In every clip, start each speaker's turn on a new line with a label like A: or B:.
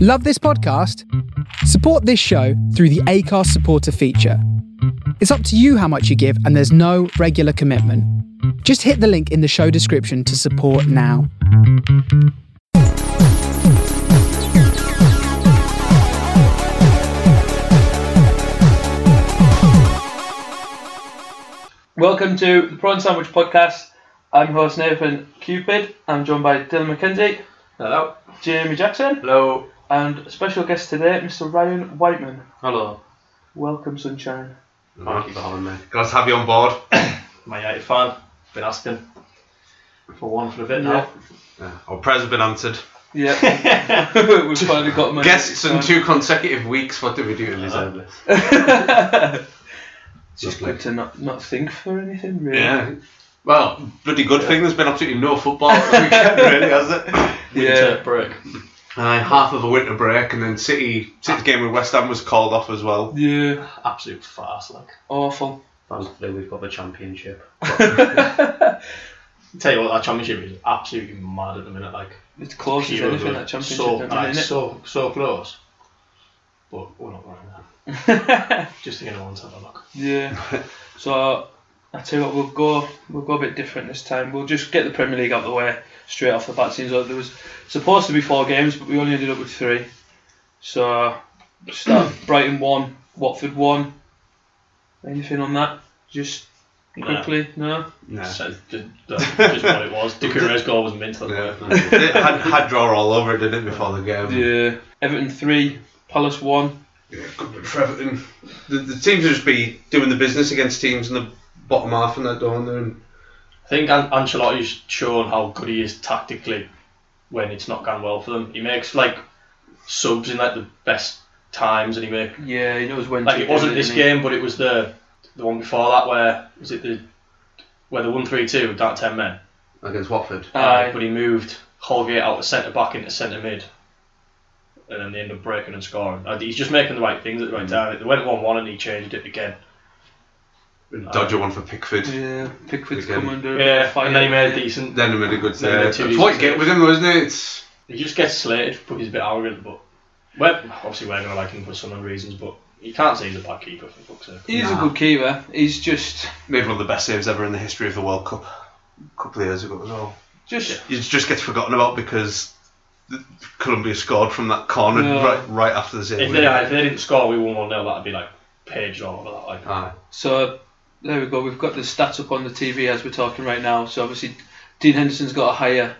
A: Love this podcast? Support this show through the ACARS supporter feature. It's up to you how much you give, and there's no regular commitment. Just hit the link in the show description to support now.
B: Welcome to the Prawn Sandwich Podcast. I'm host Nathan Cupid. I'm joined by Dylan McKenzie,
C: Hello.
B: Jamie Jackson,
C: Hello.
B: and special guest today, Mr. Ryan Whiteman.
D: Hello.
B: Welcome, sunshine.
D: Thank you for having me.
C: Glad to have you on board.
D: My United fan. Been asking for one for a bit now.
C: Yeah, our prayers have been answered.
B: Yeah, we've finally got money.
C: Guess it's in two consecutive weeks. What did we do to deserve this?
B: It's just good to not, not think for anything, really.
C: Yeah. Well, bloody good thing there's been absolutely no football for the weekend, really, has it?
B: yeah.
D: break.
C: Aye, half of a winter break, and then City City's game with West Ham was called off as well.
B: Yeah,
D: Absolute farce, like.
B: awful.
D: Thankfully, we've got the championship. Tell you what, that championship is absolutely mad at the minute. Like,
B: It's close as
D: pure
B: anything,
D: good.
B: that championship.
D: so,
B: at the
D: like,
B: minute.
D: so, so close. But we're not going there. Just thinking I want to have a look.
B: Yeah. so I tell you what, we'll go we'll go a bit different this time. We'll just get the Premier League out of the way straight off the bat. Seems like there was supposed to be four games, but we only ended up with three. So start Brighton one, Watford one. Anything on that? Just quickly, no.
C: Yeah.
D: So, just, that's just what it was. Ducure's goal was mint.
C: Yeah. it had, had draw all over it, didn't it, before the game?
B: Yeah. Everton three, Palace one.
C: Yeah, good bit for Everton. The, the teams will just be doing the business against teams in the bottom half and that, don't they? And
D: I think An- Ancelotti's shown how good he is tactically when it's not gone well for them. He makes like subs in like the best times, and he make
B: Yeah, he knows when.
D: like
B: to
D: it
B: do
D: wasn't this
B: didn't he?
D: game, but it was the the one before that where was it the where the one three two down ten men, Uh,
C: against Watford.
B: Aye.
D: but he moved Holgate out of centre back into centre mid, and then they end up breaking and scoring. Like, he's just making the right things at the right
B: Mm.
D: time. They went one one and he changed it again.
B: uh,
C: Dodger one for Pickford.
B: Yeah, Pickford's
C: Again.
B: come under
D: Yeah,
B: fire.
D: and then he made a decent.
C: Then he made a good
D: Then he
C: save.
D: made
C: That's
D: two
C: what you
D: decent
C: get with him, though, isn't it? It's,
D: He just gets slated because he's a bit arrogant, but we're, obviously we're going to like him for some other reasons, but you can't say he's a bad keeper for fuck's sake.
B: He's
C: Nah.
B: a good keeper. He's just
C: made one of the best saves ever in the history of the World Cup a couple of years ago as well.
B: just
C: It just gets forgotten about because the- Colombia scored from that corner
B: Yeah.
C: right right after the save.
D: If they, if they didn't score, we won 1 0, that'd be like page all over that. Like,
C: Aye.
B: So there we go. We've got the stats up on the TV as we're talking right now. So obviously, Dean Henderson's got a higher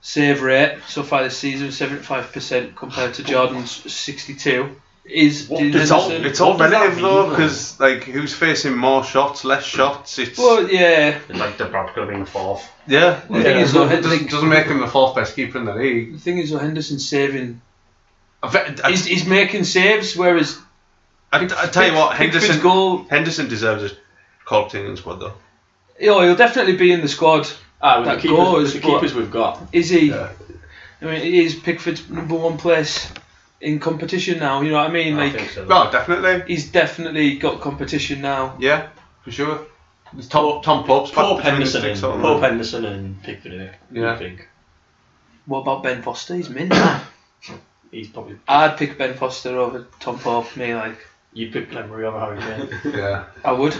B: save rate so far this season, seventy-five percent compared to Jordan's sixty-two. Is
D: What
B: Dean
D: does
C: It's all
B: Henderson?
C: it's all
D: What does that
C: relative
D: mean,
C: though,
D: though?
C: because like who's facing more shots, less shots? It's
B: Well, yeah.
E: It's like Dubravka being fourth.
C: yeah.
B: The thing is, though,
C: It doesn't,
B: Henderson,
C: doesn't make him the fourth best keeper in the league.
B: the thing is, though, Henderson's saving.
C: I, fe- I,
B: He's, he's making saves, whereas
C: I, I tell you what,
B: Pickford's
C: Henderson
B: goal.
C: Henderson deserves a call to the England squad though.
B: You know, Oh, he'll definitely be in the squad.
D: ah, with
B: That
D: the keepers,
B: goal
D: with
B: is
D: the
B: what-
D: keepers we've got.
B: Is he?
C: Yeah.
B: I mean, he is Pickford's number one place in competition now. You know what I mean?
E: I
B: Like
E: think so.
C: Well, Oh, definitely.
B: he's definitely got competition now.
C: Yeah, for sure. It's Tom, Tom Pope's back
D: Pope
C: between the
D: Henderson,
C: sticks,
D: and,
C: all
D: Pope
C: right.
D: Henderson and Pickford, eh?
C: Yeah.
D: I think.
B: What about Ben Foster? He's mint.
D: He's probably.
B: I'd pick Ben Foster over Tom Pope. Me like
D: You'd pick Glenn Murray over Harry Kane.
C: Yeah.
B: I would.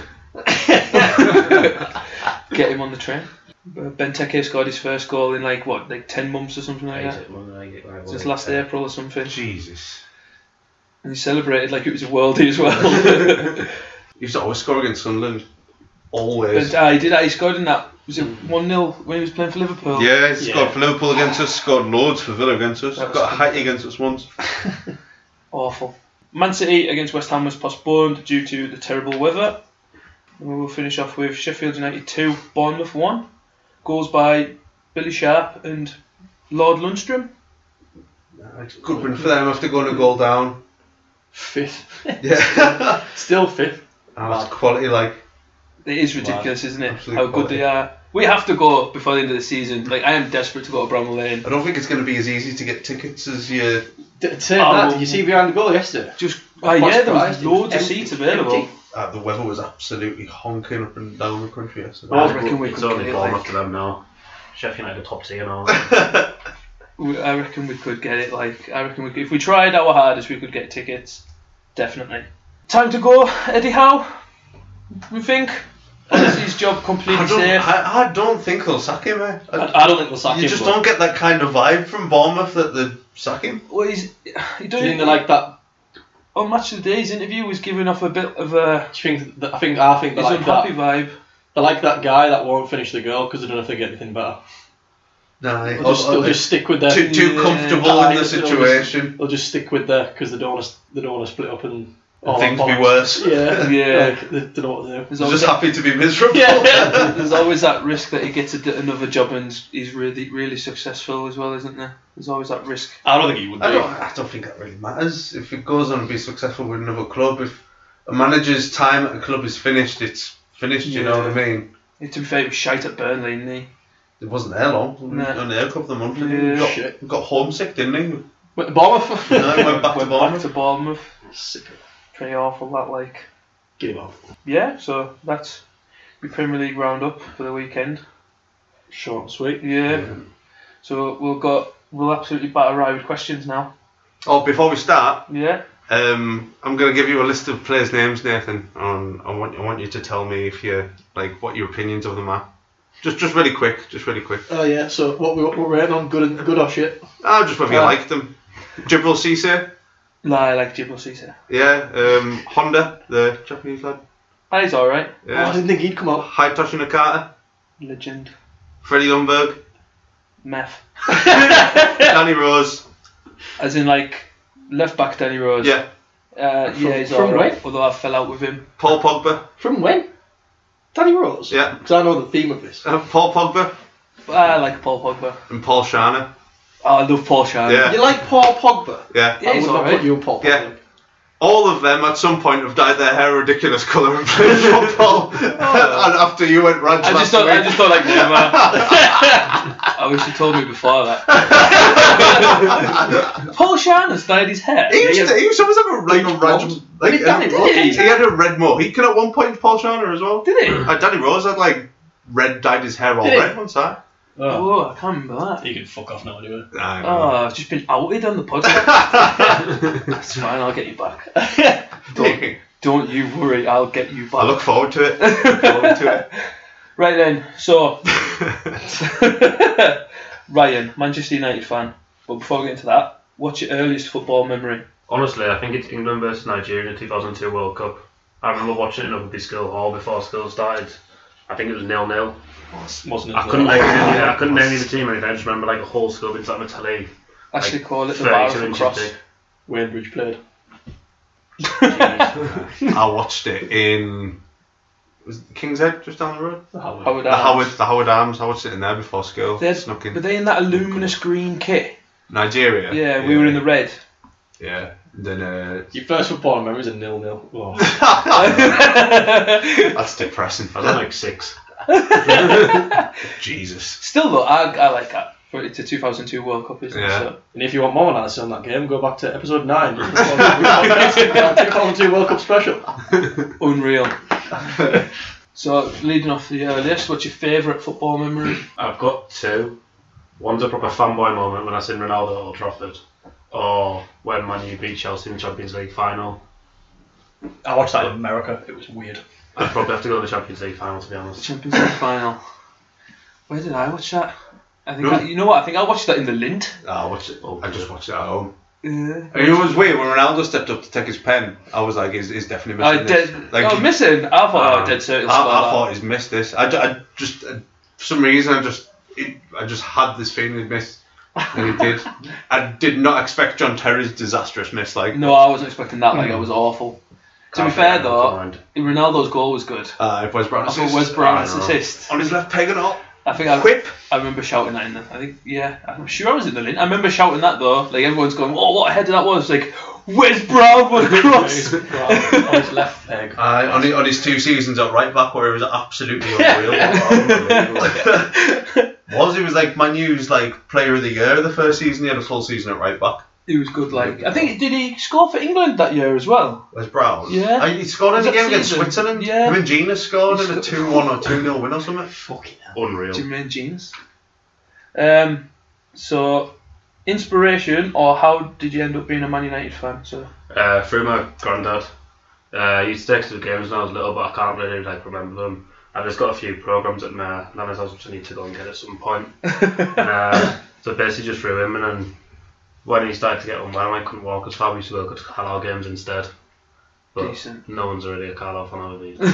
B: Get him on the train. But Ben Teke scored his first goal in like what, like ten months or something like that. Since last April or something,
C: Jesus.
B: and he celebrated like it was a worldie as well.
C: He used to always score against Sunderland. Always.
B: but uh, he did that. He scored in that. Was it one 0 when he was playing for Liverpool?
C: yeah, he scored
D: Yeah.
C: for Liverpool against us, scored loads for Villa against us,
B: That was
C: got a hat against us once.
B: Awful. Man City against West Ham was postponed due to the terrible weather. And we will finish off with Sheffield United 2, Bournemouth 1. Goals by Billy Sharp and Lord Lundstrom.
C: It's a good win for them after going a goal down.
D: fifth.
C: Yeah.
D: Still fifth.
C: That's quality, like.
B: It is ridiculous, isn't it?
C: Absolute
B: How good they are. We have to go before the end of the season. Like I am desperate to go to Bramall Lane.
C: I don't think it's going to be as easy to get tickets as you.
E: D- say
B: Oh,
E: that,
B: well-
E: did you see behind the goal yesterday?
B: Just ah, yeah, there was loads of seats available.
C: Uh, the weather was absolutely honking up and down the country yesterday.
B: I reckon we
E: it's
B: could
E: only
B: get,
E: Bournemouth
B: like-
E: to them now. Sheffield United are top tier now.
B: we, I reckon we could get it. Like I reckon we could, if we tried our hardest, we could get tickets. Definitely. Time to go, Eddie Howe. We think. Is his job completely
C: I don't,
B: safe?
C: I, I don't think they'll sack him. Eh? I-
D: I, I don't think they'll sack
C: you
D: him.
C: just
D: but
C: don't get that kind of vibe from Bournemouth that they sack him.
B: well, he's he
D: Do you think
B: doesn't
D: they're like that?
B: on Oh, match of the day's interview was giving off a bit of a
D: Do you think that, I think I think
B: he's
D: they're like
B: unhappy
D: that.
B: vibe.
D: They're like that guy that won't finish the goal because they don't know if they get anything better.
C: No,
D: They'll just, they'll just stick with their.
C: too, too
B: Yeah.
C: comfortable
D: I
C: in the
D: just don't-
C: situation.
D: They'll just stick with their because they don't want to. They don't want to split up and. all
C: Things be
D: bollocks.
C: worse.
D: Yeah.
B: Yeah.
D: Like, they don't know what to do.
B: There's
C: They're
B: always,
C: just happy to be miserable.
D: Yeah.
B: there's always that risk that he gets a d another job and he's really really successful as well, isn't there? There's always that risk.
D: I don't think he would
C: I
D: be.
C: don't, I don't think that really matters. If it goes on to be successful with another club, if a manager's time at a club is finished, it's finished, you know what I mean?
B: To be fair, he was shite at Burnley, isn't he?
C: It wasn't there long. We
B: No.
C: were Only there a couple of months.
B: Yeah.
C: got,
D: Shit.
C: got homesick, didn't he?
D: Wait, Bournemouth.
C: No, he went back to
B: Went back
C: Bournemouth.
B: to Bournemouth.
D: Sick of it.
B: Pretty awful that like.
D: Get him out.
B: Yeah, so that's the Premier League roundup for the weekend.
D: Short and sweet.
B: Yeah. So we'll got we'll absolutely batter right with questions now.
C: Oh, before we start,
B: Yeah.
C: um, I'm going to give you a list of players' names, Nathan. On I want I want you to tell me if you like what your opinions of them are. Just just really quick, just really quick.
D: Oh yeah. So what we what we're rating on? Good and good or shit?
C: Ah, just whether you
B: Uh,
C: like them. Jibril Cisse,
B: Nah, I like Jibbo Cisse.
C: yeah. Um, Honda, the Japanese lad.
B: Ah, he's alright.
D: Oh, I
C: Yeah.
D: didn't think he'd come out.
C: Hayatoshi Nakata,
B: Legend.
C: Freddie Lundberg,
B: Meth.
C: Danny Rose.
B: As in like left back Danny Rose.
C: Yeah.
B: Uh, yeah, he's
D: from
B: alright.
D: where?
B: Although I fell out with him.
C: Paul Pogba,
D: From when? Danny Rose.
C: yeah.
D: Because I know the theme of this.
C: Uh, Paul Pogba
B: But I Uh, like Paul Pogba.
C: and Paul Shana.
B: Oh, I love Paul Sharman.
C: Yeah.
D: You like Paul Pogba?
C: Yeah.
B: Yeah,
D: I
B: he's
D: would not
B: alright.
D: put you in Paul Pogba.
C: Yeah. All of them at some point have dyed their hair a ridiculous colour and played football. and after you went rant
B: Oh. I
C: last
B: just don't. I
C: week-
B: just don't like Neymar. I wish you told me before that. Paul Sharnas dyed his hair.
C: He used, to, he used to always have a like a
D: Rose?
C: red, like
B: Did Danny
C: a-
B: Rose?
C: he, he had a red mo. He could at one point Paul Shana as well.
B: Did he?
C: Uh, Danny Rose had like red dyed his hair all
D: Did he?
C: red one time.
D: Oh.
B: Oh, I can't remember that.
D: You can fuck off now anyway.
C: I don't know.
B: Oh, I've just been outed on the podcast. That's fine. I'll get you back. Don't you worry. I'll get you
C: I
B: back.
C: look forward to it. Look forward to
B: Right then. So,
C: it.
B: Ryan, Manchester United fan. But before we get into that, what's your earliest football memory?
E: Honestly, I think it's England versus Nigeria 2002 World Cup. I remember watching it in Upperby School Hall before school started. I think it was nil nil.
D: Wasn't it?
E: I couldn't name, yeah, I couldn't name any of the team or anything. I just remember like a whole school being sat on the telly.
B: Actually, call it the
E: 32
B: Barrow
E: inches
B: Cross.
E: thick.
D: Wayne Bridge played.
C: I watched it in was it King's Head just down the road.
B: How would
C: The
B: I-
C: Howard, the Howard Arms. I watched it in there before school.
B: They're,
C: Snuck
B: were
C: in
B: they in that luminous green kit?
C: Nigeria.
B: Yeah, we were in the red.
C: Yeah. Then uh,
D: Your first football memory is a nil nil. Oh.
C: that's depressing.
E: I was on like six.
C: Jesus.
B: Still though, I, I like that. For it's a 2002 World Cup, isn't
C: Yeah.
B: it? So,
D: and if you want more analysis on that game, go back to episode nine. Two thousand two World Cup special.
B: unreal. so leading off the uh, list, what's your favourite football memory?
E: I've got two. One's a proper fanboy moment when I seen Ronaldo at Old Trafford, or when Man U beat Chelsea in the Champions League final.
D: I watched that in America. It was weird.
E: I'd probably have to go to the Champions League final to be honest.
B: Champions League final. Where did I watch that? I think I, you know what? I think I watched that in the Lind.
C: Oh, I watched it. I just watched it at home.
B: Yeah.
C: It was weird when Ronaldo stepped up to take his pen. I was like, "Is is definitely
B: I
C: missing this."
B: did.
C: Like,
B: oh,
C: he-
B: missing. I thought
E: Ah.
B: I did. So
C: I,
B: it'll score
C: I
B: that.
C: thought he's missed this. I, ju- I just I, for some reason I just it, I just had this feeling he'd missed, and he did. I did not expect John Terry's disastrous miss. Like,
B: No, I wasn't expecting that. Like it was awful. To be
E: Can't
B: fair
E: think
B: though,
E: of it,
B: Ronaldo's goal was good.
C: uh, if Wes Brown
B: I thought
C: assists
B: Wes Brown's
E: I know.
B: assist.
C: on his left peg and all.
B: I think I,
C: Whip.
B: I remember shouting that in the. I think yeah, I'm sure I was in the link. I remember shouting that though. Like everyone's going, "Oh, what a header that was!" Like, "Where's Brown was cross?"
D: on his left leg.
C: Uh, on, his, on his two seasons at right back, where he was absolutely unreal.
E: Unbelievable.
C: was he was like Manu's like player of the year the first season. He had a full season at right back.
B: he was good. Like I think did he score for England that year as well?
C: Wes Brown.
B: Yeah.
C: Uh, he scored in
B: Was
C: the
B: that
C: game against
B: season?
C: Switzerland.
B: Yeah.
C: Him and Gina scored
B: He
C: in a
B: sco-
C: 2 1 or 2 0 win or something.
D: Fucking hell.
E: Unreal.
B: Jimmy and Jeans. Um, so inspiration or how did you end up being a Man United fan? So
E: Uh, through my granddad. Uh, he used to take us to the games when I was little, but I can't really like remember them. I've just got a few programs at my nana's house which I need to go and get at some point. and, uh, so basically just through him, and then when he started to get unwell and I couldn't walk as far, we used to go to Carlisle games instead. But
B: Decent.
E: no one's really a Carlisle fan over these days.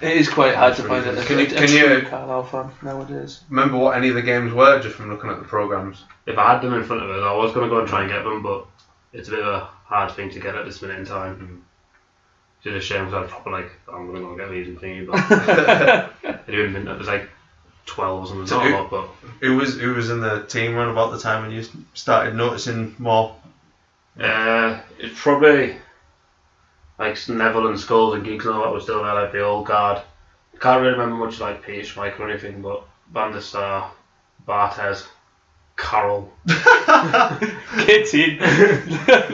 B: it is quite hard to find a,
C: Can you-
B: a,
C: can
B: a true
C: you-
B: Carlisle fan nowadays.
C: Remember what any of the games were just from looking at the programs.
E: if I had them in front of us, I was going to go and try and get them, but it's a bit of a hard thing to get at this minute in time. It's just a shame because I was proper like, I'm going to go and get these and thingy, but it would have been, it was like 12 or something,
C: So
E: not
C: who-
E: a lot, but
C: Who was who was in the team around about the time when you started noticing more?
E: Uh, it's probably like Neville and Skulls and Geeks and all that was still there, like the old guard. Can't really remember much like Peter Schmeichel or anything, but Van der Sar, Barthez, Carroll.
B: Kitty,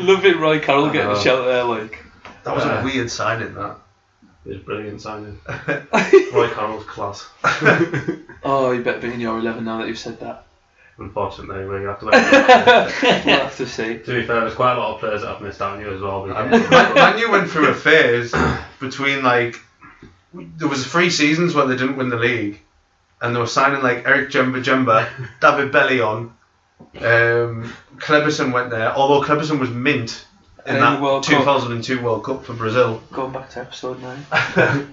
B: love it, Roy Carroll getting a
C: Uh-huh.
B: shout there like.
C: That was
E: Uh,
C: a weird signing. That
E: It was brilliant signing. Roy Carroll's class.
B: Oh, you better be in your eleven now that you've said that.
E: Unfortunately, we're going to have to wait.
B: We'll have to see.
E: to be fair, there's quite a lot of players that I've missed out on you as well. because-
C: Man Man U went through a phase between like there was three seasons where they didn't win the league, and they were signing like Eric Jemba Jemba, David Bellion, um, Cleberson went there. Although Cleberson was mint in
B: And
C: that
B: World Cup.
C: 2002 World Cup for Brazil.
B: Going back to episode nine.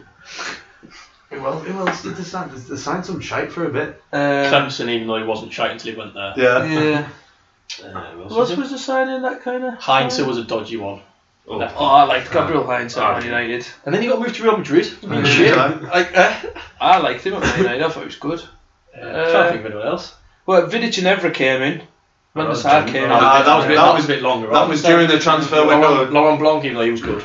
C: Who else, who else did they sign? They signed some shite for a bit.
B: Um,
D: Clemson, even though he wasn't shite until he went there.
C: Yeah.
B: yeah.
E: Uh, who else
B: What
E: was it?
B: was the signing that kind of?
D: Heinze was a dodgy one.
E: Oh,
B: Oh, I liked Gabriel Heinz at
E: Ah.
B: Man United.
D: And then he got moved to Real Madrid.
C: Yeah.
B: Shit. Like, uh, I liked him at Man United. I thought he was good. Uh,
D: I'm trying Uh, to think of anyone else.
B: Well, Vidic and Evra came in. Van der Sar came in.
C: Ah,
D: a bit-
C: that was- that
D: a bit longer.
C: That was during the transfer
D: Laurent,
C: window.
D: Laurent Blanc, even though he was good.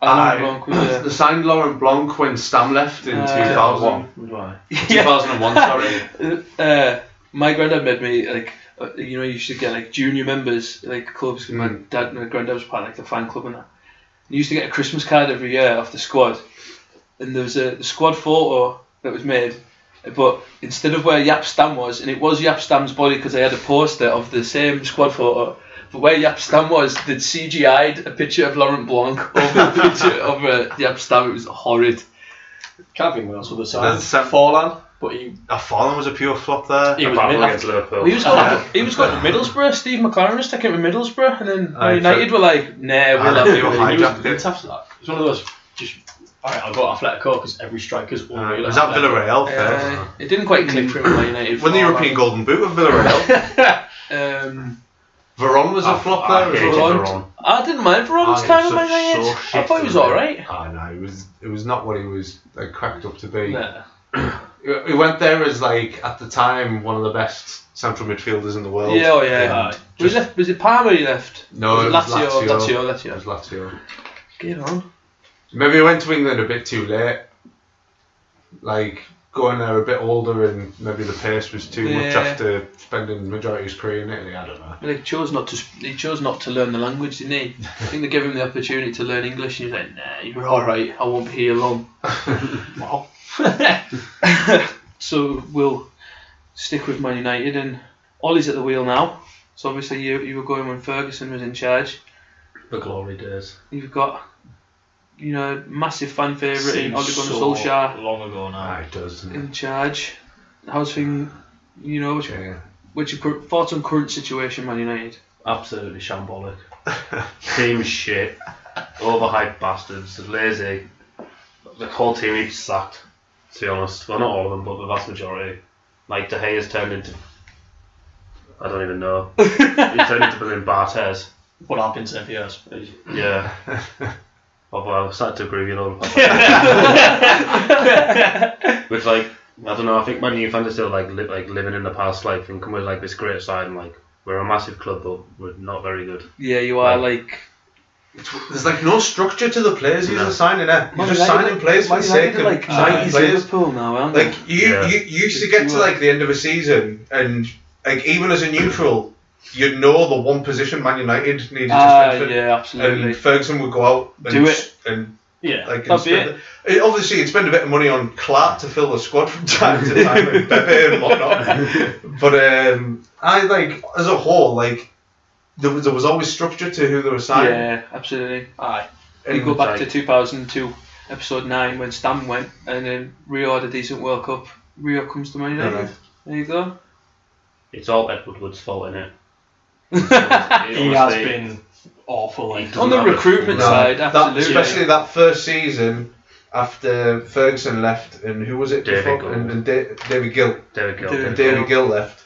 B: Alan
C: Aye.
B: Blanc was
C: They
B: there.
C: signed Laurent Blanc when Stam left in
B: Uh,
C: 2001.
D: Why?
B: Yeah.
C: 2001, sorry.
B: Uh, my granddad made me like uh, you know you used to get like junior members like clubs. 'cause My
C: Mm.
B: dad, my granddad was part of, like the fan club and that. He used to get a Christmas card every year off the squad, and there was a the squad photo that was made, but instead of where Yap Stam was, and it was Yap Stam's body because they had a poster of the same squad photo. But where Yap Stam was, they'd CGI'd a picture of Laurent Blanc over a picture of uh, Yap Stam. It was horrid.
D: Can't think of anyone else with the sign.
C: That's Sam-
D: Forlan, but he,
C: A Fallen was a pure flop there.
D: he was
E: apart from
D: mid-
E: against Liverpool.
B: He was going. He was going to Middlesbrough. Steve McLaren was taking him to Middlesbrough, and then
C: Aye,
B: United
C: so-
B: were like, "Nah, we'll have
C: Aye.
B: you."
D: he was
C: hijacked it.
D: linked after that. It's one of those just. All right, I'll go to Atletico because every striker's
C: Uh,
D: unreal.
C: it was
D: at
C: at Villarreal first.
B: Uh, it didn't quite click for him at United.
C: Won the
B: for all
C: European Golden Boot with Villarreal.
B: that. Um,
C: Veron was a
B: Ah,
E: I-
C: flop
E: I
C: there
E: hated
C: as well.
E: Veron. wrong.
B: I didn't mind Veron's
E: Aye,
B: time at
E: so-
B: Man United.
E: so
B: I
E: shit
B: thought he was
E: to do.
B: all right.
C: Ah, no, it was it was not what he was like, cracked up to be.
D: Nah.
C: He- He went there as like at the time one of the best central midfielders in the world.
B: Yeah, oh yeah.
D: Aye.
B: was, he left, was it Palmer he left?
C: No,
B: was
C: it was
B: Lazio.
C: Lazio.
B: Lazio.
C: It
B: Lazio.
C: was Lazio.
B: Get on.
C: Maybe he went to England a bit too late. Like going there a bit older and maybe the pace was too much
B: Yeah.
C: after spending the majority of his career in Italy. I don't know.
B: Well, he chose not to. sp- He chose not to learn the language, didn't he? I think they gave him the opportunity to learn English, and he was like, "Nah, you're all right. I won't be here long."
D: Wow.
B: so we'll stick with Man United, and Ollie's at the wheel now. So obviously you you were going when Ferguson was in charge.
E: The glory days.
B: You've got, you know, massive fan favourite in Ole
D: Seems
B: Gunnar
D: so
B: Solskjaer
D: long ago now.
C: Ah, it does. doesn't it?
B: in charge. How's thing? You know, what's your,
C: Yeah.
B: what's your cur- thoughts on current situation, Man United?
E: Absolutely shambolic. Team shit. Overhyped bastards. Lazy. The whole team is sacked, to be honest. Well, not all of them, but the vast majority. Like, De Gea's turned into. I don't even know. he turned into Berlin Barthez.
D: What happened to FPS?
E: Yeah. Although I started to agree with you know. Which like I don't know, I think my new fans are still like li- like living in the past like thinking we're like this great side and like we're a massive club but we're not very good.
B: Yeah, you are
E: Well,
B: like
C: There's like no structure to the players he's
E: No.
C: signing. Eh? You're just signing players for the sake of
B: like uh,
C: signing players.
B: Liverpool now, aren't they?
C: Like you,
E: Yeah.
C: you, you used to get to like the end of a season, and like even as a neutral, you know the one position Man United needed to
B: Ah,
C: strengthen.
B: yeah, absolutely.
C: And Ferguson would go out and,
B: Do it.
C: and
D: Yeah.
C: Like,
B: That'd
C: and
B: be
C: spend, it. obviously, you'd spend a bit of money on Clark to fill the squad from time to time and Pepe and whatnot. But um, I like as a whole, like there was, there was always structure to who they were signing.
B: Yeah, absolutely.
D: Aye.
B: You
C: And
B: go back to
E: like-
B: 2002, episode 9, when Stam went, and then Rio had a decent World Cup. Rio comes to Man United.
C: Yeah.
B: There you go.
E: It's all Edward Wood's fault, isn't it?
D: He has been awful.
E: He
D: Like,
E: doesn't
B: On the
E: have a-
B: recruitment
E: no,
B: side,
C: that-
B: absolutely.
C: especially that first season after Ferguson left, and who was it?
E: David
C: before?
E: Gill.
C: And, and da- David Gill.
E: David Gill.
B: David
C: And
E: did.
B: Gill.
C: David Gill left,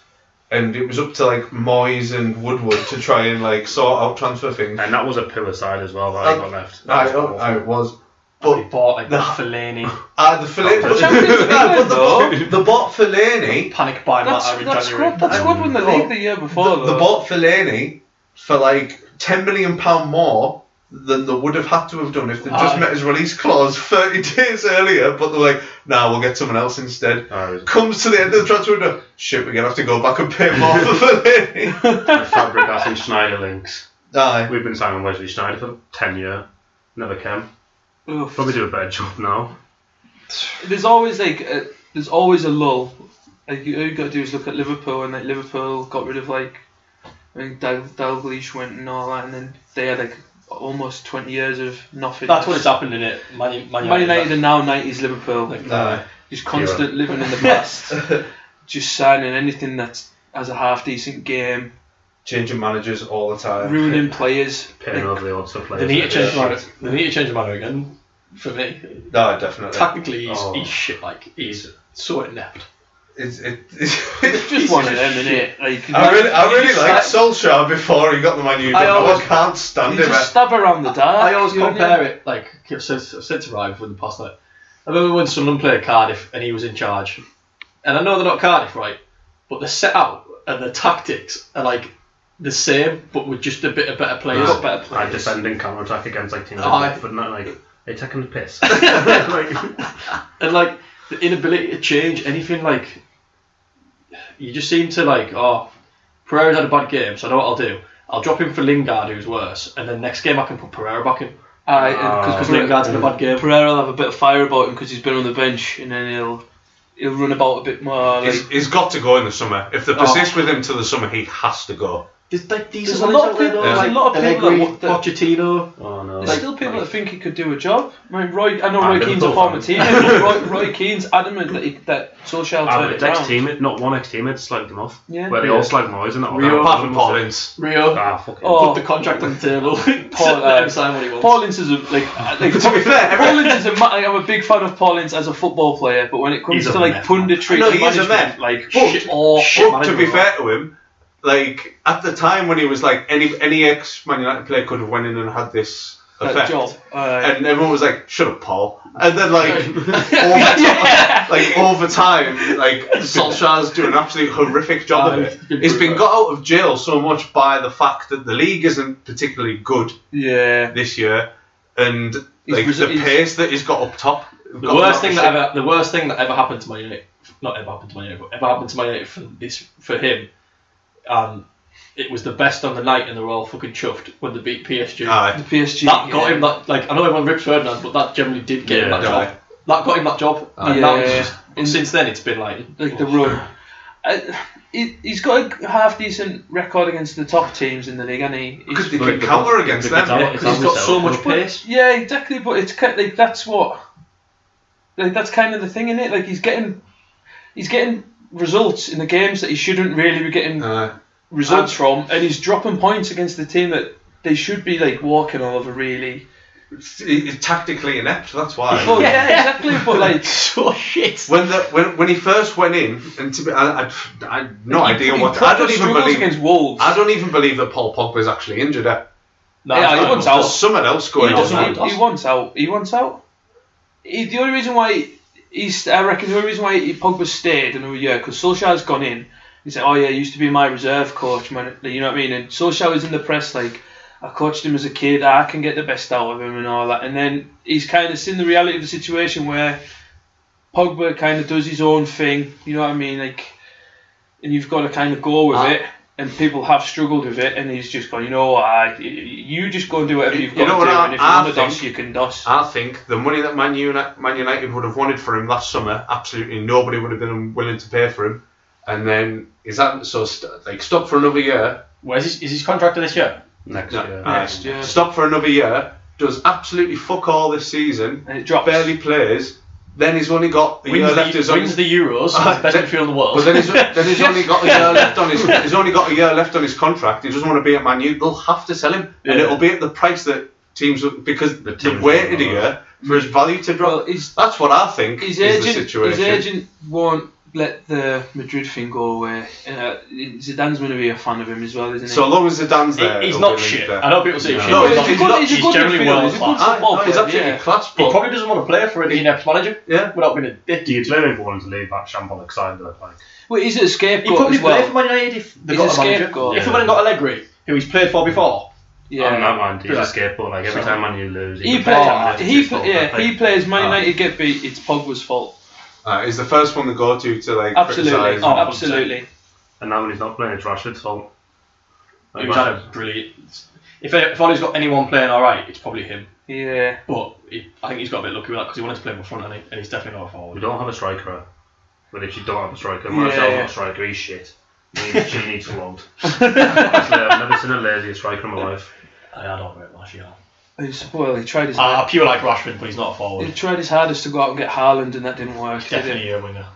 C: and it was up to like Moyes and Woodward to try and like sort out transfer things.
E: And that was a poor side as well that he
C: Um,
E: got left.
C: I, I was,
D: he
C: but
D: bought like
C: No.
D: Fellaini,
C: uh, the Fellaini, but,
B: Champions League,
C: but the,
B: though.
C: bot, the bot Fellaini,
D: panic buy
B: That's,
D: Matter in
B: that,
D: January.
B: squad, that squad won the
C: No.
B: league the year
C: the,
B: before, though.
C: the bot Fellaini for like ten million pound more than they would have had to have done if they would just
D: Aye.
C: met his release clause thirty days earlier. But they're like, nah, we'll get someone else instead.
E: I was
C: Comes to the end of the transfer window, shit, we're gonna have to go back and pay more for Fellaini.
E: Fabregas and Schneider links.
C: Aye.
E: We've been signing Wesley Schneider for ten year. Never came.
B: Oof.
E: Probably do a better job now.
B: there's always like a, there's always a lull. Like you, all you got to do is look at Liverpool and like Liverpool got rid of like I think Dal- Dalglish went and all that, and then they had like almost twenty years of nothing.
D: That's what it's happened in it. Man, Man,
B: Man
D: United,
B: United are now nineties Liverpool,
C: Aye.
B: just constant living in the past, just signing anything that has a half decent game,
C: Changing managers all the time.
B: ruining players.
E: Paying
B: Like,
E: over the odds for players.
D: They need to change
E: Yeah.
D: manner. They need to change manner again. For me,
C: No, definitely.
D: tactically, he's,
E: Oh.
D: he's shit. Like he's so inept.
C: It's, it, it's,
B: just one of them, innit? Like,
C: I really,
B: you
C: I really
B: just
C: liked
B: sat-
C: Solskjaer before he got the Man United. I,
D: I always-
C: can't stand
B: You
C: him.
B: just stab around the dark.
D: I always
B: you know,
D: compare it like since since arrived with the past night. I remember when Sunderland played Cardiff and he was in charge, and I know they're not Cardiff, right? But the set out and the tactics are like the same, but with just a bit of better players.
B: Got better Oh, players.
E: Like defending counter attack against like teams
D: Aye.
E: like that, but not like they taking the piss. Like,
D: and like the inability to change anything like you just seem to like oh Pereira's had a bad game so I know what I'll do I'll drop him for Lingard who's worse and then next game I can put Pereira back in because
B: because
D: Lingard's had a bad game
B: Pereira will have a bit of fire about him because he's been on the bench, and then he'll he'll run about a bit more. Like,
C: He's, he's got to go in the summer. If they
B: Oh.
C: persist with him till the summer, he has to go.
D: there's, like, these
B: There's
D: are
B: a lot of
D: managers out there,
B: people-
D: though,
B: there's a
D: like
B: lot of people
D: Allegri,
B: that want-
D: Pochettino
E: oh no.
B: there's still people that think he could do a job. I mean, Roy. I know
E: Ah,
B: Roy Keane's a
E: Liverpool
B: former
E: fan.
B: teammate. but Roy, Roy Keane's adamant that he, that Solskjaer
E: Ah,
B: turned
E: but
B: it
E: his ex
B: around.
E: teammate, not one ex teammate, slagged him off.
B: Yeah.
E: Where they all slagged Moyes and that.
D: Rio-
C: Apart
E: that-
C: from Paulins.
D: Rio
E: Ah, fuck it.
B: Oh.
D: put the contract on the table
B: Paul,
D: let
B: uh,
D: him um, sign what he wants
B: Paul Ince is a, like, I- like
C: To be fair,
B: Paul Ince is a ma- like, I'm a big fan of Paul Ince as a football player, but when it comes
E: He's
B: to
E: a
B: like
E: mess.
B: punditry,
C: No,
B: and
C: he is a
B: management,
C: mess.
B: like
C: But-
B: shit or
C: But to be fair to him, like at the time when he was like any any ex Man United player could have went in and had this
B: that
C: effect.
B: job. Uh,
C: and everyone was like, "Shut up, Paul!" And then like over time, like over time, like Solskjaer's doing an absolute horrific job of it.
D: Aye.
C: He's been got out of jail so much by the fact that the league isn't particularly good
B: yeah.
C: this year, and like
B: resi-
C: the
B: he's-
C: pace that he's got up top.
D: The worst thing that ever, the worst thing that ever happened to my unit, not ever happened to my unit, but ever happened to my unit for this for him, um, it was the best on the night, and they were all fucking chuffed when they beat PSG.
B: The
C: Aye.
B: PSG
D: That got
B: yeah.
D: him that like I know everyone rips Ferdinand, but that generally did get him
E: Yeah,
D: that
C: aye.
D: job. That got him that job, and
B: Yeah.
D: that was just,
B: And-
D: since then it's been like
B: like the run. I, he, he's got a half decent record against the top teams in the league, and he. he's-
C: Because they can counter against
E: Because
C: them.
E: it's
D: because he's got
E: Alvarez
D: so
E: out.
D: much pace.
B: yeah, exactly. But it's ki- like that's what. Like that's kind of the thing in it. Like he's getting, he's getting results in the games that he shouldn't really be getting
C: Aye.
B: results from, and he's dropping points against the team that they should be like walking all over. Really.
C: He- he's tactically inept. That's why.
B: But Oh, yeah, exactly. But like.
D: Oh, So Oh, shit.
C: When, the, when when he first went in, and to be, I, I, I had no idea
B: he
C: what. I
B: proper
C: don't even
B: struggles
C: believe.
B: against Wolves.
C: I don't even believe that Paul Pogba is actually injured. eh?
D: Nah,
B: Yeah, he
D: I
B: wants
D: don't know.
B: out.
C: There's something else going
B: He,
C: on.
B: doesn't-
C: there.
B: he- he wants out. He wants out. He, the only reason why he's, I reckon, the only reason why he, Pogba stayed another year because Solskjaer's gone in. He said, "Oh yeah, he used to be my reserve coach, man." You know what I mean? And Solskjaer was in the press like, "I coached him as a kid. I can get the best out of him and all that." And then he's kind of seen the reality of the situation where
C: Ah.
B: Pogba kind of does his own thing. You know what I mean? Like, and you've got to kind of go with
D: I-
B: it. and people have struggled with it, and he's just gone, you know what, I, you just go and do whatever
C: You-
B: you've
C: you
B: got
C: know
B: to do,
C: what I-
B: and if you
C: I
B: want to DOS,
C: think- Ah.
B: you can DOS.
C: I think the money that Man, Uni- Man United would have wanted for him last summer, absolutely nobody would have been willing to pay for him. And then is that so? St- like stop for another year.
D: Where's his, is his contract this year?
E: Next
C: No,
E: year.
C: aye.
B: Next year.
C: Stop for another year. Does absolutely fuck all this season.
B: and it drops.
C: Barely plays. Then he's only got a year
D: Wins,
C: left.
D: the,
C: his-
D: wins the Euros,
C: Ah,
D: he's best
C: that-
D: midfielder in the world.
C: But then he's, then he's only got a year left on his he's only got a year left on his contract. He doesn't want to be at Man U. They'll have to sell him, and
D: Yeah.
C: it'll be at the price that teams will- because
E: The
C: they've
E: teams
C: waited a
E: will,
C: year for his value to drop.
B: Well, he's-
C: That's what I think
B: His
C: is the
B: agent, his
C: situation.
B: agent won't let the Madrid thing go away. Uh, Zidane's going to be a fan of him as well, isn't he?
C: so long as the Dan's
D: He-
C: there,
D: he's
C: it'll
D: not
C: be
D: shit.
C: there.
D: I know people say he's shit.
C: No,
D: but
C: he's-
D: he's,
C: he's
D: not.
C: not-
B: he's a
D: he's
B: good
D: generally
B: midfielder,
D: world
B: he's a good-
D: class.
C: Aye, no, he's
B: football
C: absolutely
B: player, yeah.
C: class.
D: He
C: But
D: probably doesn't want to play for an inept manager
C: yeah,
D: without being a dick.
E: Do you blame him for wanting to leave that shambolic side though? Like,
B: well, he's a scapegoat
D: He probably
B: as well.
D: played for Man United if they
B: He's
D: got
B: a
D: a manager.
B: scapegoat.
D: If they went and got Allegri, who he's played for before,
B: yeah.
E: I'm not mind. He's
D: Yeah.
E: a scapegoat. Like every time Man U lose,
B: He
E: plays
B: plays.
E: on
B: He,
E: Manchester
B: pl-
E: City,
B: yeah,
E: like,
B: he plays. Man
E: ah.
B: United get beat. It's Pogba's fault.
C: uh, he's the first one to go to to like
B: Absolutely,
C: criticise.
B: oh, absolutely.
E: And now when he's not playing, it's Rashford's fault.
D: he was had a brilliant. If, if Ollie's got anyone playing alright, it's probably him.
B: Yeah,
D: But he, I think he's got a bit lucky with that because he wanted to play him up front and, he, and he's definitely not a
E: We
D: forward.
E: don't have a striker. But if you don't have a striker,
B: Yeah,
E: Martial's
B: yeah.
E: not a striker, he's shit. He needs, he needs flogged. Honestly, I've never seen a lazier striker in my life.
D: I, I don't rate Martial.
B: He's- well, he tried his
D: I, I pure like Rashford, but he's not a
B: he
D: forward.
B: tried his hardest to go out and get Haaland, and that didn't work. Did it?
D: Definitely a winger.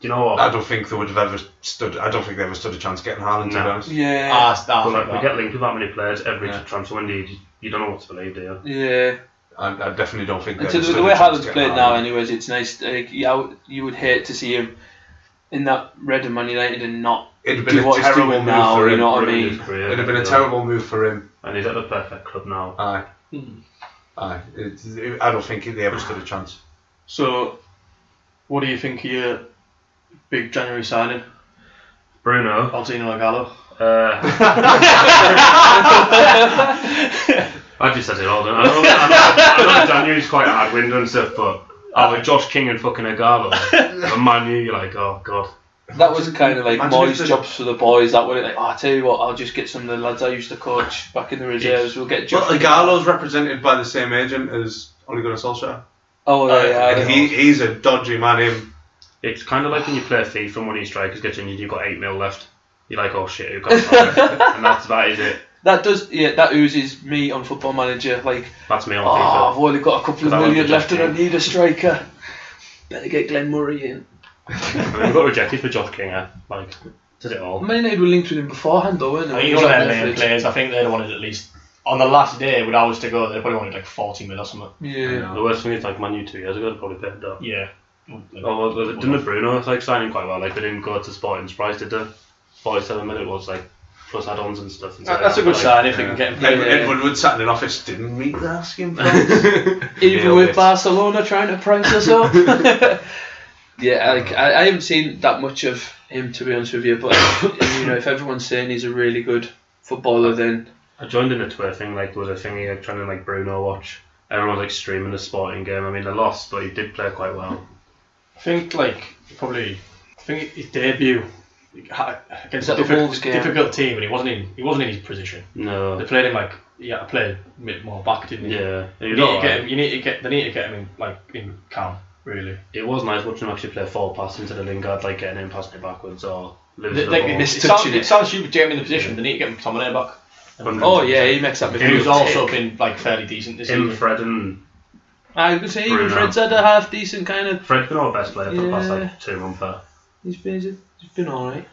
E: Do you know what?
C: I don't think they would have ever stood. I don't think they ever stood a chance getting Haaland. To
E: No.
C: be honest,
B: Yeah,
D: Ah,
E: But,
D: staff.
E: like, we get linked with that many players every
C: Yeah.
E: transfer window. You, you don't know what to believe, do you?
B: yeah.
C: I, I definitely don't think.
B: And
C: they
B: so
C: ever
B: the,
C: stood
B: the
C: a
B: way
C: chance
B: Haaland's
C: getting
B: played
C: Haaland.
B: now, anyways, it's nice. Like, yeah, I would- you would hate to see him in that red and Man United and not.
C: it'd have
B: do
C: been a
B: what he's
C: terrible
B: doing
C: move
B: now,
C: for
B: you
C: him.
B: know what I
E: Ruined
B: mean?
E: his career,
C: It'd have been
E: you
C: a
E: know.
C: terrible move for him.
E: And he's at the perfect club now.
C: Aye.
B: Hmm.
C: Aye. It's, it, I don't think they ever stood a chance.
D: So, what do you think of your big January signing,
E: Bruno.
D: Altino Gallo?
E: Uh, I just said it all, didn't I? I know, I know, I know January's quite a hard window and stuff, but uh, with Josh King and fucking Agarlo and Man U, you're like, oh god.
B: That was kind of like
C: Imagine if
B: Moyes'
C: they-
B: jobs for the boys. That were like, oh, I tell you what, I'll just get some of the lads I used to coach back in the reserves. We'll get.
C: But
B: Josh-
C: Igalo's represented by the same agent as Ole Gunnar Solskjaer.
B: Oh,
D: Uh,
B: yeah,
C: And
B: yeah.
C: he, he's a dodgy man, him.
E: It's kind of like when you play FIFA and one of your strikers gets injured, you've got 8 mil left. You're like, oh shit, who got that? And that's that is it.
B: That does, yeah, that oozes me on Football Manager. Like,
E: That's me on
B: oh, I've
E: FIFA.
B: only got a couple of
E: That
B: million
E: was
B: left and I
E: rejected.
B: need a striker. Better get Glenn Murray in.
E: I mean, we got rejected for Josh King, eh? Like, did it all.
B: Man United were linked with him beforehand, though, weren't they?
D: I think
B: He
D: Oh, he's
B: was
D: one of
B: on
D: their main
B: Netflix.
D: players. I think they'd have wanted at least on the last day with hours to go. They probably wanted like forty mil or something.
B: Yeah.
E: The worst thing is, like, Man U two years ago, they probably picked up.
D: Yeah.
E: Oh, well, well, didn't the Bruno like signing quite well? Like they didn't go to Sporting's price, did they? Forty-seven minute was like plus add-ons and stuff. And so
D: Uh, That's a
E: on,
D: good
E: but,
D: sign if they
C: Yeah.
D: can get him.
C: Edward,
B: Yeah.
C: Edward Wood sat in an office, didn't meet the asking price.
B: Even
C: Nailed
B: with
C: it.
B: Barcelona trying to prank us up. yeah, like, I, I haven't seen that much of him, to be honest with you, but, you know, if everyone's saying he's a really good footballer, then.
E: I joined in a Twitter thing. Like there was a thingy like, trying to like Bruno watch. Everyone was like streaming a Sporting game. I mean, they lost, but he did play quite well.
D: I think like probably I think his debut like, ha- against
B: that
D: a
B: the
D: difficult,
B: Wolves game?
D: difficult team, and he wasn't in he wasn't in his position. They
E: No.
D: played him like yeah, played mid more back, didn't he?
E: Yeah. He
D: You need
E: was
D: to
E: alright.
D: get him. You need to get. They need to get him in like in calm. Really.
E: It was nice watching him actually play forward pass into the Lingard, like getting him passing it backwards or
D: They,
E: losing the
D: like,
E: ball.
D: it,
B: missed
D: sounds,
B: touching it.
D: it sounds stupid to get him in the position. They need to get McTominay back.
E: But
B: Oh, yeah, he makes that midfield.
D: Who's also
B: tick.
D: been like fairly decent this
E: Him,
D: season.
E: Fred, and
B: I would say even
E: Bruno.
B: Fred's had a half decent kind of.
E: Fred's been our best player for the past
B: Yeah.
E: like two months. eh?
B: He's been, he's been alright.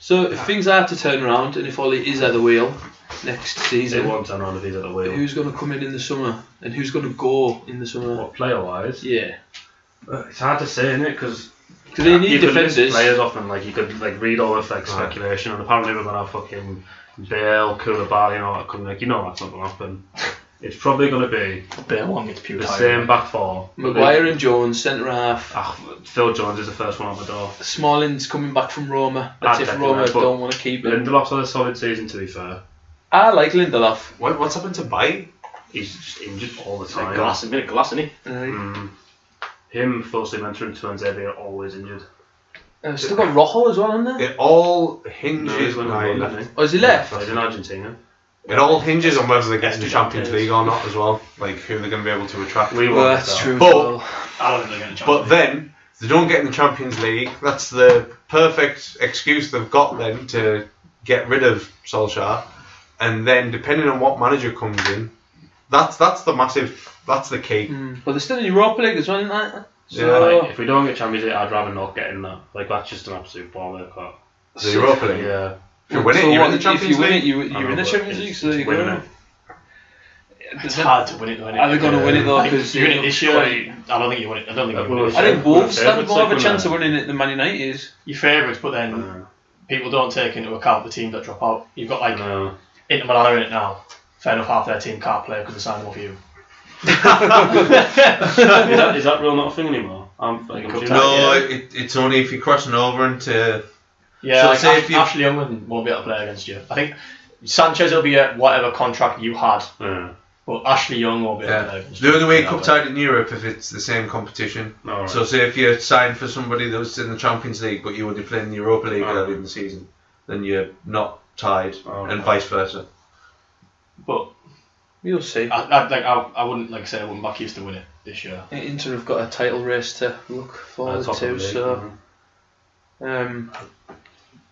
B: So if things are to turn around, and if Ollie is at the wheel next
E: He
B: season,
E: won't turn around if he's at the wheel.
B: who's going to come in in the summer, and who's going to go in the summer?
E: What player wise?
B: Yeah,
E: It's hard to say, isn't it? Because
B: because they need
E: you could list
B: defenders.
E: players off and like you could like read all this like speculation, and apparently we're gonna have fucking Bale, Koulibaly, and all that coming. Like you know that's not gonna happen. It's probably gonna be
D: Bale one gets pure
E: the
D: tired.
E: same back four. but they-
B: Maguire and Jones, centre half.
E: Ah, Phil Jones is the first one out the door.
B: Smalling's coming back from Roma. That's
E: I'd
B: if
E: take
B: Roma
E: him, but-
B: don't want to keep him.
E: Lindelof's had a solid season. To be fair,
B: I like Lindelof.
C: what, what's happened to Bay?
E: he's just injured all the
D: It's like
E: time.
D: glass, a bit of glass, isn't he?
B: Uh,
E: Mm. Him, Fosu Mentor, and Tuanzebe are always injured.
B: Uh, still got Rojo as well, hasn't there?
C: It all
E: No,
C: hinges
E: he's
C: on
E: one of the left.
C: it
B: Or is he left?
E: He's in Argentina.
C: all hinges on whether they get to Champions
E: Champions.
C: League or not as well. Like who they're going to be able to attract.
E: We
B: Well,
E: won't
B: that's
E: start.
B: true. as
C: But-
B: well.
D: I don't think they're going to
C: But
D: jump.
C: then if they don't get in the Champions League. That's the perfect excuse they've got then to get rid of Solskjaer. And then depending on what manager comes in, that's that's the massive that's the key.
B: Mm. But they're still in Europa League as well, aren't they? So,
E: Like, if we don't get Champions League, I'd rather not get in that. Like that's just an absolute ball workout.
C: The Europa League.
E: Yeah.
C: If you win it,
B: so
C: you're
B: what,
C: in the
B: if
C: Champions
B: you win
C: League.
B: it, you,
E: I
B: you're in
E: know,
B: the
E: but
B: Champions
E: it's-
B: League, so there you
E: it's winning
B: go.
E: it.
D: It's hard to win it though. innit?
B: Are they going to win it though?
D: Like,
B: Because
D: you win it this year. I don't think you win it. I don't think you win it.
E: Wolves-
B: I think Wolves
E: Well,
B: stand
E: it's
B: more of a
E: like
B: chance of
E: winning.
B: winning it than Man United is.
D: Your favourites, but then
E: No.
D: people don't take into account the teams that drop out. You've got like
E: No.
D: Inter Milan are in it now. Fair enough, half their team can't play because they signed off you.
E: is, that, is that rule not a thing anymore? I'm like,
D: Cup
E: I'm
D: tie.
E: no.
C: No,
D: Yeah.
C: it, it's only if you're crossing over into
D: Yeah,
C: So
D: like
C: say
D: Ash-
C: if you-
D: Ashley Youngman won't be able to play against you. I think Sanchez will be at whatever contract you had,
E: Yeah.
D: but Ashley Young won't be able to play
C: yeah.
D: against you.
C: the only way
D: Yeah,
C: cup
D: but-
C: tied in Europe if it's the same competition.
E: No, right.
C: So say if you're signed for somebody that was in the Champions League but you were playing the Europa League
E: Oh.
C: early in the season, then you're not tied
E: Oh,
C: and
E: no.
C: vice versa.
D: But
B: We'll see.
E: Ah.
D: I, I, like, I, I wouldn't like I say I wouldn't back used to win it this year.
B: Inter have got a title race to look
E: At the
B: forward
E: top of the
B: to,
E: Uh, league,
B: so um,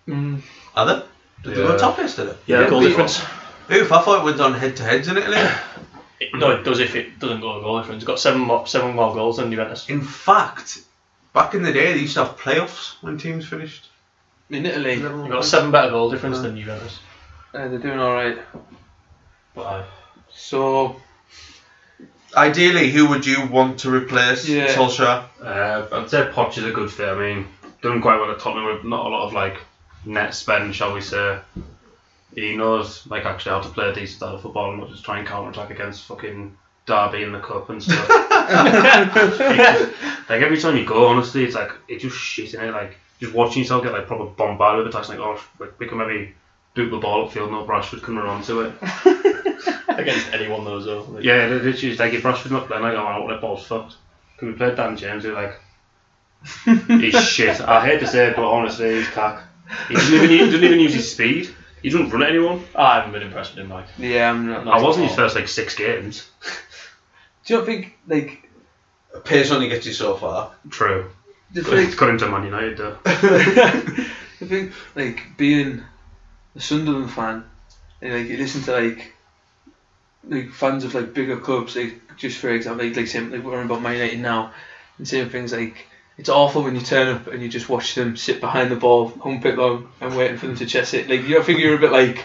B: mm,
C: Are they? Did they go
E: Yeah.
C: top yesterday?
D: Yeah,
B: Yeah,
D: goal
B: but-
D: difference.
C: Oof, I thought it went on head to heads in Italy.
D: It, no, it does if it doesn't go to goal difference. It's got seven more, seven more goals than Juventus.
C: In fact, back in the day they used to have playoffs when teams finished.
B: in Italy,
D: We've got seven better goal difference than Juventus.
B: uh, they're doing all right.
D: But aye.
B: So
C: Ideally, who would you want to replace
B: Yeah.
C: Solskjaer?
E: Uh, I'd say Poch is a good fit. I mean, doing quite well at Tottenham with not a lot of like net spend, shall we say. He knows like actually how to play a decent style of football and not just try and counter attack against fucking Derby in the cup and stuff. like every time you go, honestly, it's like it's just shit in it. Like just watching yourself get like proper bombarded with attacks. Like oh, like, we can maybe boot the ball upfield. No, Rashford can run onto it.
D: against anyone those though. Like,
E: Yeah, it- it's just like if Rashford not playing, like, oh, what the ball's fucked. Can we play Dan James? Who like, he's shit. I hate to say it, but honestly, he's cack. He doesn't even, use, doesn't even use his speed. He doesn't run at anyone.
D: I haven't been impressed with him, Mike.
B: yeah, I'm not.
E: I wasn't his
D: all.
E: first like six games.
B: Do you not think like
C: Pace only gets you so far.
E: True.
B: the thing,
E: It's got him to Man United though.
B: I think like being a Sunderland fan and like you listen to like like fans of like bigger clubs like just for example like like same like we're on about Man United now and saying things like it's awful when you turn up and you just watch them sit behind the ball hump it long and waiting for them to chest it like you I think you're a bit like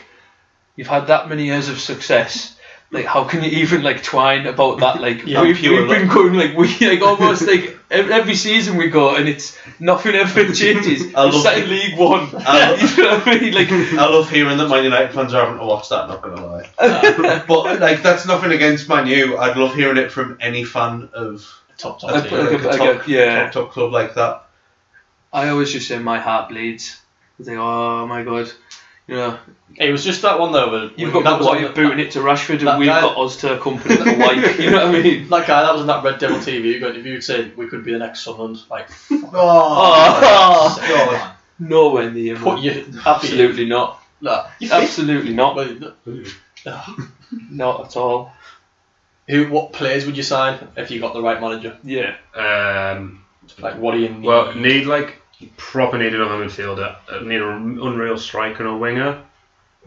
B: you've had that many years of success like how can you even like twine about that like
D: Yeah,
B: we've,
D: pure
B: we've been going like we like almost like ev- every season we go and it's nothing ever changes
C: I
B: you're
C: love
B: sat
C: it.
B: in League One
C: I love-
B: you know what I mean like
C: I love hearing that Man United fans are having to watch that, not gonna lie. but like that's nothing against Man U. I'd love hearing it from any fan of
D: Top
C: a,
D: top.
B: I'd
C: like
B: put like
D: team.
B: a-
C: a
B: like
C: top,
B: a- yeah.
C: top top club like that.
B: I always just say my heart bleeds it's like oh my god you know
D: It was just that one though. Where
B: you've
D: that
B: got
D: was on
B: Maguire
D: the-
B: booting it to Rashford
D: that
B: and we've
D: guy-
B: got us to company that like you know what I mean
D: That guy that was on that Red Devil TV who got interviewed saying we could be the next Sunderland. Like,
C: Oh, God.
B: nowhere near man.
D: put you absolutely.
B: absolutely not
D: Nah,
B: absolutely not
D: Well,
B: not at all
D: who? What players would you sign if you got the right manager?
B: yeah
E: Um,
D: Like, what do you need?
E: well, need like proper need another midfielder. Uh, Need an unreal striker and a winger.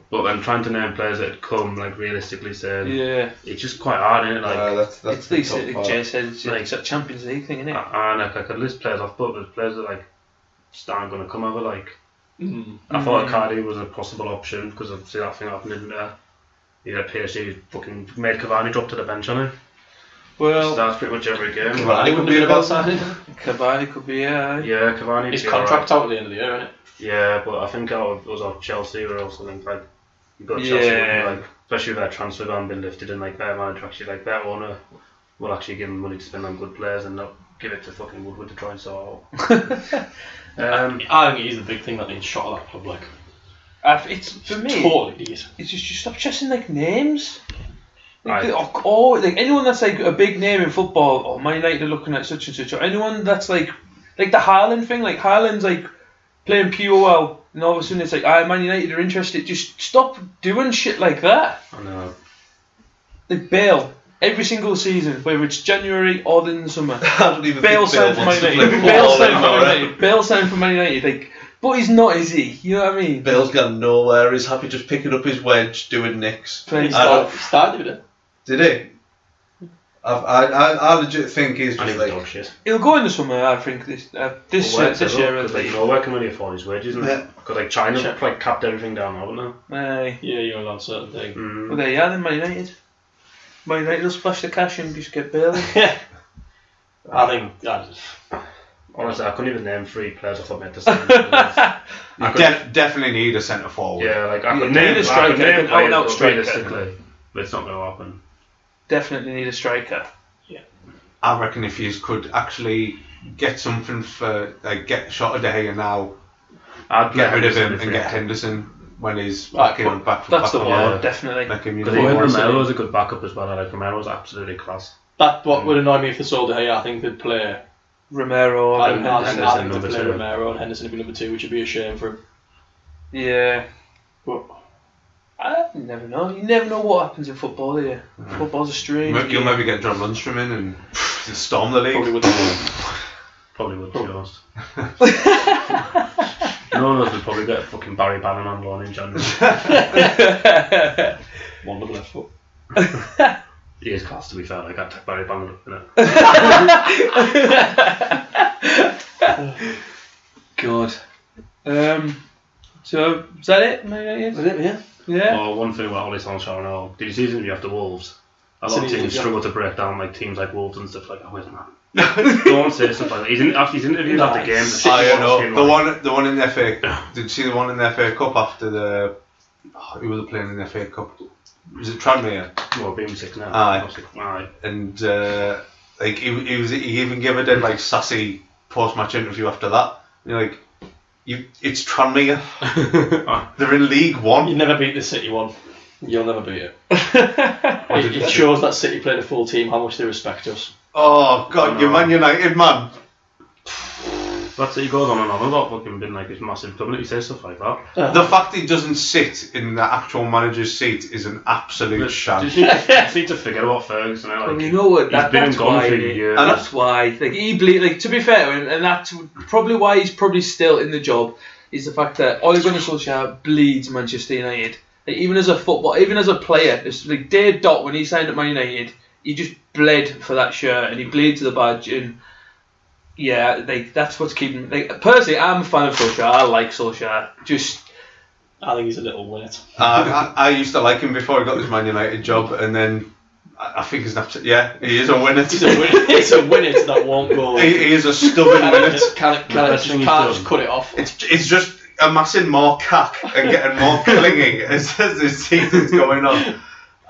E: But then trying to name players that come like realistically saying
B: yeah
E: it's just quite hard, isn't it? Like
C: Uh, that's, that's
B: it's
C: the
B: like
C: top
B: like
C: part. Ah.
B: Jay said it's
E: Like-
B: like that Champions League thing innit
E: I, I, like, I could list players off, but there's players that like just aren't going to come over. Like
D: Mm.
E: I thought Cardi was a possible option because of see that thing happened in there. He had PSG fucking made Cavani drop to the bench on him.
B: well
E: Starts pretty much every game.
C: Cavani
D: It
C: could
D: wouldn't
C: be a
D: have been a bad
C: bad
D: signing.
B: Cavani could be uh, yeah
E: Yeah, Cavani.
D: His contract out at the end of the year, isn't it?
E: Yeah, but I think out of was off Chelsea or something like. You got Chelsea,
B: Yeah.
E: like especially with their transfer ban been lifted and like their manager actually like their owner will actually give them money to spend on good players and not give it to fucking Woodward to try and sort out. um,
D: I think he's the big thing that needs shot at that club. Like,
B: I- it's for me
D: totally idiot.
B: It's just you stop chasing like names. Like,
E: Aye.
B: the- oh, oh, like anyone that's like a big name in football, or Man United are looking at such and such, or anyone that's like, like the Haaland thing. Like Haaland's like playing POL, and all of a sudden it's like, ah, Man United are interested. Just stop doing shit like that.
E: I know.
B: Like Bale, every single season, whether it's January or in the summer,
C: I don't even
B: Bale
C: think
B: signed
C: Bale
B: for Man
C: wants to
B: United.
C: play
B: Bale
C: football
B: signed for Man
C: anymore.
B: United. Bale signed for Man United. Like, but he's not, is he? You know what I mean?
C: Bale's gone nowhere. He's happy just picking up his wedge, doing nicks.
B: Playing
C: I
B: style.
C: don't-
D: He started with it.
C: Did he? I've, I, I, I legit think he's
E: And
C: just
E: he's
C: like,
E: dog shit.
B: He'll go in the summer, I think. This uh, this
E: Well,
B: year, this year, at
E: because like
B: least.
E: nowhere can really afford his wages, isn't
C: Yeah.
E: it? Because like China like capped everything down, haven't they?
B: Aye.
D: Yeah, you're on certain thing.
B: Well,
E: Mm.
B: there you are, then Man United. Man United will splash the cash and just get Bale.
D: I think that is.
E: Honestly, I couldn't even name three players off the top of my head to sign.
C: you def- definitely need a centre forward.
E: yeah, like I
B: You
E: could
B: need
E: name
B: a
E: I could
B: striker,
E: name
B: an out-and-out
E: players, but
B: striker.
E: realistically, but it's not going to happen.
B: Definitely need a striker.
C: I reckon if you could actually get something for, like, get shot of De Gea now,
E: I'd
C: get rid of
E: Henderson
C: him
E: if
C: and
E: we
C: get
E: had to.
C: Henderson when he's
D: Right,
C: back in, back
B: That's the
C: back
B: one,
C: on
E: yeah.
B: definitely.
C: Make him
E: Because even
C: uniform.
E: Romero's a good backup as well. I like Romero's absolutely class.
D: That what would annoy me if they sold it. I think they'd play
B: Romero.
D: Adam
E: Henderson
D: Henderson.
E: as
D: I think
E: their
D: they'd
E: number
D: play
E: two.
D: Romero and Henderson would be number two, which would be a shame for him.
B: Yeah.
D: But
B: I never know. You never know what happens in football, do you? Football's a strange.
C: Maybe- You'll maybe get John Lundstrom in and just storm the
D: probably
C: league.
D: wouldn't.
E: Probably would be honest. None of us would probably get fucking Barry Bannon on loan in January.
D: Wonderful left foot.
E: He is class to be fair. Like I'd take Barry Bannon up in it.
B: God. Um. So is that it? Man United?
D: yeah.
B: Yeah.
E: Or Oh, one thing about Ollie Solskjaer and all, did you see his interview after Wolves? A lot
D: Seen
E: of
D: his
E: teams
D: interview.
E: struggle to break down like teams like Wolves and stuff like that. Where's man? Don't say stuff like that. He's in, after he's interviewed
D: Nah,
E: after game.
D: it's-
C: I don't know.
E: fucking
C: The
E: like-
C: one, the one in the FA. Did you see the one in the FA Cup after the? oh, who were they playing in the FA Cup? Was it Tranmere?
E: Well, beam six now.
C: Aye.
E: Obviously, Aye.
C: And uh, like he, he was, he even gave a dead like sassy post-match interview after that. And you're like, you, it's Tranmere. They're in League
D: You
C: One.
D: never beat the City one. You'll never beat it.
C: did
D: it,
C: you
D: it shows that City played a full team how much they respect us.
C: Oh God, you're Man United man.
E: That's it. He goes on and on about fucking being like this massive club. and He says stuff like that.
C: The fact he doesn't sit in the actual manager's seat is an absolute sham.
E: Just need to, just need to forget about Ferguson. eh, Like,
B: Well, you know what?
E: he's
B: That,
E: been
B: that's
E: and gone
B: why.
E: for
B: they-
E: years.
B: That's why. Like he ble- Like to be fair, and, and that's probably why he's probably still in the job. Is the fact that Ole Gunnar Solskjaer bleeds Manchester United. Like, even as a football, even as a player, it's like Dave Dot when he signed at Man United, he just bled for that shirt and he bled to the badge and. Yeah, they, that's what's keeping. Like, personally, I'm a fan of Solskjaer. I like Solskjaer. Just
D: I think he's a little weird.
C: Uh, I, I used to like him before he got this Man United job, and then I, I think he's an absolute. Yeah, he is a winner.
D: He's a winner. he's a winner to that one goal.
C: He, he is a stubborn
D: Can it
C: winner.
D: just, can it,
E: The
D: can it
E: best
D: just,
E: thing
D: can't
E: he's
D: just
E: done.
D: cut it off.
C: It's, it's just amassing more cack and getting more clingy as, as the season's going on.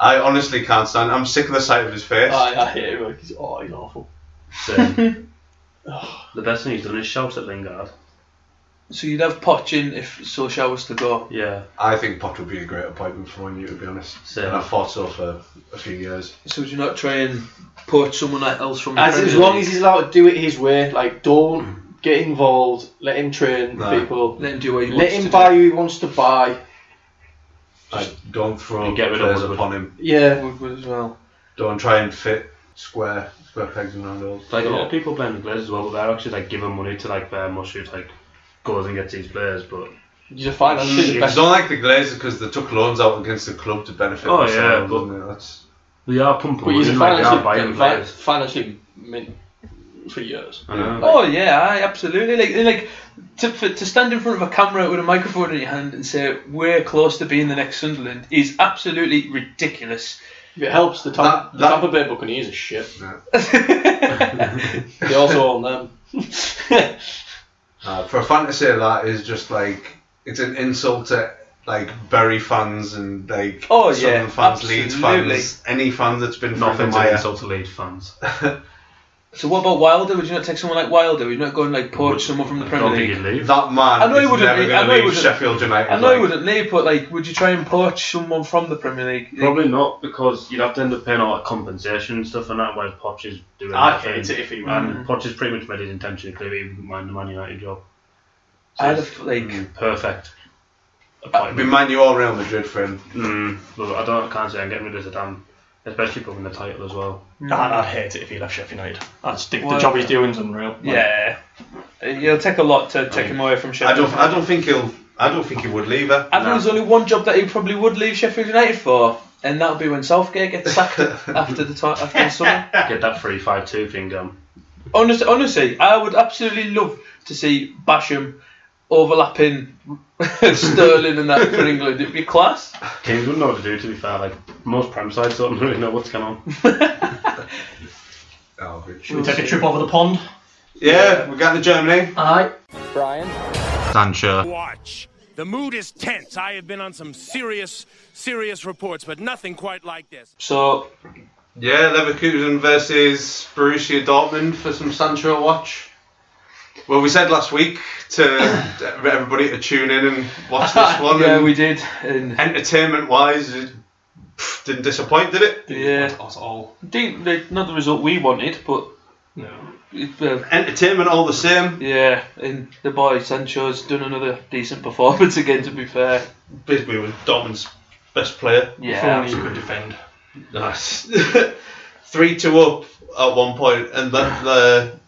C: I honestly can't stand. I'm sick of the sight of his face.
D: I, I hate him. He's, oh, he's awful.
E: Same. the best thing he's done is shout at Lingard.
B: so you'd have Pochin if Solskjaer was to go.
E: Yeah.
C: I think Potter would be a great appointment for you, to be honest.
E: Same.
C: And I've thought so for a few years.
B: So would you not try and poach someone else from the
D: As,
B: Premier
D: as long
B: League?
D: as he's allowed to do it his way, like don't get involved. Let him train
C: No.
D: people.
B: let him do what he
D: Let
B: wants to
D: him
B: do.
D: buy who he wants to buy.
C: I don't throw
E: And get rid of
C: players
E: Woodward.
C: upon him.
D: Yeah.
B: Woodward as well.
C: Don't try and fit square square pegs and round holes.
E: Like a lot of people blame the Glazers as well, but they're actually like giving money to like their mushrooms, like goes and gets these players. But
D: He's a financially the
C: It's
D: best.
C: not like the Glazers because they took loans out against the club to benefit
E: Oh,
C: themselves.
E: yeah, but-
C: wasn't it? That's,
E: they are pumping
D: But
E: money,
D: he's a
E: in, like they are buying
D: financially, fi-
E: players.
D: financially mint for years.
E: I know.
B: Oh yeah, I absolutely like like to for, to stand in front of a camera with a microphone in your hand and say we're close to being the next Sunderland is absolutely ridiculous.
D: If it helps, the, Tam-
C: That-
D: the
C: that-
D: Tampa Bay Buccaneers are shit.
C: yeah.
D: They also own them.
C: Uh, for a fan to say that is just like it's an insult to like Bury fans and like
B: Oh, yeah,
C: Sunderland fans, Leeds
B: absolutely.
C: fans, any fan that's been
E: Nothing
C: nothing
E: to
C: my
E: insult to Leeds fans.
B: So what about Wilder? Would you not take someone like Wilder? Would you not go and like poach someone from the
E: I
B: Premier
E: don't think
B: League?
E: he'd leave.
C: that man
B: I know he
C: is
B: wouldn't
C: never
B: leave- I
C: going
B: know
C: to
B: he
C: leave
B: wouldn't-
C: Sheffield United.
B: I know
C: like,
B: he wouldn't leave, but like, would you try and poach someone from the Premier League?
E: Probably not because you'd have to end up paying all that compensation and stuff and that. Whereas Poch is doing.
D: I'd
E: nothing.
D: hate it if he ran.
E: And Poch has pretty much made his intention clear. He wouldn't mind the Man United job.
B: I had a, like
E: Mm. Perfect.
C: It'd be Man U or Real Madrid for him.
E: Mm, well, I don't. I can't say I'm getting rid of Zidane, especially if we win the title as well.
F: I'd, I'd hate it if he left Sheffield United. I'd stick, the
B: Well-
F: job he's doing's unreal. Like,
B: yeah, it'll take a lot to take him away from
C: I
B: Sheffield.
C: don't. I don't think he'll. I don't think he would leave her.
B: And there was only one job that he probably would leave Sheffield United for, and that'll be when Southgate gets sacked after the ti- after the summer.
E: Get that three-five-two thing done.
B: Honestly, honestly, I would absolutely love to see Basham overlapping Sterling and that for England. It'd be class.
E: Teams wouldn't know what to do. To be fair, like most prem sides don't really know what's going on.
C: Oh, good.
F: Should we take a trip over the pond?
C: Yeah, we're going to Germany.
F: Aye.
C: Sancho.
G: Watch. The mood is tense. I have been on some serious, serious reports, but nothing quite like this.
B: So
C: Yeah, Leverkusen versus Borussia Dortmund for some Sancho watch. Well, we said last week to everybody to tune in and watch this one.
B: yeah,
C: and
B: we did, and
C: entertainment wise, it pff, didn't disappoint, did it?
B: yeah,
F: That's all.
B: didn't- like, not the result we wanted, but
F: No.
B: it, uh,
C: Entertainment all the same.
B: yeah, and the boy Sancho's done another decent performance again. To be fair,
C: Basically, was Dortmund's best player.
B: yeah,
F: Only you could defend.
C: Nice. Three two up at one point, and that the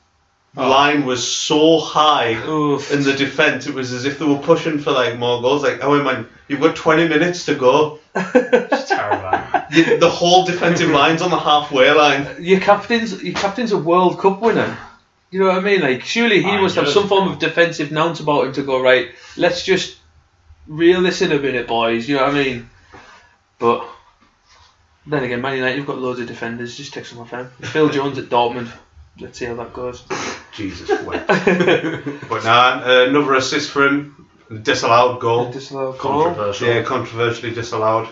B: Oh.
C: line was so high
B: Oof.
C: in the defence, it was as if they were pushing for like more goals. Like, oh man, you've got twenty minutes to go.
E: It's terrible.
C: The the whole defensive line's on the halfway line.
B: your captain's your captain's a World Cup winner. You know what I mean? Like surely
C: Ah,
B: he
E: I
B: must have
E: know.
B: some form of defensive nouns about him to go right. Let's just reel this in a minute, boys. You know what I mean? But then again, Man United have got loads of defenders. Just take some off them. Phil Jones at Dortmund. Let's see how that goes.
C: Jesus, wait. but nah, uh, another assist for him. Disallowed goal.
B: Just a little call.
E: Controversial.
C: Yeah, controversially disallowed.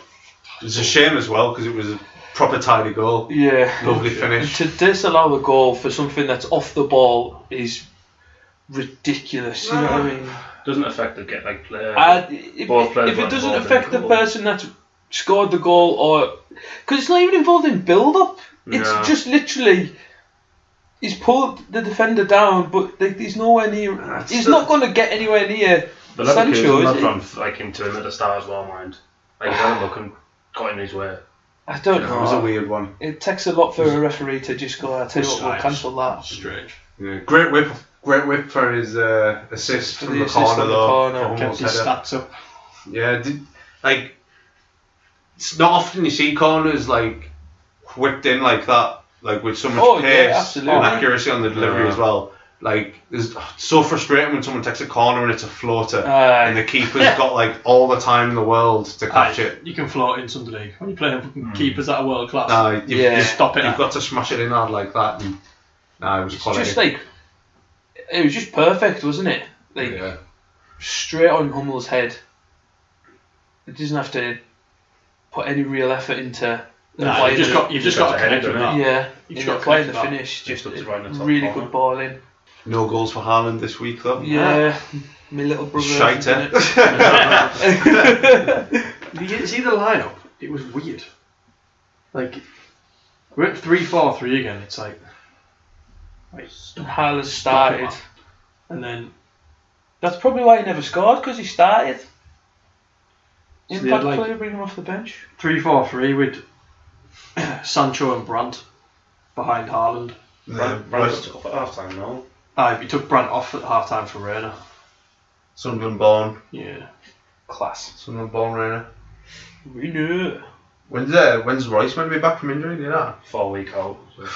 C: It's a shame as well because it was a proper tidy goal.
B: Yeah.
C: Lovely
B: And
C: finish.
B: to disallow the goal for something that's off the ball is ridiculous. You know
C: Ah.
B: what I mean?
E: Doesn't affect the get like player.
B: I, Uh, if,
E: Both players
B: if
E: were
B: it doesn't
E: involved in
B: affect
E: the
B: the
E: goal.
B: person that scored the goal or because it's not even involved in build up it's
E: No.
B: just literally he's pulled the defender down but like, he's nowhere near he's
E: the-
B: not going to get anywhere near
E: But
B: Sancho
E: Leverkusen
B: is
E: had
B: he?
E: run like into him at the start as well, mind. Like he's had a look and got in his way.
B: I don't
C: It was a
B: know
C: weird one.
B: it takes a lot for a referee to just go I tell you what we'll cancel that
F: Strange.
C: Yeah, great whip, great whip for his uh, assist
B: For
C: from
B: the
C: the,
B: assist
C: corner
B: from the
C: though.
B: corner,
C: for
F: Kept
C: Hummel's
F: his
C: header.
F: stats up.
C: Yeah, did, like it's not often you see corners like whipped in like that, like with so much
B: Oh, yeah,
C: pace
B: absolutely.
C: and accuracy on the delivery
E: Yeah.
C: as well. Like it's so frustrating when someone takes a corner and it's a floater,
B: Aye.
C: and the keeper's got like all the time in the world to catch
F: Aye,
C: it.
F: You can float in Sunday league. When you're playing fucking keepers that are world class,
C: No, you've,
B: Yeah.
C: you've-
F: stop it.
C: you've got to smash it in hard like that. And, nah, it was
B: it's
C: quality.
B: just like it was just perfect wasn't it like
C: yeah.
B: straight on Hummel's head. It doesn't have to put any real effort into
F: Nah,
B: applying
F: you've just
B: the-
F: got you've just
E: You've
F: got to
E: got to
F: connect
E: head
F: with
E: it,
F: that.
B: yeah,
F: You've
B: you
F: just got
B: know,
F: to
B: applying the
F: connect with that.
B: finish, just
E: It's right in the top
B: really
E: corner.
B: good ball in.
C: No goals for Haaland this week though.
B: Yeah, my little brother.
C: Shite, eh?
F: Did you see the lineup? It was weird. Like we're at three four three again. It's like,
B: Haaland started.
F: man. and then
B: That's probably why he never scored because he started.
F: So
B: Impact
F: they had, like-
B: player, bring him off the bench.
F: three four three with Sancho and Brandt behind Haaland.
C: Yeah,
E: Rice took off at half time, no?
F: Ah, he took Brandt off at half time for Reina.
C: Sunderland born.
F: Yeah.
B: Class.
C: Sunderland born Rainer.
B: We knew.
C: When's uh, when's Royce meant to be back from injury? Do you know?
E: Four week out.
B: Uh,
E: So.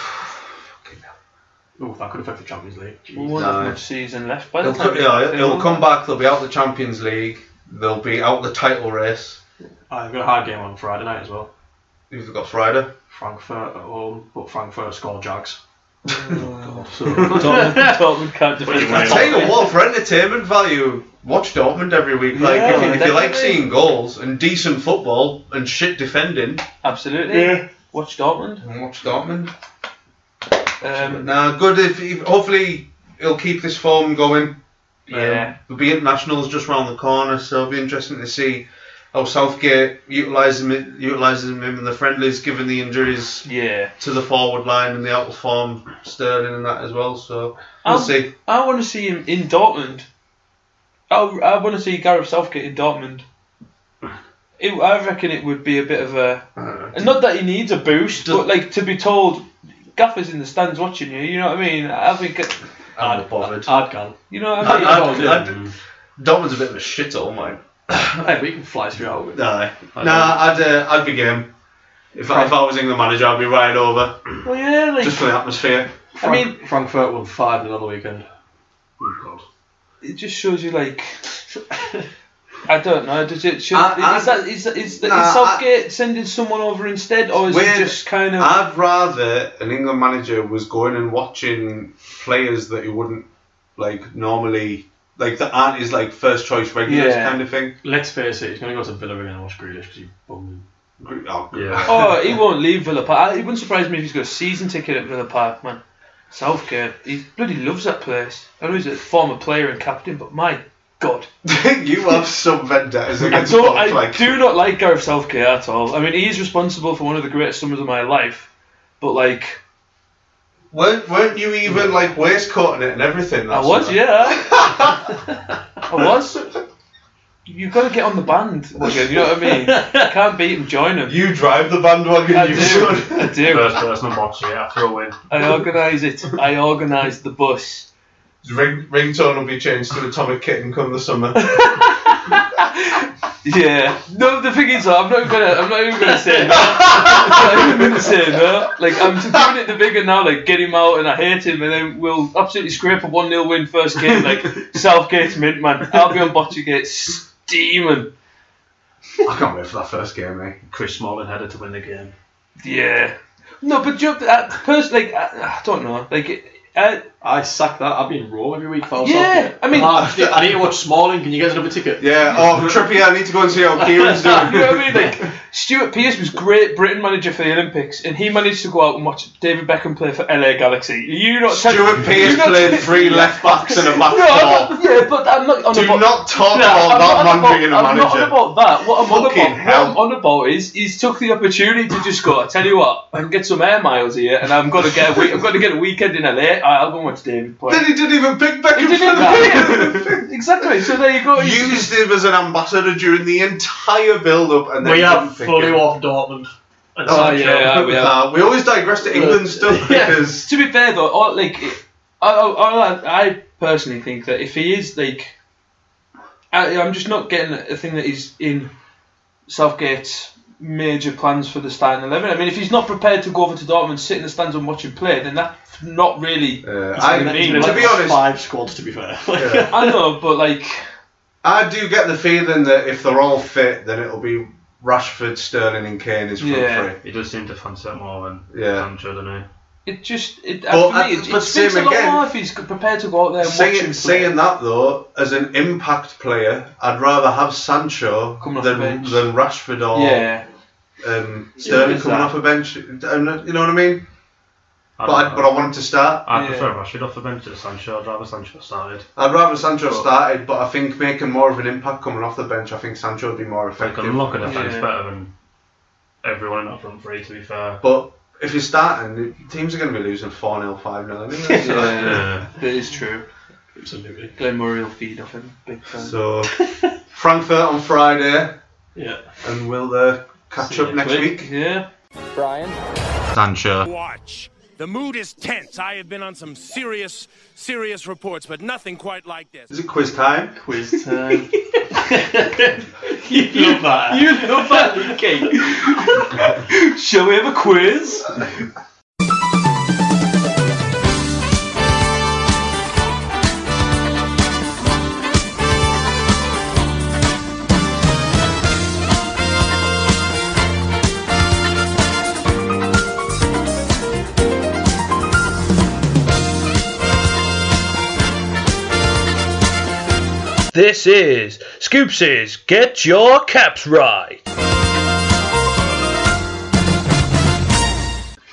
F: Oh, that could affect the Champions League. Jeez.
B: We won't
C: No.
B: have much season left by the
C: He'll
B: time.
C: come,
B: we-
C: yeah, he'll come back. They'll be out the Champions League. They'll be out the title race.
F: Ah, they've got a hard game on Friday night as well.
C: Who've they got Friday?
F: Frankfurt at home, but Frankfurt score Jags.
B: Dortmund, Dortmund can't defend.
E: But you
B: that.
E: might-
C: Tell you what, for entertainment value, watch Dortmund every week. Like
B: Yeah,
C: if, you, if you like
B: definitely.
C: seeing goals and decent football and shit defending,
B: Absolutely.
E: Yeah.
B: Watch Dortmund.
C: then watch Dortmund.
B: Um,
C: Nah, good. If, if hopefully he'll keep this form going. Um,
B: Yeah.
C: There'll be internationals just round the corner, so it'll be interesting to see how Southgate utilises him, utilises him in the friendlies, given the injuries
B: yeah.
C: to the forward line and the out of form Sterling and that as well. So we'll
B: Um,
C: see.
B: I want to see him in Dortmund I, I want to see Gareth Southgate in Dortmund. It, I reckon it would be a bit of a, and not that he needs a boost, but like to be told, Gaffer's in the stands watching you. You know what I mean? I think it-
C: I'm not
B: uh,
C: bothered.
D: I'd gone.
B: you know what I
C: I'd,
B: mean.
C: I'd, I'd, Dortmund's a bit of a shithole, mate.
D: Hey, we can fly straight out with it.
C: Nah, nah, I'd uh, I'd be game. If I, if I was England manager, I'd be right over
B: well, yeah, like
C: just for the atmosphere.
B: I mean,
D: Frankfurt won 5 0 on the weekend.
E: Oh, God.
B: it just shows you like. I don't know. Does it? Should,
C: I-
B: is that is that, is, that,
C: Nah, I-
B: is Southgate sending someone over instead, or is
C: Weird.
B: it just kind of?
C: I'd rather an England manager was going and watching players that he wouldn't like normally like that aren't his like first choice regulars
B: Yeah.
C: kind of thing.
D: Let's face it, he's going to go to Villa again and watch Grealish because he bummed him.
C: Oh,
E: Yeah.
B: oh, he won't leave Villa Park. It wouldn't surprise me if he's got a season ticket at Villa Park, man. Southgate, he bloody loves that place. I know he's a former player and captain, but my God,
C: you have some vendettas
B: I
C: against
B: don't,
C: Klopp,
B: I
C: like
B: do not like Gareth Southgate at all. I mean, he is responsible for one of the greatest summers of my life, but like
C: weren't, weren't you even like waistcoating it and everything?
B: I was, yeah, I was. You've got to get on the band, Wigan, you know what I mean? Can't beat him, join him.
C: You drive the bandwagon,
B: I
C: you
B: do,
C: son.
B: I do.
E: First person box, yeah, after a win.
B: I organise it. I organise the bus.
C: Ring ringtone will be changed to Atomic Kitten come the summer.
B: Yeah. No, the thing is, though, I'm not gonna. I'm not even gonna say no. I'm not even gonna say no. Like I'm just giving it the bigger now. Like get him out, and I hate him, and then we'll absolutely scrape a one 0 win first game. Like Southgate's mint man. Albion Botchgate steaming.
C: I can't wait for that first game, mate.
E: Chris Smalling headed to win the game.
B: Yeah. No, but you uh, personally, like, I, I don't know. Like. It, uh,
D: I sack that. I've been raw every week. Foul
B: yeah, I mean,
D: I, need- I need to watch Smalling. Can you get us another ticket?
C: Yeah, oh, Trippier, I need to go and see how Kieran's
B: you know
C: doing.
B: what I mean? Like Stuart Pearce was Great Britain manager for the Olympics, and he managed to go out and watch David Beckham play for LA Galaxy. You not tell-
C: Stuart Pearce
B: you not
C: played
B: tell-
C: three left backs and a back
B: No, I'm
C: four.
B: not, yeah, but I'm not on
C: Do
B: about.
C: not talk
B: No, I'm
C: about
B: not on
C: that
B: about-
C: man being a
B: I'm not on
C: manager.
B: about that. What I'm on
C: Fucking
B: about,
C: hell.
B: what I'm on about is he's took the opportunity to just go. I tell you what, I can get some air miles here, and I'm gonna get a week. I've got to get a weekend in LA. Alright, I'll go and watch David play.
C: Then he didn't even pick
B: He
C: Beckham
B: didn't
C: for the
B: play. exactly. So there you go. He's-
C: Used him as an ambassador during the entire build-up, and then
D: We
C: he
D: have
C: didn't pick
D: fully
C: him.
D: off Dortmund. And
B: Oh,
D: Sancho.
B: yeah, we have.
C: Uh, we always digress to England stuff
B: Yeah,
C: because
B: to be fair though, all, like I, I, I- I personally think that if he is like, I, I'm just not getting a thing that he's in Southgate's major plans for the starting eleven. I mean, if he's not prepared to go over to Dortmund, sit in the stands and watch him play, then that's not really.
C: uh, I,
D: And then
B: mean,
D: there's
C: to
D: like
C: be honest,
D: five squads to be fair. Like,
C: Yeah.
B: I know, but like,
C: I do get the feeling that if they're all fit, then it'll be Rashford, Sterling, and Kane is front
B: Yeah.
C: three.
E: He does seem to fancy it more than
C: Yeah.
E: Sancho, doesn't he?
B: it just it.
C: Well,
B: for me,
C: I-
B: it,
C: but
B: it speaks a
C: same
B: lot
C: again.
B: more if he's prepared to go out there and watch him
C: Saying,
B: play.
C: saying that though, as an impact player, I'd rather have Sancho
B: Coming
C: than,
B: off the bench.
C: than Rashford or
B: yeah,
C: um, Sterling
B: there's
C: coming
B: that.
C: off a bench. I'm not- You know what I mean?
E: I
C: But I,
E: don't
C: but
E: know.
C: I want him to start.
E: I
B: Yeah.
E: prefer Rashford off the bench to Sancho. I'd rather Sancho started.
C: I'd rather Sancho started, but I think making more of an impact coming off the bench, I think Sancho would be more
E: They
C: effective.
E: can look at defence
B: Yeah.
E: better than everyone in that front three, to be fair.
C: But if you're starting, teams are going to be losing 4 0, 5 0 anyway. so-
E: Yeah.
B: that is true.
D: Absolutely.
B: Glenn Murray will feed off him big time.
C: So, Frankfurt on Friday,
D: Yeah.
C: and we'll uh, catch
D: See
C: up
D: you
C: next
D: next
C: week.
B: yeah.
C: Sancho.
G: Watch. The mood is tense. I have been on some serious, serious reports, but nothing quite like this.
C: Is it quiz time?
D: Quiz time. you love that.
B: You love that cake. Shall we have a quiz? This is Scoops is Get Your Caps Right.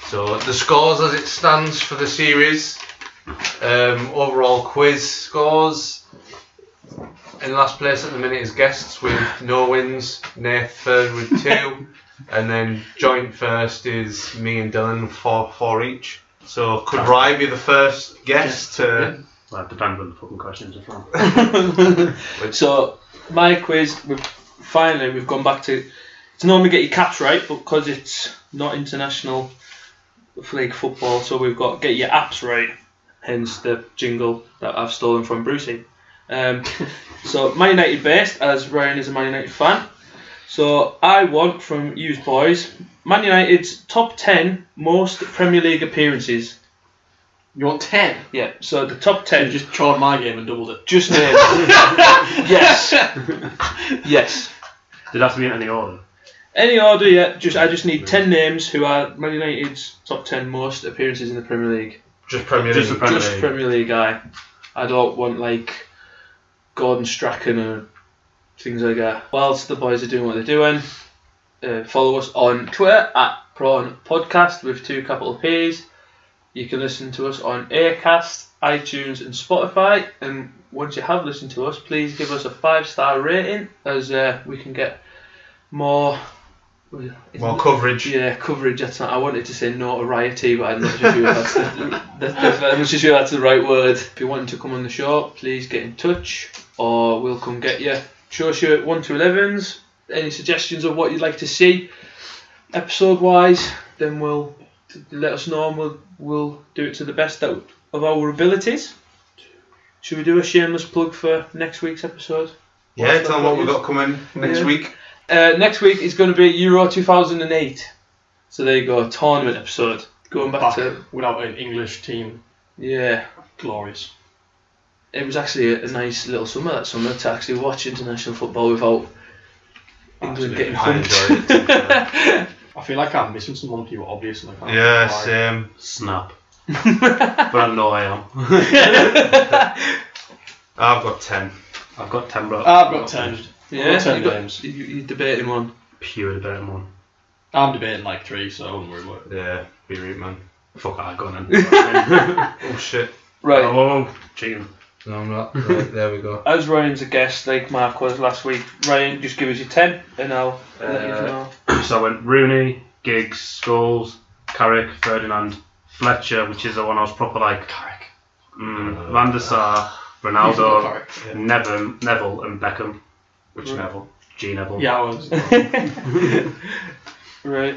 C: So, the scores as it stands for the series um, overall quiz scores. In last place at the minute is guests with no wins, Nath third with two, and then joint first is me and Dylan with four, four each. So, could Rye be the first guest to
E: Well, it depends where the fucking questions are from.
B: So my quiz, we've finally we've gone back to. It's normally get your caps right, but because it's not international league football, so we've got get your apps right. Hence the jingle that I've stolen from Brucey. Um, so Man United based, as Ryan is a Man United fan. So I want from you boys Man United's top ten most Premier League appearances.
D: You want 10?
B: Yeah. So the top ten.
D: Just tried my game and doubled it.
B: Just names. yes. Yes.
E: Did that have to be in any order?
B: Any order, yeah. Just I just need ten names who are Man United's top ten most appearances in the Premier League.
C: Just Premier
E: Just
C: League.
E: the Premier
B: just
E: League.
B: Premier League guy. I don't want like Gordon Strachan or things like that. Whilst the boys are doing what they're doing, uh, follow us on Twitter at Prawn Podcast with two capital P's. You can listen to us on Aircast, iTunes, and Spotify. And once you have listened to us, please give us a five star rating as uh, we can get more.
C: More coverage.
B: Yeah, coverage. That's not, I wanted to say notoriety, but I'm not sure if that's the, that- that's- I'm not sure that's the right word. If you're wanting to come on the show, please get in touch, or we'll come get you. Show us your one to elevens. Any suggestions of what you'd like to see, episode wise, then we'll let us know, and we'll we'll do it to the best that, of our abilities. Should we do a shameless plug for next week's episode?
C: Yeah, tell them what we've got coming next
B: Yeah.
C: week.
B: Uh, next week is going to be Euro 2008. So there you go, tournament episode. Going back,
D: Back
B: to
D: without an English team.
B: yeah,
D: Glorious.
B: it was actually a, a nice little summer that summer to actually watch international football without England getting
C: I
B: humped.
C: enjoyed it.
D: I feel like I'm missing someone who are obvious and I can't.
C: Yeah,
D: why.
C: same.
E: Snap. but I know I am.
C: I've got 10.
E: I've got ten, bro.
D: I've got 10.
B: Yeah,
D: I've got 10
B: you got-
D: names.
B: You, you debating one.
E: Pure better one.
D: I'm debating like 3, so I wouldn't worry about it.
C: Yeah, be root, man.
E: Fuck, I got in.
C: Oh, shit.
B: Right,
E: oh, cheating.
C: No, I'm not. Right, there we go.
B: as Ryan's a guest, like Mark was last week, Ryan, just give us your 10 and I'll let you
E: Uh,
B: know.
E: So I went Rooney, Giggs, Scholes, Carrick, Ferdinand, Fletcher, which is the one I was proper like.
D: Uh,
E: Carrick. Mm, Van der Sar, Ronaldo, Neville, Neville, and Beckham. Which Neville? G Neville.
D: Yeah, I was.
B: Right.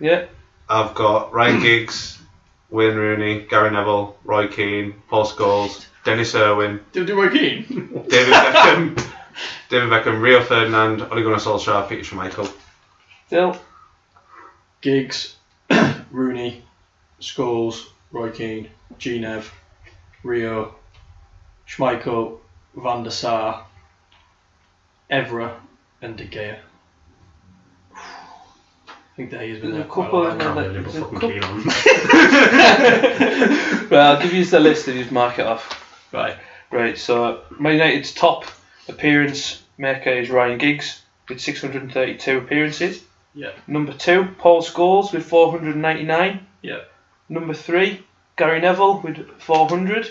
B: Yeah,
C: I've got Ryan Giggs, Wayne Rooney, Gary Neville, Roy Keane, Paul Scholes, Dennis Irwin,
D: Did do again?
C: David Beckham, David Beckham, Rio Ferdinand, Ole Gunnar Solskjaer, Peter Schmeichel.
B: Dill.
D: Giggs, Rooney, Scholes, Roy Keane, Genev, Rio, Schmeichel, Van der Sar, Evra, and De Gea. I think De Gea's
B: There's
D: been there
B: a
D: quite
B: couple
D: a
B: in
D: while.
B: there.
E: I'm really
B: that- there's a
E: fucking
B: couple-
E: keen on.
B: Right, I'll give you the list and you just mark it off.
D: Right.
B: Right, so Man United's top appearance maker is Ryan Giggs with 632 appearances.
D: Yeah.
B: Number two, Paul Scholes with 499.
D: Yeah.
B: Number three, Gary Neville with 400.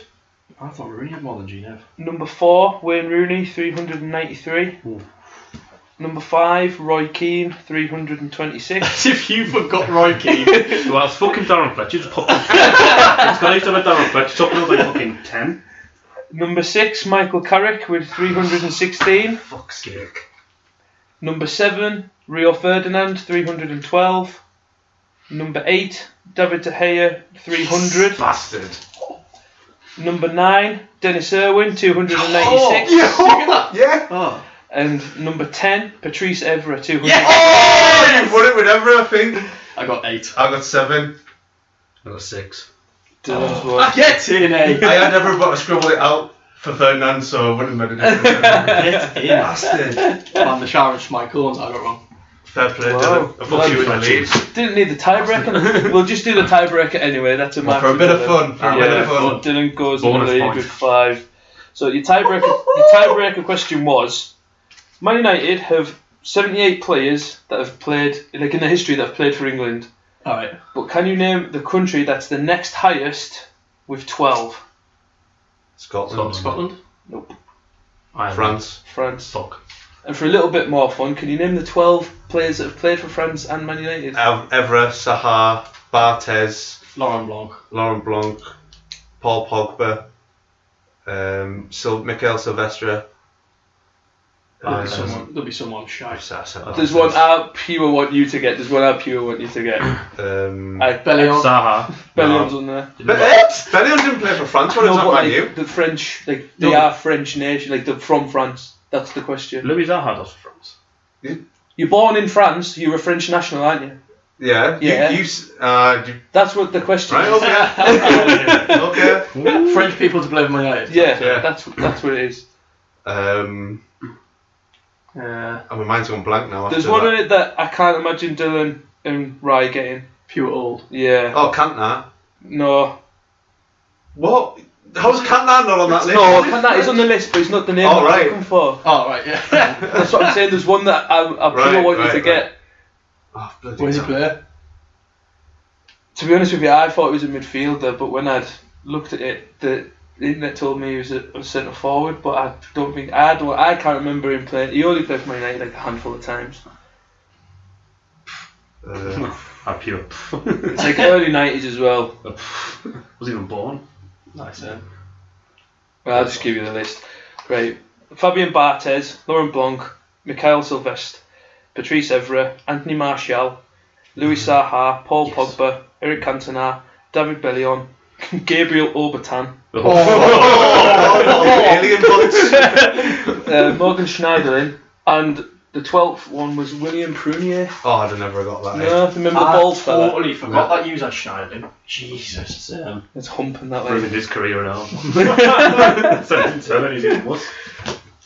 D: I thought Rooney had more than Genev.
B: Number four, Wayne Rooney, 393. Number five, Roy Keane, 326.
D: As if you forgot Roy Keane.
E: Well, it's fucking Darren Fletcher. Just popped. it's nice to have a Darren Fletcher. Top of like fucking ten.
B: Number six, Michael Carrick with 316.
E: Fuck's sake.
B: Number seven, Rio Ferdinand, 312. Number eight, David De Gea, 300.
C: Bastard.
B: Number nine, Dennis Irwin, 296.
C: Oh, Yeah.
D: Oh.
B: And number 10, Patrice Evra, 200.
C: Oh, you won it with Ever, I think.
D: I got eight.
C: I got seven.
E: I got six.
B: Dylan's one.
D: Ah. Get in, eh?
C: I had Ever, but I scribbled it out for Ferdinand, so I wouldn't have made a difference.
D: Get in.
C: Bastard.
D: Van der Sar and Schmeichel ones I got wrong.
C: Fair play,
B: Wow.
C: Dylan. I thought you were in the lead.
B: Didn't need the tiebreaker. we'll just do the tiebreaker anyway. That's a
C: Well,
B: match.
C: for a bit of fun. For a bit
B: Yeah,
C: of fun.
B: Dylan goes in the
E: Bonus
B: lead
E: point.
B: with five. So your tiebreaker, your tiebreaker question was: Man United have 78 players that have played, like in the history, that have played for England.
D: Alright.
B: But can you name the country that's the next highest with 12?
C: Scotland.
D: Scotland?
B: Nope.
E: Ireland.
C: France.
B: France.
E: Fuck.
B: And for a little bit more fun, can you name the 12 players that have played for France and Man United?
C: Ev- Evra, Sahar, Barthez,
D: Laurent Blanc.
C: Laurent Blanc, Paul Pogba, um, Sil- Mikel Silvestre.
D: There'll
C: Uh,
D: be someone, there'll be someone shy.
C: I said that.
B: There's one I pure want you to get. There's one I pure want you to get.
C: Um,
B: I
D: Bellion.
E: Saha.
B: Bellion's on there.
C: but eh, Bellingham didn't play for France when it was at Man
B: like,
C: U.
B: the French, like they
D: No.
B: are French nation, like they're from France. That's the question.
E: Louis Zaha does for France.
B: You're born in France. You're a French national, aren't you?
C: Yeah.
B: Yeah.
C: You, you, s- uh, you,
B: That's what the question
C: right,
B: is.
C: okay. okay.
D: French people to play with my United.
B: Yeah,
C: Yeah.
B: that's that's what it is.
C: Um,
D: Uh,
C: and my mind's gone blank now.
B: There's
C: after
B: one
C: that.
B: in it that I can't imagine Dylan and Rye getting.
D: pure old.
B: Yeah,
C: Oh, Cantona.
B: no,
C: What? How's Cantona not on that list?
B: no, and that is on the list, but it's not the name
C: Oh,
B: I'm
C: right.
B: looking for.
D: Oh, right, yeah.
B: That's what I'm saying. There's one that I, I pure
C: Right,
B: want
C: right,
B: you to
C: right.
B: get.
C: Oh, bloody
D: Where's he
C: hell.
D: play?
B: To be honest with you, I thought he was a midfielder, but when I'd looked at it, the the internet told me he was a, a centre forward. But I don't think I don't I can't remember him playing. He only played for Man United like a handful of times.
C: Uh,
E: I pure.
B: It's like early nineties as well.
E: Was even born.
D: Nice,
F: um,
D: eh?
B: Well, I'll just give you the list. Right, Fabian Barthez, Laurent Blanc, Mikhail Sylvestre, Patrice Evra, Anthony Martial, Louis
C: Mm-hmm.
B: Saha, Paul Pogba, Eric Cantona, David Bellion, Gabriel Obertan,
C: alien bugs.
B: uh, Morgan Schneiderlin, and the twelfth one was William Prunier.
C: Oh, I'd never got that. eh?
B: No, remember
D: I
B: bald fella?
D: totally forgot that you was a Schneiderlin. Jesus. Um,
B: It's humping that way.
E: Ruined his career now. so, so many didn't was.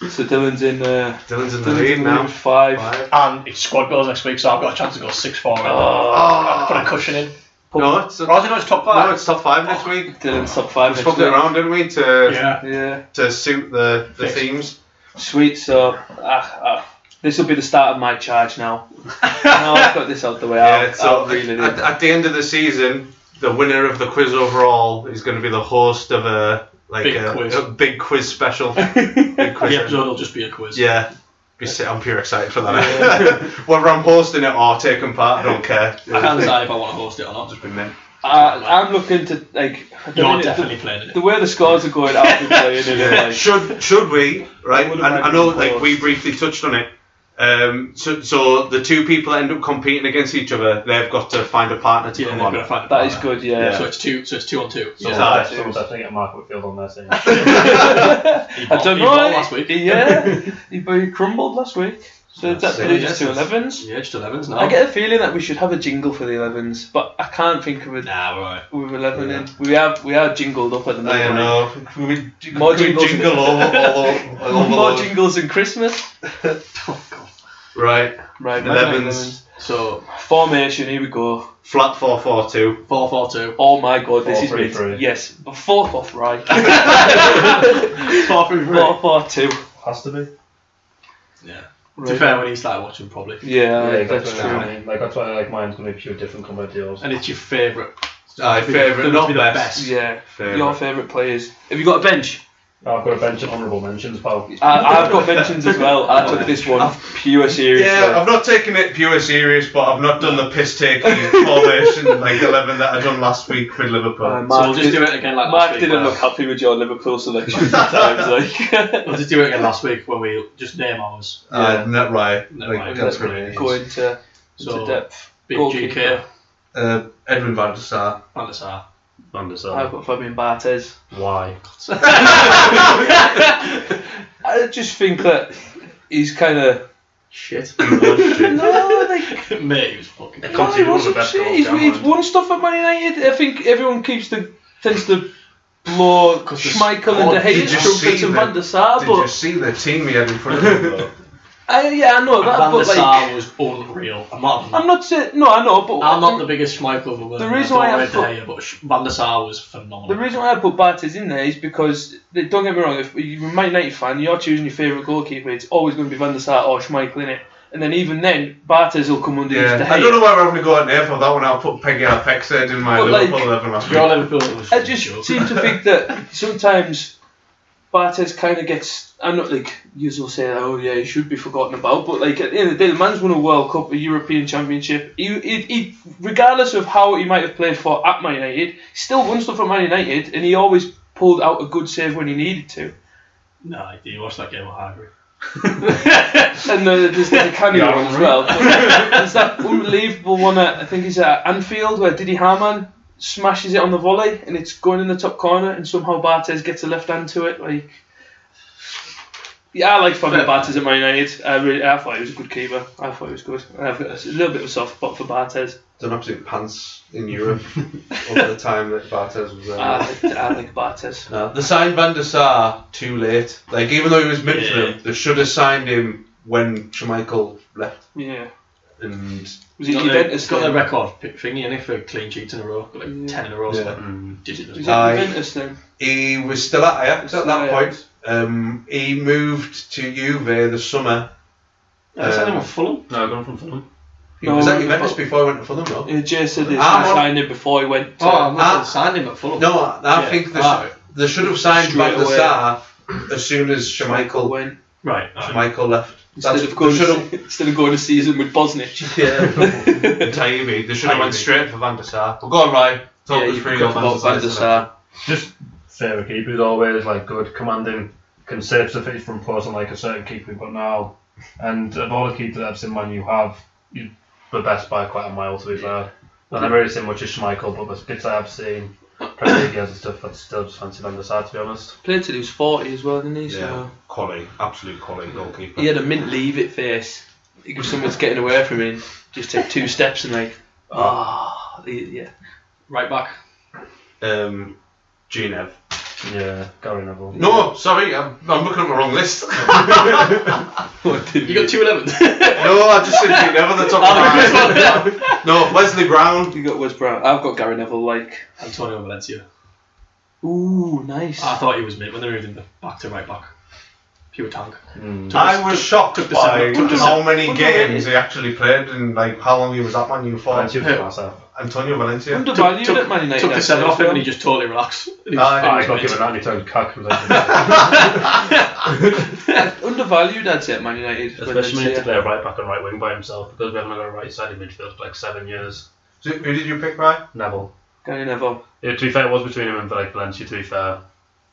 B: So Dylan's in. Uh,
C: Dylan's in the
B: Dylan's
C: lead
B: in
C: now.
B: five.
C: Five.
F: And it's squad goals next week, so I've got a chance to go six four. Oh. Put a cushion in.
C: No, it's,
F: Or is it not? It's top five.
C: no, it's top five next week.
B: Dylan's top five.
C: We
B: next
C: swapped it
B: week.
C: around, didn't we, to
F: Oh, yeah.
B: Yeah,
C: to suit the, the themes?
B: sweet. So ah, ah, this will be the start of my charge now. now I've got this out the way.
C: Yeah,
B: I'll,
C: so
B: I'll reel it
C: at,
B: in.
C: at the end of the season, the winner of the quiz overall is going to be the host of a like
F: Big
C: a,
F: quiz.
C: a big quiz special. big quiz.
F: The episode will just be a quiz.
C: Yeah. Be sit- I'm pure excited for that. Whether I'm hosting it or taking part, I don't care.
F: I can't decide if I want to host it or not. Just be
C: Amen.
B: I, I'm looking to like at the,
F: You're
B: minute-
F: definitely
B: the,
F: playing in
B: the
F: it.
B: way the scores are going. I'll be playing in it. Like,
C: Should should we
B: I
C: right? And
B: would've
C: I
B: liked
C: know
B: to
C: like
B: host.
C: we briefly touched on it. Um, so, so the two people that end up competing against each other, they've got to find a partner to
F: Yeah,
C: come
F: they've got to
C: on.
F: find a
B: that is
F: partner.
B: good. Yeah.
F: So it's two. So it's two on two. So
C: Yeah.
E: Someone's
C: Nice.
E: someone's definitely getting Mark Whitfield on there saying.
B: I don't
F: he
B: know.
F: bowled last week.
B: Yeah, he, he crumbled last week. So it's
C: That's it,
B: absolutely
F: yes,
B: just two
F: that's-
B: elevens.
F: Yeah, it's elevens now.
B: I get a feeling that we should have a jingle for the elevens, but I can't think of it
F: Nah, we're alright.
B: with eleven in. We have we are jingled up at the
C: I
B: moment.
C: know.
B: We, we, more
C: We
B: jingles,
C: jingle all, all, all, all,
B: more jingles than Christmas.
C: Right,
B: Right, my
C: elevens,
F: So
B: formation. Here we go.
C: flat four four two.
F: four four two.
B: Oh my god, this
E: Four,
B: is
E: three,
B: me.
E: three.
B: Yes, but fourth off right.
F: Four three three.
B: four four two.
E: Has to be.
F: Yeah. To be
B: Right.
F: fair, when he started watching, probably.
B: Yeah, that's
E: what
B: true.
E: I mean. Like that's why like mine's gonna be pure different compared to yours.
F: And it's your favourite.
C: Aye, favourite,
F: It's
C: not
F: the
C: best.
B: Yeah,
C: Favourite.
B: your favourite players. Have you got a bench?
E: I've got a bunch of honourable mentions, pal.
B: I, I've got mentions as well. I took this one pure seriously.
C: Yeah, I've not taken it pure serious, but I've not done the piss taking formation like eleven that I done last week with Liverpool.
B: Uh,
D: Um,
F: So
B: Mark,
F: we'll just
B: did,
F: do it again like last
B: Mark
F: week.
B: didn't
F: where-
B: look happy with your Liverpool selection sometimes. Like
F: We'll just do it again last week when we just name ours.
C: Uh, not right.
F: Not
C: like,
F: right.
C: that's
F: Not
C: really-
B: go into, into
F: So
B: depth.
F: big
B: Goalkeeper.
F: GK.
C: Uh, Edwin van der Sar.
F: Van der Sar.
B: I've
E: Understand.
B: got Fabian Barthez.
E: Why?
B: I just think that he's kind of.
F: Shit.
B: No, like,
F: Mate, he was fucking.
B: no, he
E: Considered one of the
B: wasn't
E: best
B: shit.
E: goals
B: He's,
E: down
B: he's
E: there.
B: won stuff at Man United. I think everyone keeps the tends to blow
F: the
B: Schmeichel and
C: squad-
B: De Gea
C: Did you
B: trumpets
C: see
B: and
C: the-
B: Van der Sar,
C: Did you
B: but
C: see the team he had in front of him? though?
B: I, yeah, I know that.
F: Van der
B: But
F: Sar
B: like,
F: was unreal. I'm not.
B: I'm not saying no, I know, but
F: I'm not the biggest Schmeichel of the world.
B: The reason why I
F: I
B: thought-
F: here, but Sch- Van der Sar was phenomenal.
B: The reason why I put Bartes in there is because don't get me wrong. If you're a Man United fan, you're choosing your favourite goalkeeper. It's always going to be Van der Sar or Schmeichel in it, and then even then, Bartes will come under his De
C: yeah.
B: Gea.
C: I don't know why we're having to go on there for that one. I'll put Peggy Alpexed in my
B: But, like,
C: Liverpool eleven last
F: Your
C: week.
F: Liverpool was.
B: I just
F: joke.
B: seem to think that sometimes Bartes kind of gets. I'm not like you will say, oh yeah, he should be forgotten about, but like at the end of the day, the man's won a World Cup, a European Championship. He, he, he regardless of how he might have played for at Man United, he still won stuff at Man United, and he always pulled out a good save when he needed to.
D: Nah, did you watch that game at Highbury?
B: And the, there's the Canny one as well. there's that unbelievable one at, I think it's at Anfield where Didi Harman smashes it on the volley and it's going in the top corner and somehow Bartes gets a left hand to it. Like, yeah, I like Fabio Bartes at Man United. I, really, I thought he was a good keeper. I thought he was good. I've got a s- little bit of a soft spot for Bartes.
C: It's an absolute pants in Europe over the time that Bartes was there.
B: I like, I like Bartes.
C: No, they signed Van der Sar too late. Like even though he was midfield, they should have signed him when Schmeichel left.
B: Yeah.
C: And
B: Was it
D: Got the-
B: Juventus?
D: got
B: then?
D: the record pick thingy in it for clean sheets in a row, got like
B: Yeah.
D: ten in a row.
C: Yeah.
D: So
B: Mm.
D: like, digital.
B: Was it
C: Aye.
B: Juventus then?
C: he was still at Ajax at that
B: Still at Ajax.
C: point. Um, he moved to Juve this summer.
D: Yeah, signed him
C: Um,
D: off Fulham.
E: No, going from Fulham.
C: He
B: No,
C: was at
B: no,
C: Juventus
B: but-
C: before he went to Fulham, though.
B: Yeah, Jay said they
C: Ah, well-
B: signed him before he went to
D: Oh, I'm not
C: ah.
D: gonna sign him at Fulham.
C: No, I, I
D: Yeah.
C: think they,
D: Ah.
C: should, they should have signed
B: Straight
C: Van der
B: away.
C: Sar as soon as Schmeichel,
B: when
D: right. all right.
C: Schmeichel left.
B: instead
C: That's-
B: of going
C: they should have
B: to, instead of going a season with Bosnich.
C: Yeah. Taibbi. They should have went straight for Van der Sar. Well, go on, Ryan. Talk
B: Yeah,
C: us
B: you
C: through
B: can
C: your
B: talk about
C: Van der Sar.
E: Just fair keeper is always like good, commanding, can save the fish from post like a certain keeper we've got now. And of all the keepers that I've seen Man you have, you the best by quite a mile to be fair. I've never really seen much of Schmeichel, but the bits I have seen, Premier League guys and stuff, I still just fancy Van der Sar to be honest.
B: Played till he was forty as well, didn't he?
C: Yeah,
B: So
C: quality, absolute quality goalkeeper.
B: he had a mint leave it face. If someone's getting away from him, just take two steps and like, ah, yeah.
D: Right back.
C: Um, Genev.
E: Yeah, Gary Neville.
C: No, sorry, I'm, I'm looking at the wrong list. no,
D: You got two eleven.
C: I just said Genev on the top of my head. No, Wesley Brown.
B: You got Wes Brown. I've got Gary Neville. Like,
D: Antonio Valencia.
B: ooh, nice.
D: I thought he was mid when they moved him back to right back. Pure tank.
C: I was shocked
D: took the
C: by
D: seven- took the
C: how
D: seven-
C: many
B: took the
C: games he actually played and like how long he was at Man U for.
E: Fancy for myself.
C: Antonio Valencia.
B: Undervalued
D: took,
B: at Man United.
D: took the seven
B: actually,
D: off him
B: as
D: and he just totally relaxed.
B: Ah,
D: He was
C: Aye.
D: fine,
E: I was not
D: mate.
E: giving that any time cock. was like-
B: well. undervalued. I'd say at Man United. when
E: Especially when he
B: they'd
E: had to
B: say-
E: play a right back and right wing by himself because we haven't had a right sided midfield for like seven years.
C: So Who did you pick, Ryan?
E: Neville.
B: Gary Neville.
E: Yeah, to be fair, it was between him and like Valencia. To be fair,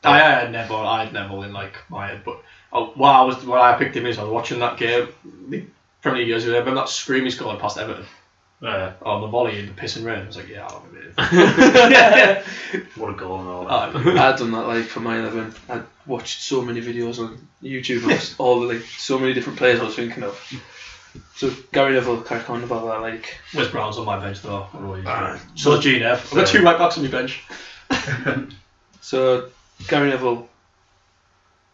D: I had Neville. I had Neville in like my head, but oh, what I was what I picked him is I was watching that game. The Premier League years ago, remember that scream he scored past Everton
E: uh,
D: on the volley in the pissing rain. I was like, yeah, I'll have it.
E: what a goal and all that.
D: Aye.
B: I'd done that like for my eleven. I'd watched so many videos on YouTube of all the like so many different players I was thinking of. So Gary Neville crack on about that like
D: Wes Brown's on my bench though. What do I do? so is Gene F. I've got two right backs on my bench.
B: so Gary Neville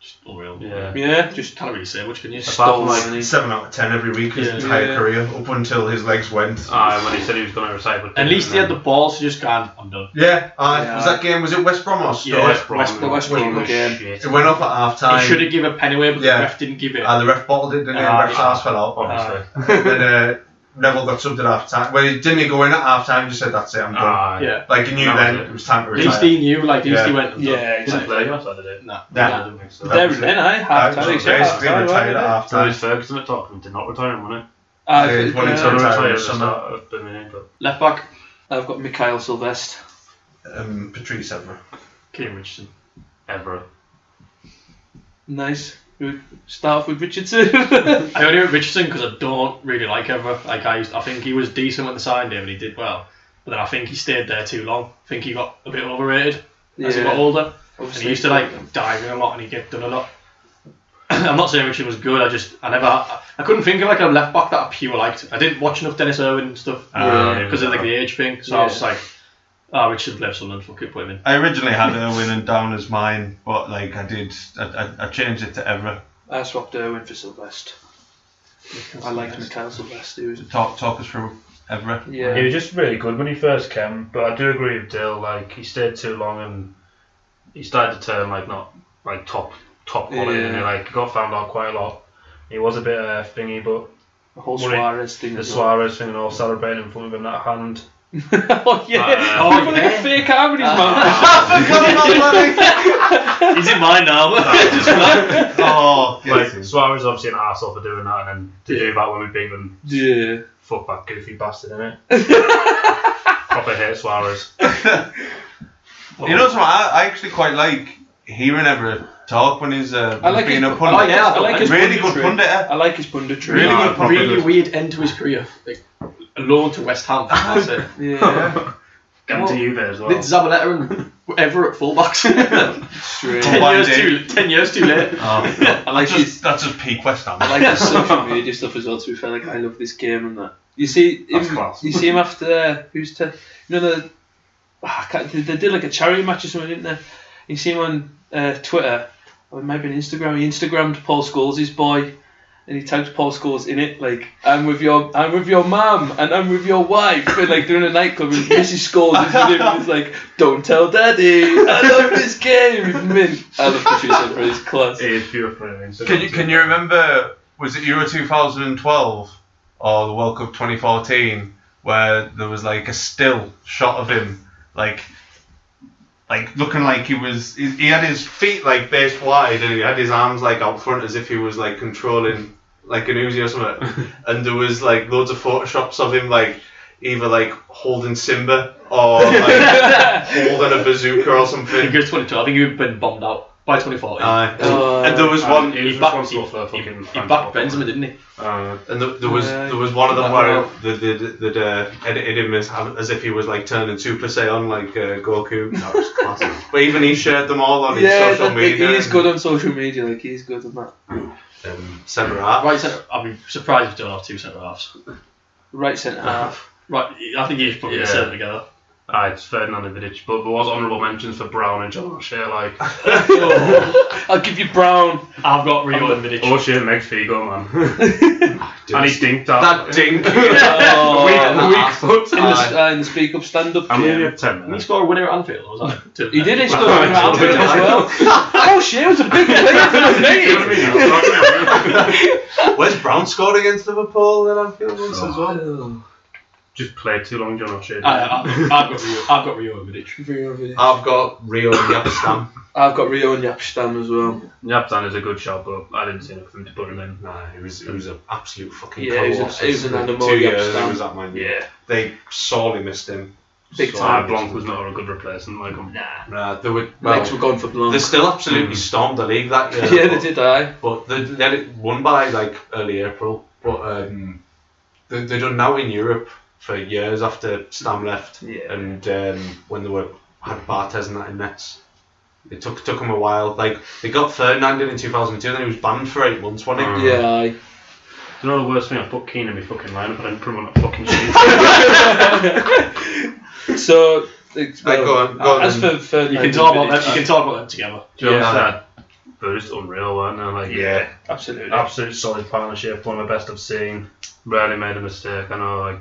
D: Just unreal.
E: Yeah.
B: yeah just
D: Can't really say much, can you?
E: Apart from like,
B: Stole money.
C: Seven out of ten every week his
D: Yeah.
C: entire
B: Yeah.
C: career up until his legs went.
E: uh, when he said he was going to recycle.
D: At least he had the ball to just gone. I'm done.
C: yeah, aye.
B: Yeah.
C: was that game? Was it West Brom or Stoke?
D: Yeah,
E: West Brom.
D: West
B: the West Brom again
E: Oh, Shit.
C: It went off at half
D: He
C: time.
D: should have given a pen away, but
C: Yeah.
D: the ref didn't give it.
C: Uh, the ref bottled it, didn't he? The
E: Ah,
C: ref's
E: yeah.
C: arse fell out.
E: Obviously.
C: And then uh, Neville got subbed at half time. Well, he didn't he go in at half time? Just said that's it, I'm done.
E: Aye.
D: yeah.
C: like he knew
E: That
C: then
E: was it.
C: it Ah. was time to
D: At least
C: retire.
D: he knew. Like at least
C: Yeah.
D: he went. I'm done.
B: yeah
E: Did he
B: exactly.
E: play on Saturday?
D: Nah.
C: Nah.
E: I don't think so.
B: there and then
D: eh?
B: I half
C: Uh,
B: time
C: basically retired at half
E: So
C: time.
E: it's Ferguson that talked him to not retire, wasn't
C: Yeah,
B: I've,
C: he's one in
E: he?
C: Retire
B: uh,
C: two.
E: Retire at the
C: this summer.
E: start of the minute, but
D: Left back,
B: I've got Mikhail Sylvester
C: Um, Patrice Evra.
D: Keane Richardson.
E: ever.
B: nice We start off with Richardson
D: I only went Richardson because I don't really like ever. Like I, used, I think he was decent when they signed him and he did well, but then I think he stayed there too long. I think he got a bit overrated as he got older. And he used to like diving a lot and he get done a lot. I'm not saying Richardson was good. I just I never I, I couldn't think of like a left back that I pure liked. I didn't watch enough Dennis Irwin and stuff
E: Yeah.
D: because of like the age thing. So I was just like, oh, Richardson played for Sunderland. Fuck it, put him in.
C: I originally had Irwin and Down as mine, but like I did, I, I, I changed it to Evra.
B: I swapped Irwin for Sylvester I liked Mikhail Sylvester he was
C: Talk, talk us through Evra.
B: yeah
E: He was just really good when he first came, but I do agree with Dill. Like he stayed too long and he started to turn like not like top top quality, and he
B: Yeah.
E: like got found out quite a lot. He was a bit uh, thingy, but
B: The whole
E: Well, it-
B: Suarez thing.
E: the
B: as well.
E: Suarez thing and all celebrating in front of him that hand.
B: oh yeah.
E: Uh,
B: oh, People like a fake arm in his
D: Uh,
B: mouth.
D: He's in mine now.
C: oh,
E: Like
C: guilty.
E: Suarez obviously an arsehole for doing that, and then to do that when we beat them,
B: yeah.
E: fuck that goofy bastard, innit? Proper hate Suarez.
C: You know what? I, I actually quite like hearing Everett talk when he's uh,
B: I like
C: being
B: his,
C: a pundit.
B: I like, I like his
C: really
B: punditry.
C: good pundit. eh?
B: I like his punditry.
C: Really
B: Yeah.
C: good pundit.
D: uh, Really weird end to his career. Like, a loan to West Ham. That's it.
B: Yeah,
E: Get to Juve as well.
D: Did Zabaleta and Everett fullbacks. ten,
B: straight.
C: Well, one
D: years
C: day. Uh,
D: too, ten years too late.
B: I like
C: Oh. That's
B: his
C: just, that's just peak West Ham.
B: I like his social media stuff as well. To be fair, like I love this game and that. You see,
E: That's
B: him,
E: class.
B: you see him after who's to, you know the, ah, I can't, they, they did like a charity match or something, didn't they? You see him on uh, Twitter or maybe on Instagram. He Instagrammed Paul Scholes, his boy, and he tagged Paul Scholes in it. Like I'm with your, I'm with your mum and I'm with your wife, and like they're in a nightclub and Mrs. Scholes is with him. And he's like, don't tell daddy, I love this game. It's mint. I love Patrice for his class.
E: He is beautiful. on Instagram.
C: Can you can you remember? Was it Euro 2012 or the World Cup 2014 where there was like a still shot of him, like like looking like he was he, he had his feet like based wide and he had his arms like out front as if he was like controlling like an Uzi or something, and there was like loads of photoshops of him like either like holding Simba or like holding a bazooka or
D: I think
C: something.
D: it was 22. I think you've been bombed out by 24.
C: Aye.
B: Uh,
C: and there was
E: Um,
C: one
E: he was
D: He backed-
E: responsible for
D: he,
E: fucking.
D: he backed Benzema, didn't he?
E: Uh,
C: And th there was
B: Yeah.
C: there was one of them
D: Like,
C: where
D: well-
C: they they they they, uh, edited him as, as if he was like turning Super Saiyan like uh, Goku. That was classic. but even he shared them all on
B: Yeah,
C: his social
B: that, like,
C: media.
B: he is
C: and-
B: good on social media. Like he's good on that.
C: Um, centre half.
D: Right centre. I'd be surprised if we don't have two centre halves. Uh,
B: Right centre half.
D: Right, I think he's probably
E: Yeah.
D: the seven together.
E: aye, Ah, it's Ferdinand and Vidic, but there was honourable mentions for Brown and John O'Shea. Like
B: I'll give you Brown.
D: I've got Rio and Vidic.
E: O'Shea makes Figo man, and he dinked out.
C: that dink.
B: Oh,
E: Weak- weak foot.
B: in, the, uh, in the speak up stand up.
E: I'm only
B: game.
E: at ten
D: Didn't he
E: minutes.
D: score a winner at Anfield? Or was that two?
B: He did his stuff in Albion as well. Oh shit, it was a big player for the United.
C: Where's Brown scored against Liverpool in Anfield once as well?
E: Just played too long, John O'Shea.
D: I, I, I've got Rio. I've got Rio and Vidic.
C: I've got Rio Yapstam.
B: I've got Rio and Yapstam as well.
E: Yaptan is a good shot, but I didn't see enough of him to put him in.
C: Nah, he was he was an absolute fucking
B: Yeah, he was an-
C: colossus
B: he was an
C: for
B: animal,
C: Two years
B: Yapstam.
C: he was at Man U.
E: Yeah,
C: They sorely missed him.
B: Big
C: Sorely
E: Ah,
B: time.
E: Blanc was not a good replacement. Like, um,
C: Nah, they were.
B: Legs were
C: Well,
B: gone for Blanc.
C: they still absolutely stormed the league that year.
B: Hmm. yeah, they
C: but-
B: did. I.
C: But they they had it won by like early April. But um, they they done now in Europe for years after Stam left.
B: Yeah.
C: And um, when they were had Bartes and that in Nets, it took took them a while. Like they got Ferdinand in in two thousand two, then he was banned for eight months, wasn't he?
B: Yeah, I.
E: you know the worst thing? I put Keane in my fucking lineup, but I didn't put him on a fucking sheet.
B: So. it's-
C: Right, go on, go on
B: As
C: then.
B: for Ferdinand,
D: You can
B: and
D: talk about
B: Vidic,
D: them. You can talk about them together.
E: Do you know what
C: Yeah.
E: I'm saying? They were just unreal, weren't they? Like,
C: Yeah.
B: Absolutely.
E: absolute solid partnership, one of the best I've seen. Rarely made a mistake. I know, like,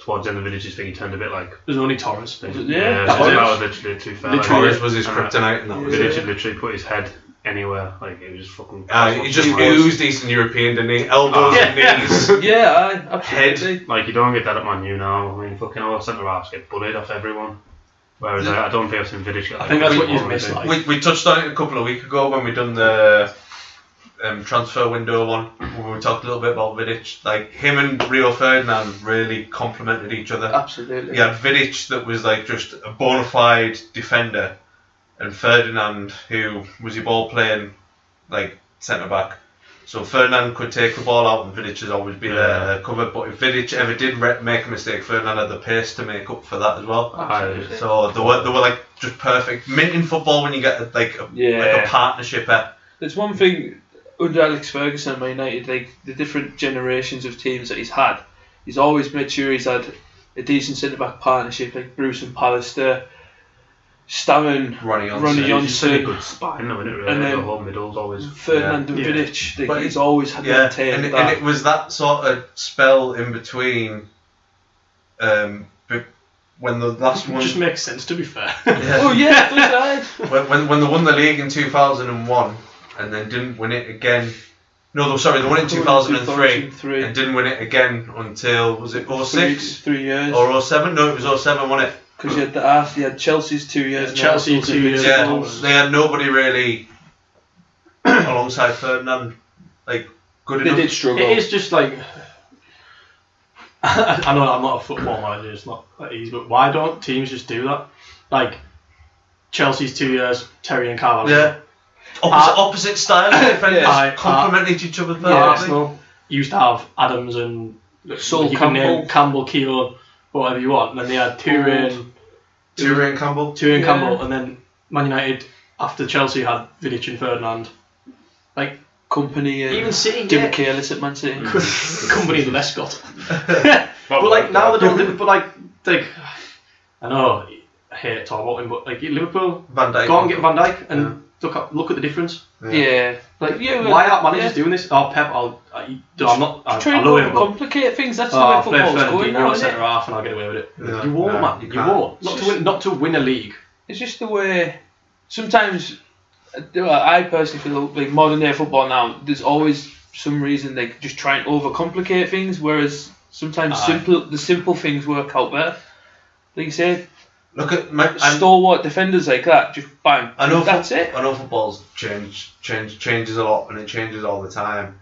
E: towards the end of the villages thing, he turned a bit like.
D: There's only Torres.
E: Yeah,
B: Yeah,
E: that
D: Torres.
E: was literally too far.
C: Torres
E: like,
C: was his
E: and
C: kryptonite, and that was
E: Vidic
C: it.
E: had literally put his head anywhere. Like, it was just fucking.
C: Uh, he just
E: Like,
C: oozed Eastern European, didn't he? Elbows
E: Ah.
C: and knees.
B: Yeah, I. Absolutely.
E: Like, you don't get that at Man U now. I mean, fucking all centre halves get bullied off everyone. Whereas I, I don't think I've seen Vidic get
D: I think that's
E: that
D: what you've
E: before,
D: missed.
E: maybe.
D: Like,
C: We, we touched on it a couple of weeks ago when we done the um, transfer window one. When we talked a little bit about Vidic. Like him and Rio Ferdinand really complemented each other.
B: Absolutely.
C: You had Vidic that was like just a bona fide defender, and Ferdinand who was your ball playing like centre back. So Ferdinand could take the ball out, and Vidic has always been
E: Yeah.
C: there covered. But if Vidic ever did re- make a mistake, Ferdinand had the pace to make up for that as well.
E: Aye,
C: So they were, they were like just perfect. Mint in football when you get like a, like
B: Yeah.
C: a partnership. eh?
B: There's one thing under Alex Ferguson at Man United, like the different generations of teams that he's had, he's always made sure he's had a decent centre back partnership, like Bruce and Pallister, Stammen,
C: Ronnie Johnson.
B: Ronnie
E: He's just a
B: Johnson,
E: good spine, though, isn't it? Really?
B: And
E: And
B: then-
E: the whole middle's always.
B: Ferdinand and
D: Yeah.
B: Vidic. Like,
C: But
B: he's
C: it-
B: always had
C: Yeah,
B: maintained
C: and, it-
B: that.
C: and it was that sort of spell in between um, be- when the last
D: it
C: one.
D: just makes sense to be fair.
B: oh yeah, it does, aye.
C: when, when, when they won the league in 2001 and then didn't win it again. No, they- sorry, they won it in 2003
B: 2003.
C: and didn't win it again until, was it
B: Three,
C: 06
B: three years.
C: or 07? No, it was 07, wasn't it?
B: Because you had the Arth, you had Chelsea's two years.
D: Yeah,
B: and
D: Chelsea
B: Arsenal's
D: two
B: been
D: years.
C: Yeah,
D: Torres.
C: they had nobody really alongside Ferdinand, like good
B: They
C: enough.
B: did struggle.
D: It is just like I know I'm not a football manager. It's not that easy, but why don't teams just do that? Like Chelsea's two years, Terry and Carvalho.
C: Yeah. Ah. Opposite, opposite style defenders
D: I-
C: complemented each other
D: Yeah,
C: perfectly.
D: Arsenal used to have Adams and
B: Sol
D: you can
B: Campbell.
D: name Campbell, Keogh, whatever you want. And then they had Turin,
C: Turin Campbell.
D: Turin
B: Yeah.
D: Campbell, and then Man United after Chelsea had Vidic and Ferdinand. Like
B: company and
D: even City,
B: Jim
D: yeah,
B: Careless at Man City.
D: company the best Scot. but like now they don't. But like like I know I hate Tom Watling, but like Liverpool
C: Van Dijk.
D: go out and get Van Dijk and look at, look at the difference.
B: yeah.
D: Like
B: Yeah,
D: why aren't managers
B: yeah.
D: doing this? Oh Pep, I'll, I, no, I'm not. I,
B: Try
D: I
B: and
D: know him, but
B: complicate things. That's
D: Oh, I'll
B: the
D: play
B: way football's
D: Fernandinho
B: going now,
D: at
B: isn't
D: centre
B: it?
D: half and I'll get away with it.
C: No,
D: you won't,
C: no,
D: man.
C: you
D: You,
C: can't.
D: won't. Not
B: It's
D: to,
B: just-
D: win, not to win a league.
B: It's just the way. Sometimes, I do- I personally feel like modern day football now. There's always some reason they just try and overcomplicate things, whereas sometimes
D: Aye.
B: simple the simple things work out better. Like you say,
C: Look at my, and-
B: stalwart defenders like that, just bang.
C: I know
B: that's
C: fo-
B: it.
C: I know football's change, change, changes a lot, and it changes all the time.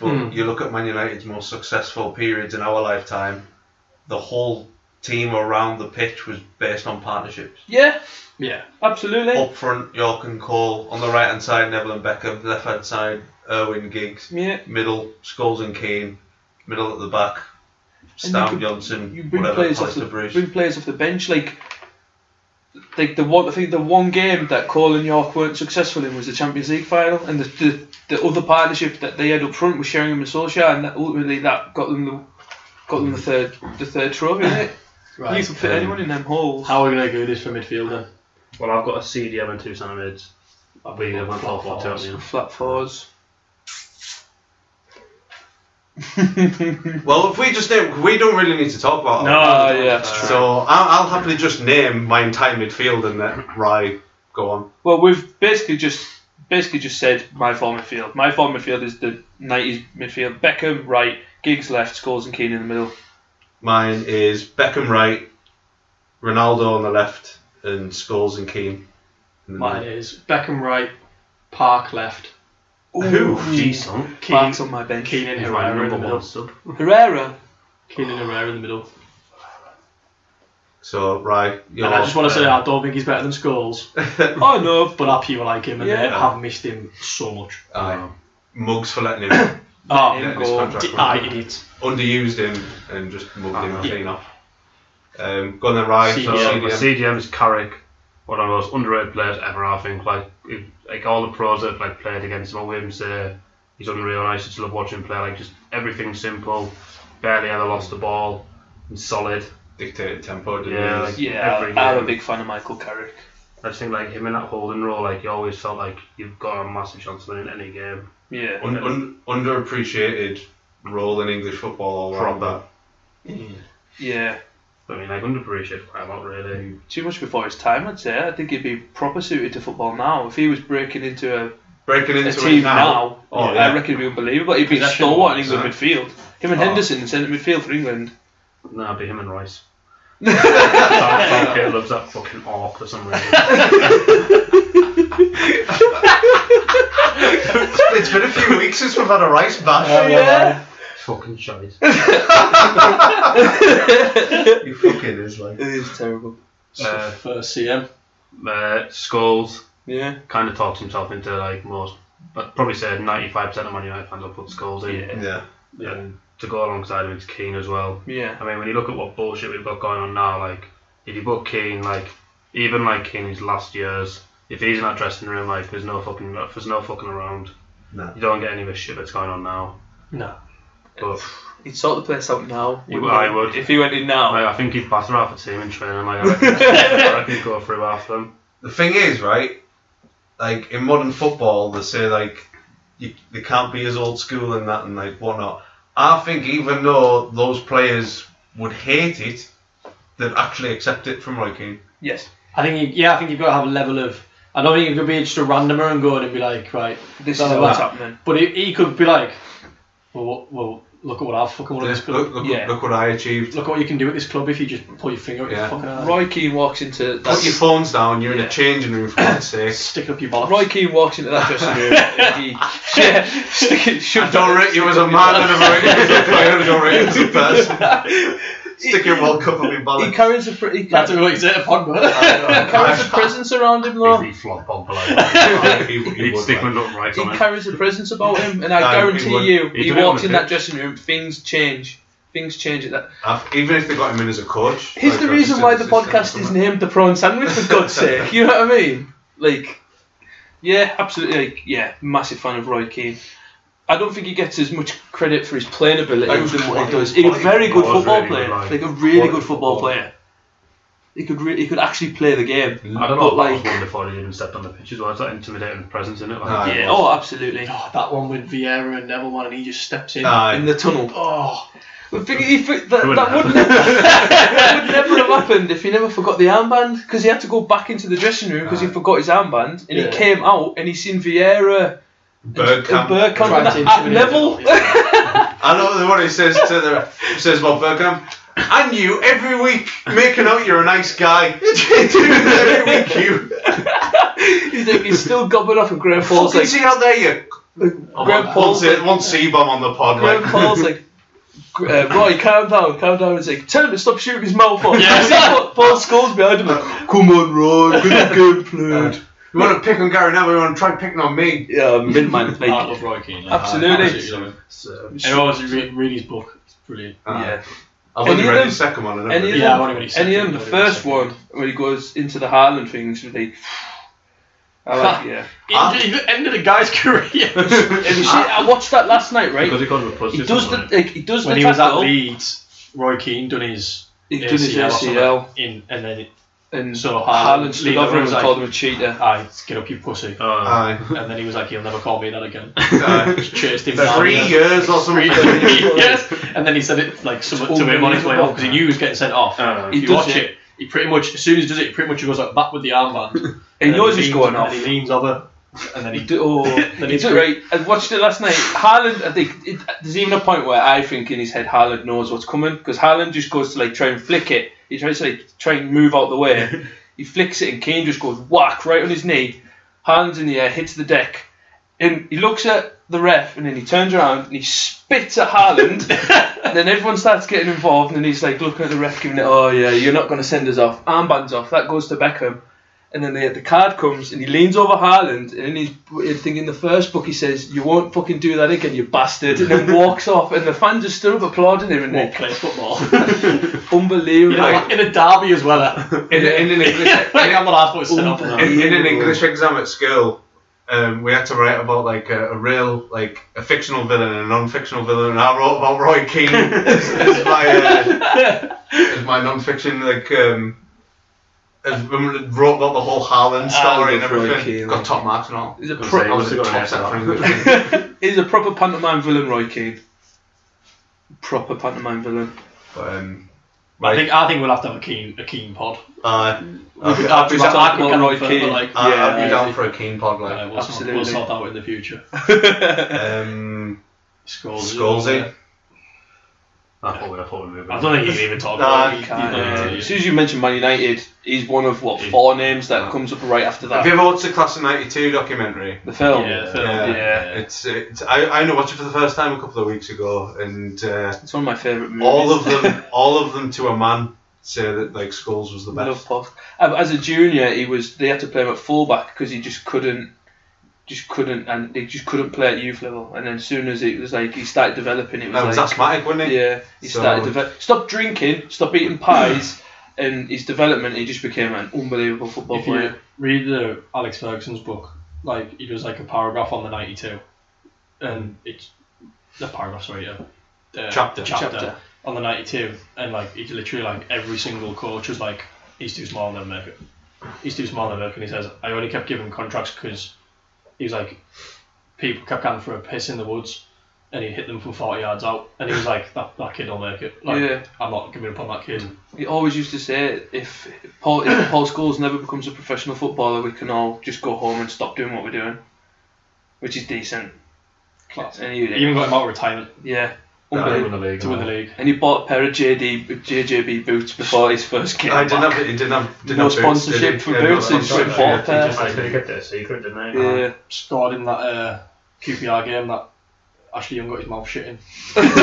C: But you look at Man United's most successful periods in our lifetime. The whole team around the pitch was based on partnerships.
B: Yeah,
D: Yeah.
B: absolutely.
C: Up front, York and Cole. On the right hand side, Neville and Beckham. Left hand side, Irwin, Giggs.
B: Yeah.
C: Middle, Scholes and Keane. Middle at the back,
B: And you
C: Stam
B: could-
C: Johnson.
B: you bring
C: whatever,
B: players off the
C: Alistair Bruce.
B: bring players off the bench like like the one I think the one game that Cole and York weren't successful in was the Champions League final, and the the, the other partnership that they had up front was Sheringham and Solskjaer, and that ultimately that got them the got them the third the third trophy. Isn't it? You
D: Right.
B: can fit anyone in them holes.
D: Um, How are we going to do this for midfield then?
E: Well, I've got a CDM and two centre mids. I'll be one four four two. you know.
B: Flat fours.
C: Well, if we just name, we don't really need to talk about.
B: Oh,
C: it.
B: yeah, that's true.
C: So I'll, I'll happily just name my entire midfield and then right, go on.
B: Well, we've basically just basically just said my form midfield. My form midfield is the '90s midfield: Beckham right, Giggs left, Scholes and Keane in the middle.
C: Mine is Beckham right, Ronaldo on the left, and Scholes and Keane. in the
D: Mine is Beckham right, Park left,
C: middle. Who?
E: Gee, son.
D: Keane,
B: Marks on my bench.
D: Keane and
E: He's Hmm. my
D: Herrera in
E: number
D: the middle.
E: one sub.
B: Herrera.
D: Keane and Herrera in the middle.
C: So right, you
D: And I just want to say I don't think he's better than Scholes,
B: Oh no.
D: but I pure like him and
B: Yeah. Uh,
D: I have missed him so much.
C: mugs for letting him
D: Oh,
C: get
D: yeah.
C: this
B: Go.
C: contract. run.
D: I idiot.
C: Underused him and just mugged him
E: Ah.
C: clean off. Um, go on then, right.
E: So
C: so
E: my
C: CDM.
E: CDM is Carrick, one of the most underrated players ever. I think like if- like all the pros that have like played against him, all women say he's unreal. And I just love watching him play. Like just everything simple, barely ever lost the ball, and solid.
C: dictated tempo. Didn't
E: Yeah,
C: he?
E: like-
B: Yeah,
E: Every
B: I'm a
E: game.
B: big fan of Michael Carrick.
E: I just think like him in that holding role, like you always felt like you've got a massive chance of winning any game.
B: Yeah.
C: un- un- underappreciated role in English football all around
E: Proper.
C: that.
B: Yeah.
E: I mean, like underappreciated quite a lot, really.
B: Too much before his time, I'd say. I think he'd be proper suited to football now. If he was breaking into a,
C: Breaking
B: a
C: into
B: team
C: it now.
B: now,
C: Oh,
B: I
C: yeah.
B: reckon he'd be unbelievable. He'd be the
D: Possession
B: stalwart in
C: wise,
B: England midfield. Him and
C: Oh.
B: Henderson in centre midfield for England.
E: No, it'd be him and Rice. South Southgate loves that fucking orc for some reason.
C: it's been a few weeks since we've had a rice bash.
B: Yeah.
E: fucking shite.
C: you fucking is like.
B: It is terrible.
E: Uh,
D: First CM.
E: uh, Scholes
B: Yeah.
E: kind of talked himself into like most, but probably said 95% of Man United fans will put Scholes in.
B: Yeah.
C: Yeah.
E: And to go alongside him, it's Keane as well.
B: Yeah.
E: I mean, when you look at what bullshit we've got going on now, like if you put Keane, like even like Keane's last years, if he's in that dressing room, like there's no fucking, there's no fucking around.
C: No.
E: You don't get any of the shit that's going on now.
D: No.
E: But
B: He'd sort the place out now.
E: He
B: wouldn't
E: would- I would.
B: If he went in now.
E: like, I think he'd batter half a team in training. Like I reckon, I reckon he'd go through half of them.
C: The thing is, right? Like in modern football, they say like you, they can't be as old school and that and like whatnot. I think even though those players would hate it, they'd actually accept it from Roy Keane.
B: Yes.
D: I think you, yeah, I think you've got to have a level of. I don't think you could be just a randomer and go in and be like, right,
B: This
D: blah,
B: is
D: blah,
B: what's
D: blah.
B: happening.
D: But he, he could be like, well, what- well, look at what I've fucking won at this
C: Look,
D: club.
C: look, look,
B: Yeah.
C: what I achieved.
D: Look at what you can do at this club if you just pull your finger out
C: Yeah.
D: your fucking eye.
B: Roy Keane walks into
C: Put your
B: that.
C: phones down. You're in
B: Yeah.
C: a changing room for God's sake.
D: Stick it up your bollocks.
B: Roy Keane walks into that dressing room. and he, yeah, stick it, shove
C: I don't rate you as a man. I never rate you as a player. I don't rate you as a person. Stick your World Cup up your
B: He
C: bollocks.
B: carries a pretty.
D: That's what you said, Pogba.
B: carries a presence around him though.
E: He'd flop Pogba like
C: He- he
E: He'd
C: would,
E: stick
C: like.
E: one up right
B: He
E: on him.
B: carries a presence about him, and I
C: No, he
B: guarantee
C: would-
B: you,
E: he'd
B: he
E: do it on
B: walks
E: the
B: in that
E: pitch.
B: dressing room, things change. Things change at that.
C: I've- even if they got him in as a coach.
B: Here's
C: like,
B: the
C: I've
B: reason
C: just
B: why the
C: said this
B: podcast
C: kind
B: is
C: of
B: named The Prawn Sandwich, for God's sake. You know what I mean? Like, yeah, absolutely. Like, yeah, massive fan of Roy Keane. I don't think he gets as much credit for his playing ability
C: Like,
B: than what
C: quality-
B: he does. He's a very good
E: was
B: football
E: really
B: player.
E: good, like,
B: like, a really good
E: quality
B: football
E: football.
B: player. He could re- he could actually play the game.
E: I don't
B: but
E: know if like,
B: like,
E: was one before he even stepped on the pitch as well. It's that intimidating presence in it. Like,
C: Aye.
B: yeah, oh, absolutely.
D: Oh, that one with Vieira and Neville, man, and he just steps in.
C: Aye.
B: In the tunnel.
D: oh,
B: The thing, he, fi- that,
E: wouldn't
B: that would, never, that would never have happened if he never forgot the armband because he had to go back into the dressing room because he forgot his armband and
D: Yeah.
B: he came out and he seen Vieira
C: Bergkamp.
B: and Burkamp
D: Trying to
B: and at
D: intimidate
B: Neville.
D: him, yeah.
C: I know the one he says to the he says about Bergkamp. And you every week making out you're a nice guy. You do that every week you.
B: he's, like, he's still gobbling off and Graham Paul's
C: Fucking
B: like,
C: see out there you.
B: Graham
C: One
B: Paul's
C: C-
B: like,
C: one C bomb on the pod.
B: Graham
C: Like,
B: Paul's like, uh, Roy, calm down, calm down. It's like, tell him to stop shooting his mouth off. Yeah. see Paul, Paul Scholes behind him like, come on, Roy, good game played.
C: you want to pick on Gary Neville? You want to try picking on me?
B: Yeah, midman.
D: I
B: Like,
D: love Roy Keane.
B: Absolutely.
E: so,
D: And obviously, read, read his book. It's brilliant.
B: yeah.
C: Uh, I've
B: Any
C: only
B: of
C: read
B: them-
C: the second one. And
B: any of
C: everything.
B: them-
D: Yeah, I want to read
B: And then the first one, when he goes into the Haaland things, with the. I like, yeah.
D: Ended, ended a guy's career.
B: Have you seen- I watched that last night, right?
E: because he called him a pussy.
B: He does the
E: something,
B: like, he does
D: when
B: the
D: he was at
B: tackle.
D: Leeds, Roy Keane done his
B: he did his
D: ACL, or something
B: ACL,
D: in, and then it,
B: and
D: So
B: so
D: Haaland-
B: Haaland stood over him and called him a cheater.
D: I get up your pussy,
B: Oh.
E: uh,
C: Aye.
D: and then he was like, "You'll never call me that again."
C: Aye.
D: Chased him down,
C: Three
D: yeah.
C: years or something.
D: yes, and then he said it like some, to him on his way off because he knew he was getting sent off.
E: Uh,
D: if
B: Oh, he
D: you
B: does
D: watch it. he pretty much as soon as he does it, he pretty much goes like back with the armband. and
B: He
D: then
B: knows he's
D: leans-
B: going
D: and
B: off.
D: Then he leans over, and then
B: He
D: he.
B: do, oh,
D: Then
B: he
D: he's
B: did,
D: good.
B: right. I watched it last night. Haaland, I think it, there's even a point where I think in his head Haaland knows what's coming because Haaland just goes to like try and flick it. He tries to like try and move out the way. he flicks it and Kane just goes whack right on his knee. Haaland's in the air, hits the deck, and he looks at the ref and then he turns around and he spits at Haaland. and then everyone starts getting involved and then he's like looking at the ref giving it. Oh yeah, you're not going to send us off. Armbands off. That goes to Beckham. And then the, the card comes and he leans over Haaland and in his I think in the first book he says, You won't fucking do that again, you bastard and then walks off and the fans just stood up applauding him and
D: Won't
B: they're
D: play football
B: unbelievable.
D: in a derby as well. eh?
C: In, in an English,
D: like I'm the last one set up.
B: Unbelievable.
C: in, in an English exam at school, um, we had to write about like a, a real, like a fictional villain and a non-fictional villain, and I wrote about Roy Keane as, as my uh, as my non-fiction like. Um, as when we wrote about the whole Haaland story and
B: love Roy
C: everything,
B: Keane,
C: got
B: like-
C: top marks and all.
B: He's a,
E: Gonna
B: pro-
E: say,
C: I was
E: must've
C: a
E: got an
C: top
E: S
C: set
E: out.
C: for English.
B: he's a proper pantomime villain, Roy Keane. Proper pantomime villain.
C: but, um,
D: I think I think we'll have to have a Keane a Keane pod.
C: uh, I'd, be-
D: I'd
C: I'd be
D: be-
C: down,
D: I could
B: well,
D: get
B: Roy
D: on further,
B: Keane.
D: like,
C: I'd- I'd
B: yeah.
C: be down for a Keen pod
D: uh,
C: like.
D: we'll, sort,
B: Absolutely.
D: we'll sort that out in the future.
C: Um,
D: Scholes.
C: Scholesy.
E: I thought we I thought we were
D: I don't think you can even talk about it.
C: Nah,
D: You-
B: Uh,
D: you-
B: as soon as you mention Man United, he's one of what four names that comes up right after
C: Have you
B: that.
C: ever watched the Class of '92 documentary?
B: The film.
D: Yeah, film,
C: Yeah.
D: yeah.
C: It's, it's I, I only watched it for the first time a couple of weeks ago, and uh,
B: It's one of my favourite movies.
C: all of them, all of them to a man, say that like Scholes was the
B: I
C: best.
B: love Puff. Um, As a junior, he was. They had to play him at fullback because he just couldn't, just couldn't, and they just couldn't play at youth level. And then as soon as it was like he started developing, it was
C: That was
B: like
C: asthmatic, wasn't he?
B: yeah, he
C: So-
B: started develop. Stop drinking, stop eating pies, and his development, he just became an unbelievable football
D: if
B: player.
D: you read the Alex Ferguson's book, like he does like a paragraph on the ninety-two, and it's the paragraph, sorry, yeah, uh,
C: Chapter.
D: the chapter,
B: Chapter.
D: on the ninety-two, and like it's literally like every single coach was like, he's too small, they'll make it. He's too small, they'll make it. And he says, I only kept giving contracts because he was like, people kept going for a piss in the woods. And he hit them from 40 yards out. And he was like, that, that kid will make it. Like,
B: Yeah.
D: I'm not giving up on that kid.
B: He always used to say, if Paul, if Paul Scholes never becomes a professional footballer, we can all just go home and stop doing what we're doing, which is decent.
D: Class.
B: And he,
D: He even got him out of retirement
B: yeah,
E: to
B: unbelievable.
E: win the league.
D: to win the league.
B: And he bought a pair of JD, b- JJB boots before his first game.
C: I didn't
B: back.
C: have it. Didn't have. Didn't
B: No
C: have boots,
B: sponsorship
C: did he?
B: for
C: Yeah, no
B: boots, it's
C: sponsorship,
B: for ball
C: yeah.
B: pair.
E: Just like they kept their secret, didn't they?
B: Yeah,
D: scored in that uh, QPR game that Ashley Young got his mouth shitting.
E: Or if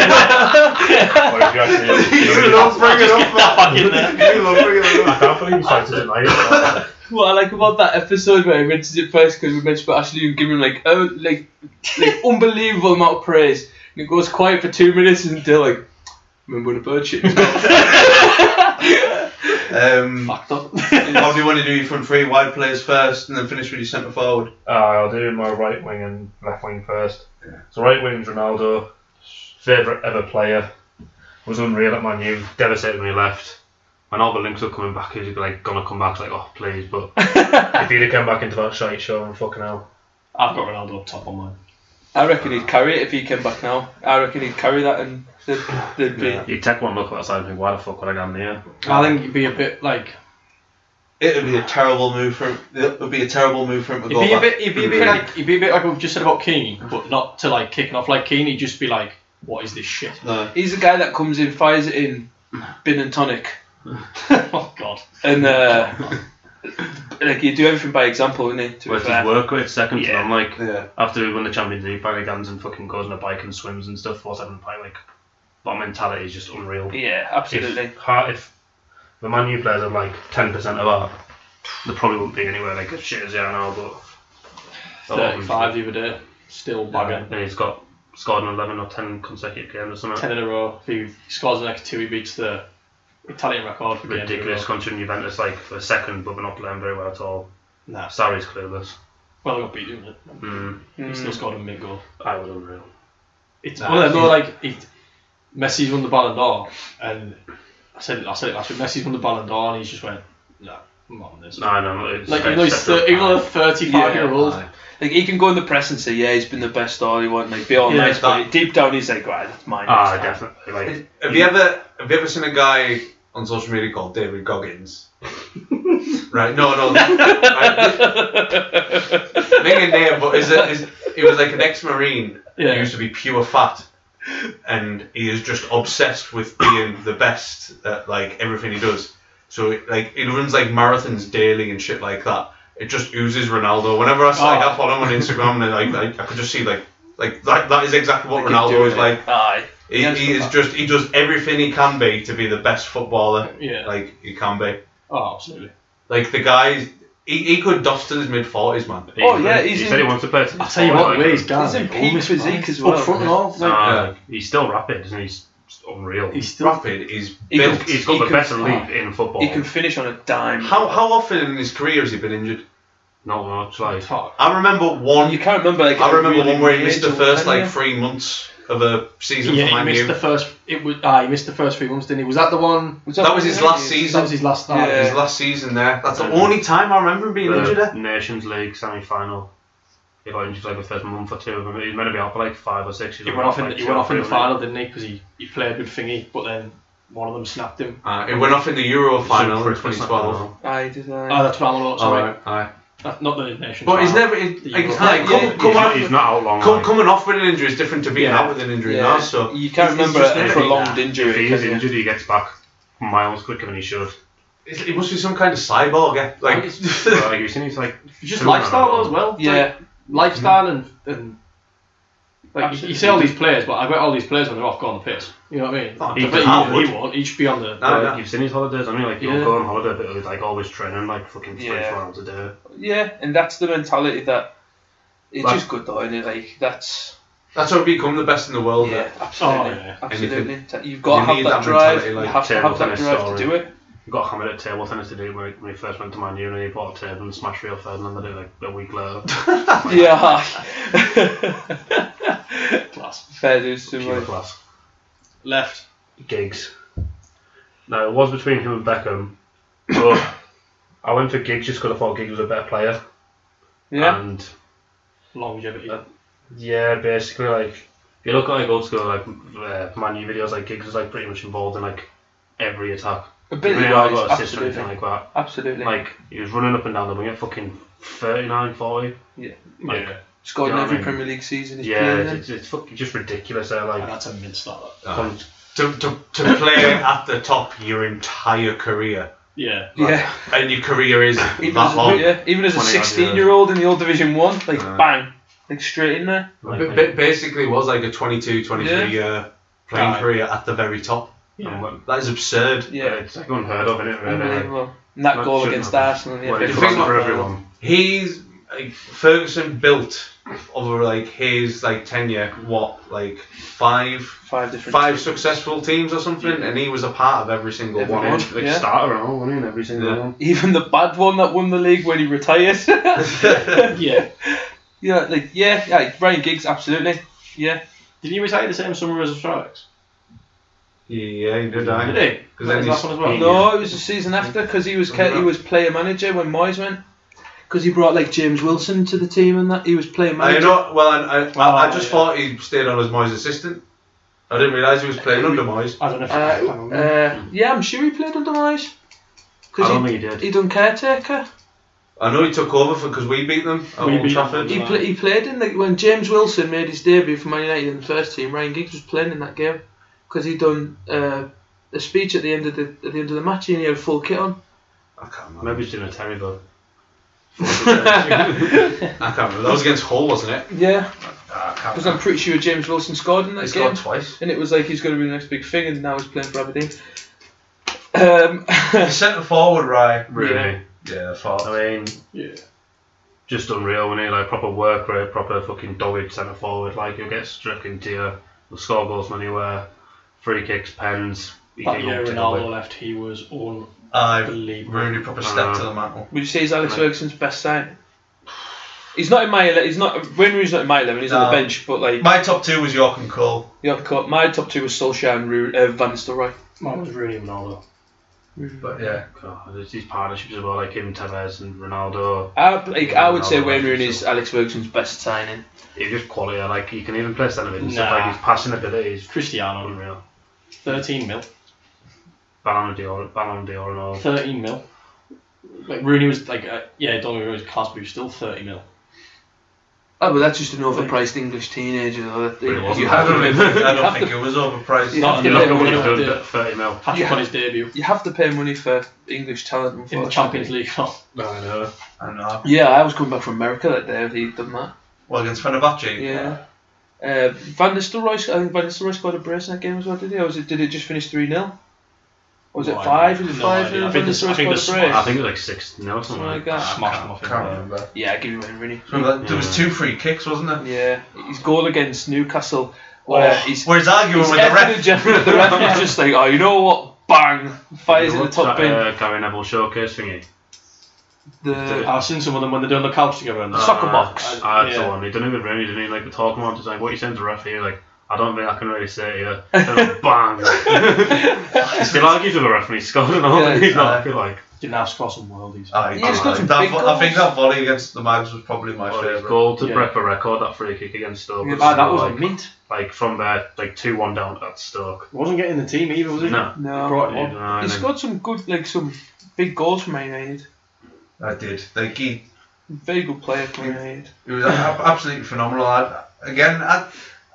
E: you actually-
C: You love bringing up that.
B: in there.
C: You love bringing it
E: I
C: up.
E: can't believe you tried to deny it.
B: What I like about that episode where he rinses it first because we mentioned about Ashley you give him like oh like like unbelievable amount of praise and it goes quiet for two minutes until like remember when a bird shit
C: Um,
B: fucked up.
C: how do you want to do your front three wide players first, and then finish with your centre forward?
E: Uh, I'll do my right wing and left wing first. So right wing's Ronaldo, favourite ever player. Was unreal at my new, devastated when he left. When all the links were coming back, he was like gonna come back, like oh please, but if he'd have come back into that shite show, and fucking hell.
D: I've got Ronaldo up top on mine.
B: I reckon he'd carry it if he came back now. I reckon he'd carry that and they'd, they'd be
E: You take one look at that side and think, why the fuck would I go near?
D: I think it'd be a bit like
C: It would be a terrible move for him. It would be a terrible move for him to
D: It'd
C: go
D: be a
C: back.
D: bit, it'd be a bit like, it'd be a bit like we've just said about Keane, but not to like kicking off like Keane. He'd just be like, "What is this shit?"
C: No.
B: He's the guy that comes in, fires it in, bin and tonic,
D: oh God.
B: and uh, like you do everything by example, wouldn't he? To be
E: Where's
B: fair.
E: his work rate second to
B: Yeah.
E: none? Like
C: Yeah.
E: after we won the Champions League, Barry Gans and fucking goes on a bike and swims and stuff, what's having a pint like. That mentality is just unreal.
B: Yeah,
E: if,
B: absolutely.
E: Hart, if the Man U players had like 10% of that, they probably wouldn't be anywhere like as shit as they are now. But
D: Thirty-five the other day, still bugging.
E: And he's got scored in 11 or 10 consecutive games or something.
D: Ten in a row. If he scores the next two, he beats the Italian record for games in a row.
E: Ridiculous country in Juventus, like for a second, but we're not playing very well at all.
D: Nah.
E: Sarri's clueless.
D: Well, they got beat, didn't they?
E: Mm.
D: He still scored a mid goal.
E: I was unreal.
D: It's one of them. though, Like he, Messi's won the Ballon d'Or, and I said, it- I said it last week. Messi's won the Ballon d'Or, and he's just went, "No, I'm not on this."
E: No, no, it's
D: Like
E: I
D: even though he's
E: accept
D: thir-
E: it.
D: even though a thirty-five year old.
C: Aye.
B: Like he can go in the press and say, "Yeah, he's been the best all he want." Like be all
D: Yeah,
B: nice, but
C: that-
B: deep down he's like, "Right, that's mine."
E: Ah,
B: It's fine."
E: definitely. Like,
C: Have you ever have you ever seen a guy on social media called David Goggins? right, no, no. Right. Name and name, but is it is he was like an ex-marine
D: Yeah.
C: who used to be pure fat, and he is just obsessed with being the best at like everything he does. So like he runs like marathons daily and shit like that. It just oozes Ronaldo. Whenever I see like, I follow him on Instagram, and like, like I could just see like like that, that is exactly what
B: Keep
C: Ronaldo
B: doing
C: is
B: it.
C: like.
B: Aye.
C: He,
B: Yeah,
C: he
B: it's
C: is just he does everything he can be to be the best footballer
D: Yeah.
C: like he can be.
D: Oh, absolutely.
C: Like the guy, he, he could dust to his mid forties, man.
E: he-
B: Oh, yeah,
E: he
B: he's
E: said he
B: in-
E: wants to play. I'll
D: Tell you what, where he's gone.
B: He's in
D: like, all
B: peak
D: this
B: physique
D: rise.
B: as well.
D: Up front and all. Like,
E: Nah,
C: Yeah.
E: like, ah, he's still rapid, and he's just unreal.
D: he's still
C: Rapid, he's
B: He
C: built.
B: can-
E: he's got
B: he
E: the
B: can-
E: best leap in football.
B: He can finish on a dime.
C: how how often in his career has he been injured?
E: Not much, like.
D: top.
C: I remember one.
B: You can't remember. Like
C: I
B: a
C: remember
B: really
C: one where he missed the
B: major
C: first
B: one,
C: like
B: can you?
C: three months of a season
D: Yeah,
C: for
D: he
C: Man
D: missed
C: U.
D: the first. It was. Ah, he missed the first three months, didn't he? Was that the one?
B: Was
C: that was his last
D: That
C: season.
D: was his last start.
B: Yeah.
C: His last season there. That's the only time I remember him being injured.
E: the
C: There.
E: Nations League semi final. He got injured for like the first month or two of him. He was meant to be out for like five or six.
D: He went off in. He went off in the final, didn't he? Because he, he played with Thingy, but then one of them snapped him.
C: Uh, it went off in the Euro final in
E: Christmas,
C: 2012.
B: Aye, did I?
C: Ah,
D: Oh, that's what I'm about. Sorry,
C: Alright, aye.
D: That's not the nation.
C: But he's never. It,
D: The
C: like,
D: Euro
C: it's not like,
B: final. Yeah,
C: come, Oh, come
E: He's not,
C: on,
E: he's not out long.
C: Co-
E: like.
C: coming off with an injury is different to being
D: Yeah.
C: out with an injury
B: Yeah.
C: now. So
B: you can't
C: It's- it's
B: remember
C: just
B: a
C: never-
B: prolonged
E: If
B: injury.
E: he is
B: can you?
E: injured, he gets back miles quicker than he should.
C: it's- It must be some kind of cyborg, eh?
B: Oh,
C: like
E: But, like, you've seen he's like.
D: just
E: sooner
D: lifestyle
E: or-
D: though as well. It's
B: Yeah.
D: like, lifestyle and and like you- you
B: Absolutely.
D: see all these players, but I bet all these players when they're off go on the piss. You know what I mean?
C: Oh,
D: I bet
C: I
D: he,
C: would.
D: he won't. He should be on the.
C: No,
E: like,
C: no.
E: You've seen his holidays. I mean, like he'll
D: Yeah.
E: go on holiday, but he's like always training, like fucking three
B: Yeah.
E: four hours a day.
B: Yeah, and that's the mentality that. It's
E: Like-
B: just good though, isn't it? Like that's
C: that's how we become the best in the world.
B: yeah,
C: eh?
B: absolutely,
D: Oh, yeah.
B: absolutely. You've got
C: you
B: to
C: need
B: have that,
C: that
B: drive.
C: mentality, like,
B: you have to
E: table
B: have that
E: tennis
B: drive
E: or-
B: to do it.
E: He got hammered at table tennis to do when he- when he first went to Man U, and he bought a table and smashed Real Ferdinand. They did like a week later.
B: Yeah.
D: Class.
B: Fair dues to
E: Pure
B: me.
E: class.
D: Left.
E: Gigs. No, it was between him and Beckham, but I went for Gigs just because I thought Gigs was a better player.
B: Yeah.
E: And
D: Longevity.
E: Uh, yeah, basically, like if you look at like old school like uh, Man U videos, like Gigs was like pretty much involved in like every attack. He
B: Ability
E: really never got
B: wise,
E: assists or anything
B: absolutely.
E: like that.
B: Absolutely.
E: Like he was running up and down the wing at fucking 39, 40.
B: Yeah.
E: Like,
D: yeah.
B: Scored
E: you
B: in
E: know what I
B: every
E: mean?
B: Premier League season. He's
E: yeah,
B: played
E: it's,
B: in.
E: it's, it's fucking just ridiculous. There,
D: And
E: like
D: that's immense. That.
E: con-
C: To, to, to play at the top your entire career,
D: Yeah.
B: yeah.
C: and your career is that
B: Even as,
C: long.
B: a, yeah. Even as a
E: 20 odd years.
B: 16 year old in the old Division 1, like bang. like straight in there.
E: Like,
C: Ba- ba- basically was like a 22, 23
B: Yeah.
C: year playing
E: Guy.
C: career at the very top.
E: I'm-
C: That is absurd.
B: Yeah,
E: It's like unheard of, isn't it? Really?
B: unbelievable. And that
E: That
B: goal
E: shouldn't
B: against
E: happen.
B: Arsenal, yeah,
E: Well, it's
B: big
C: wrong
E: wrong
B: goal.
E: for everyone.
C: He's like, Ferguson built over like his like tenure what like five
B: Five different.
C: five successful teams or something, and he was a part of every single
B: Every
C: one.
B: one.
E: Like
B: Yeah.
E: starter and all, wasn't he? Every single
C: Yeah.
E: one.
B: Even the bad one that won the league when he retired.
D: Yeah.
B: yeah, like yeah, yeah. Ryan Giggs, absolutely. Yeah,
D: Did he retire the same summer as Astralix?
C: Yeah, he did. I.
D: Did he?
C: Because
D: That
C: then
D: was
C: he's
D: last one as well.
B: No, it was the season after because he was he was player manager when Moyes went. Because he brought like James Wilson to the team and that he was player
C: I
B: manager.
C: know. Well, I, I, I
D: Oh,
C: just
D: yeah.
C: thought he stayed on as Moyes' assistant. I didn't realise he was playing under Moyes.
D: I don't know if I can't
B: Uh,
D: remember.
B: uh, yeah, I'm sure he played under Moyes.
E: I don't
B: Because
E: think
B: he,
E: he did.
B: he done caretaker.
C: I know he took over for because we beat them at
D: We
C: Old
D: beat
C: Trafford.
B: He,
D: Wow.
B: pla he played in the when James Wilson made his debut for Man United in the first team. Ryan Giggs was playing in that game because he done uh, a speech at the end of the at the end of the match and he had a full kit on.
C: I can't remember.
E: Maybe he's doing a Terry goal.
C: I can't remember. That was against Hull, wasn't it?
B: Yeah,
C: Ah, I can't
B: because I'm pretty sure James Wilson scored in that
C: He
B: game.
C: scored twice.
B: and it was like he's going to be the next big thing, and now he's playing for Aberdeen. Um,
C: Centre forward, right?
E: Really?
C: Yeah,
E: I mean,
D: yeah.
E: just unreal when he like proper work rate, proper fucking dogged centre forward. Like he'll get struck into you, he'll score goals from anywhere, free kicks, pens. He
D: That
E: can
D: year
E: up to the
D: Ronaldo
E: win.
D: left, he was on.
C: I
D: Unbelievable.
C: really proper stepped to the mantle.
B: would you say he's Alex
E: Right.
B: Ferguson's best signing? He's not in my. ele- He's not. Winry's not in my eleven. He's on the
C: No.
B: bench, but like
C: My top two was York and Cole.
B: York Cup, my top two was Solskjaer and Ru- uh, Van Nistelrooy.
D: Mine was Rooney and Ronaldo.
C: But yeah,
E: God, there's these partnerships as well, like him, Tevez, and Ronaldo.
B: I, like, I would say
E: Ronaldo,
B: Wayne
E: I think
B: Rooney's
E: so.
B: Alex Ferguson's best signing.
E: He's just quality. Like he can even play centre mid and stuff.
D: Nah.
E: Like his passing ability is
D: Cristiano,
E: unreal.
D: 13 mil.
E: Ballon d'Or, Ballon d'Or, and all.
D: 13 mil. Like Rooney was like, uh, yeah, Don Rooney was class, but he was still 30 mil.
B: Oh, but that's just an overpriced English teenager. Though. that-
E: Really wasn't.
B: you
C: I
B: have
C: don't,
B: to
C: think, I
B: You have
C: don't think
B: to-
C: it was overpriced.
B: You have
D: Not
B: to
E: You're
B: pay
E: not
D: Yeah,
E: going
D: we
E: to
D: don't
B: money.
E: have
D: do
E: done
D: it.
E: at 30 mil.
D: Patrick on his debut
B: You have to pay money for English talent.
D: in the
B: unfortunately.
D: Champions League. Oh,
E: I know.
C: I don't know.
B: Yeah, I was coming back from America that day. Have he done that?
C: Well, against Fenerbahce.
B: Yeah. Uh, Van Nistelrooy, sc- I think Van Nistelrooy scored a brace in that game as well, did he? Or was it, did it just finish 3 0? Was it
D: No
B: 5? Was it 5
D: idea. No idea. I
B: Van Nistelrooy
D: think this- I think
B: scored
D: this-
B: a brace?
E: I think it was like 6 0 or something.
B: Something like
E: Like
B: that.
D: smashed him off in
C: Can't
D: the
C: remember.
B: Yeah, give him Wayne Rooney.
C: Remember that- There was two free kicks, wasn't there?
B: Yeah, his goal against Newcastle,
D: Oh,
B: where he's,
C: Where's arguing
B: he's
C: with the
B: effing
C: ref?
B: the ref. the ref is just like, oh, you know what? Bang! Fires in the
E: What's
B: top
E: that,
B: bin.
E: uh, Gary Neville showcase thingy.
B: the,
D: I've seen some of them when they're doing the couch together. And
B: Soccer box.
E: Ah, that's
D: Yeah.
E: the one. He didn't even really, didn't even like the talking one. Just like what you saying to ref here, like I don't think I can really say it. Here. And then bang. he still argues with the ref and he scored and all.
B: Yeah.
E: he's not happy. Like
D: Didn't have score some worldies.
E: Uh,
C: Aye,
B: Yeah, it's got some
C: Ah, that
B: big
C: vo- I think
B: goals.
C: that volley against the Mags was probably my
E: well, his
C: favourite.
E: goal to
D: Yeah.
E: break a record, that free kick against Stoke.
B: Yeah,
E: was
B: ah, that
E: so,
B: was
E: like,
B: mint.
E: like from there, like two one down at Stoke.
D: Wasn't getting the team either, was he?
E: No.
B: uh, No.
D: Brought him
E: Yeah,
D: on.
E: no, I
B: He
E: think-
B: scored some good, like, some big goals for Man United.
C: I did. Like he,
B: Very good player for Man United.
C: he was a- absolutely phenomenal. I, again, I,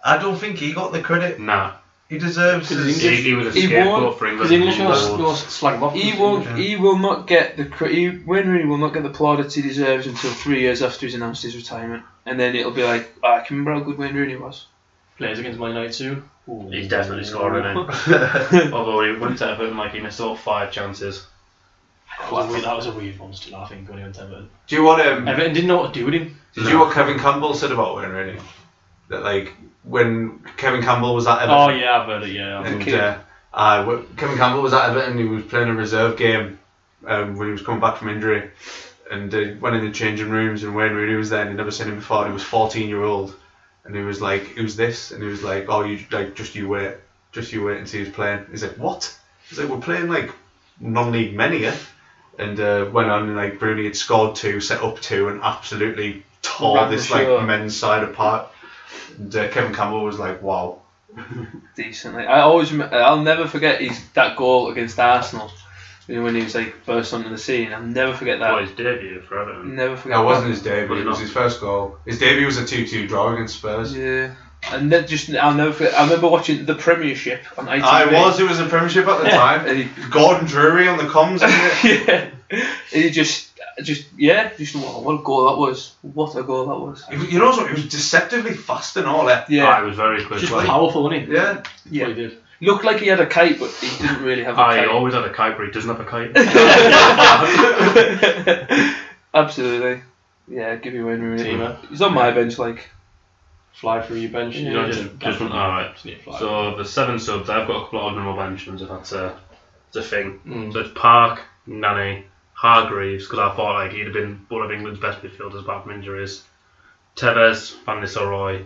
C: I don't think he got the credit
E: Nah,
C: he deserves.
D: Because
C: his-
D: he's
E: he, he was a
B: He won-
E: scapegoat for
D: Because
E: England.
D: English was,
E: Loads.
D: was slag off.
B: He won't. He will not get the. cre- He, Wayne Rooney will not get the plaudits he deserves until three years after he's announced his retirement, and then it'll be like, "Ah, can you remember how good Wayne Rooney was.
D: Plays against Man United too. Ooh.
E: He's definitely scoring it. Although he wouldn't have him like he missed all five chances.
D: That was a weird, that was a weird one still, I think, when he went to Everton.
C: Do you want um,
D: Everton didn't know what to do with him.
C: Did you hear what Kevin Campbell said about Wayne Rooney? That like when Kevin Campbell was at Everton.
D: Oh, yeah, I've heard it, yeah. I've heard
C: And,
D: it.
C: uh, uh, w- Kevin Campbell was at Everton. He was playing a reserve game um, when he was coming back from injury, and uh, went in the changing rooms. And Wayne Rooney was there, and he'd never seen him before. And he was 14 year old, and he was like, "Who's this?" And he was like, "Oh, you like just you wait, just you wait and see who's playing." He's like, "What?" He's like, "We're playing like non-league men here." And uh, went on and like Rooney had scored two, set up two, and absolutely tore
B: Ran the
C: this like
B: show.
C: men's side apart. And uh, Kevin Campbell was like, "Wow."
B: Decently, I always. rem- I'll never forget his that goal against Arsenal you know, when he was like burst onto the scene. I'll never forget that.
E: Well, his debut for Everton.
B: Never forget.
C: That wasn't
B: that.
C: his debut.
E: Was it
C: It was
E: not?
C: his first goal. His debut was a two-two draw against Spurs.
B: Yeah. And that just I'll never forget. I remember watching the Premiership on ITV.
C: I was. It was a Premiership at the time.
B: And he
C: Gordon Drury on the comms. Isn't it?
B: yeah. He just just yeah, just what, what a goal that was! What a goal that was!
C: It was- You know what? It was deceptively fast and all that.
E: Yeah,
B: Yeah,
E: it was very quick.
D: Just
E: like,
D: powerful, wasn't he?
C: Yeah.
D: What he
B: yeah.
D: did.
B: Looked like he had a kite, but he didn't really have a
E: I
B: kite.
C: oh.
E: always had a kite, but he doesn't have a kite.
B: Absolutely. Yeah, give you a win, Rooney.
D: Teamer.
B: He's on my bench, like.
D: Fly through your bench. You
B: Yeah.
D: don't
E: Just-
D: just,
E: just one- all right.
D: Just need to fly.
E: So the seven subs, I've got a couple of honourable mentions if that's a, it's a thing.
D: Mm.
E: So it's Park, Nanny, Hargreaves, because I thought like he'd have been one of England's best midfielders apart from injuries. Tevez, Van Nistelrooy,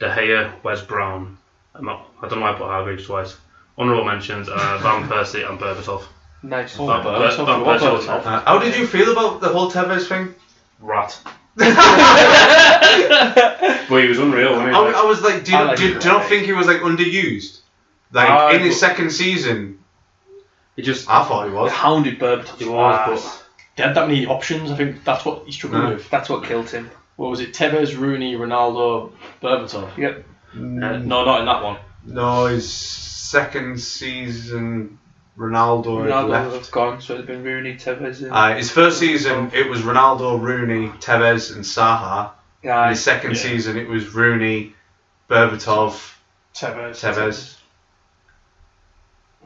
E: De Gea, Wes Brown. I'm not, I don't know why I put Hargreaves twice. Honourable mentions are Van Persie and Berbatov.
B: Nice.
D: Oh,
C: Oh.
E: Van,
D: Berbatov,
E: Van
D: what
E: Persie was
D: Berbatov?
E: a
C: Uh, how did you feel about the whole Tevez thing?
E: rat. but he was unreal. Wasn't he?
C: I,
E: Like,
C: I was like, Uh, do you,
B: I like
C: do, you,
B: it,
C: do you not
B: right.
C: think he was like underused? Like
E: I
C: in his
E: thought-
C: second season,
E: he just
C: I thought he was.
B: Hounded Berbatov.
E: he was,
B: Ah, Hmm.
D: They had that many options. I think that's what he struggled
C: No.
D: with.
B: That's what killed him.
D: What was it? Tevez, Rooney, Ronaldo, Berbatov. Uh,
B: Yep.
E: but
D: No, not in that one.
C: No, his second season, Ronaldo, had
B: Ronaldo Ah.
C: left.
B: was gone, so it'd been Rooney, Tevez, and
C: Uh, his first season, it was Ronaldo, Rooney, Tevez, and Saha.
B: Guy.
C: his second season, it was Rooney, Berbatov,
F: Tevez.
C: Tevez.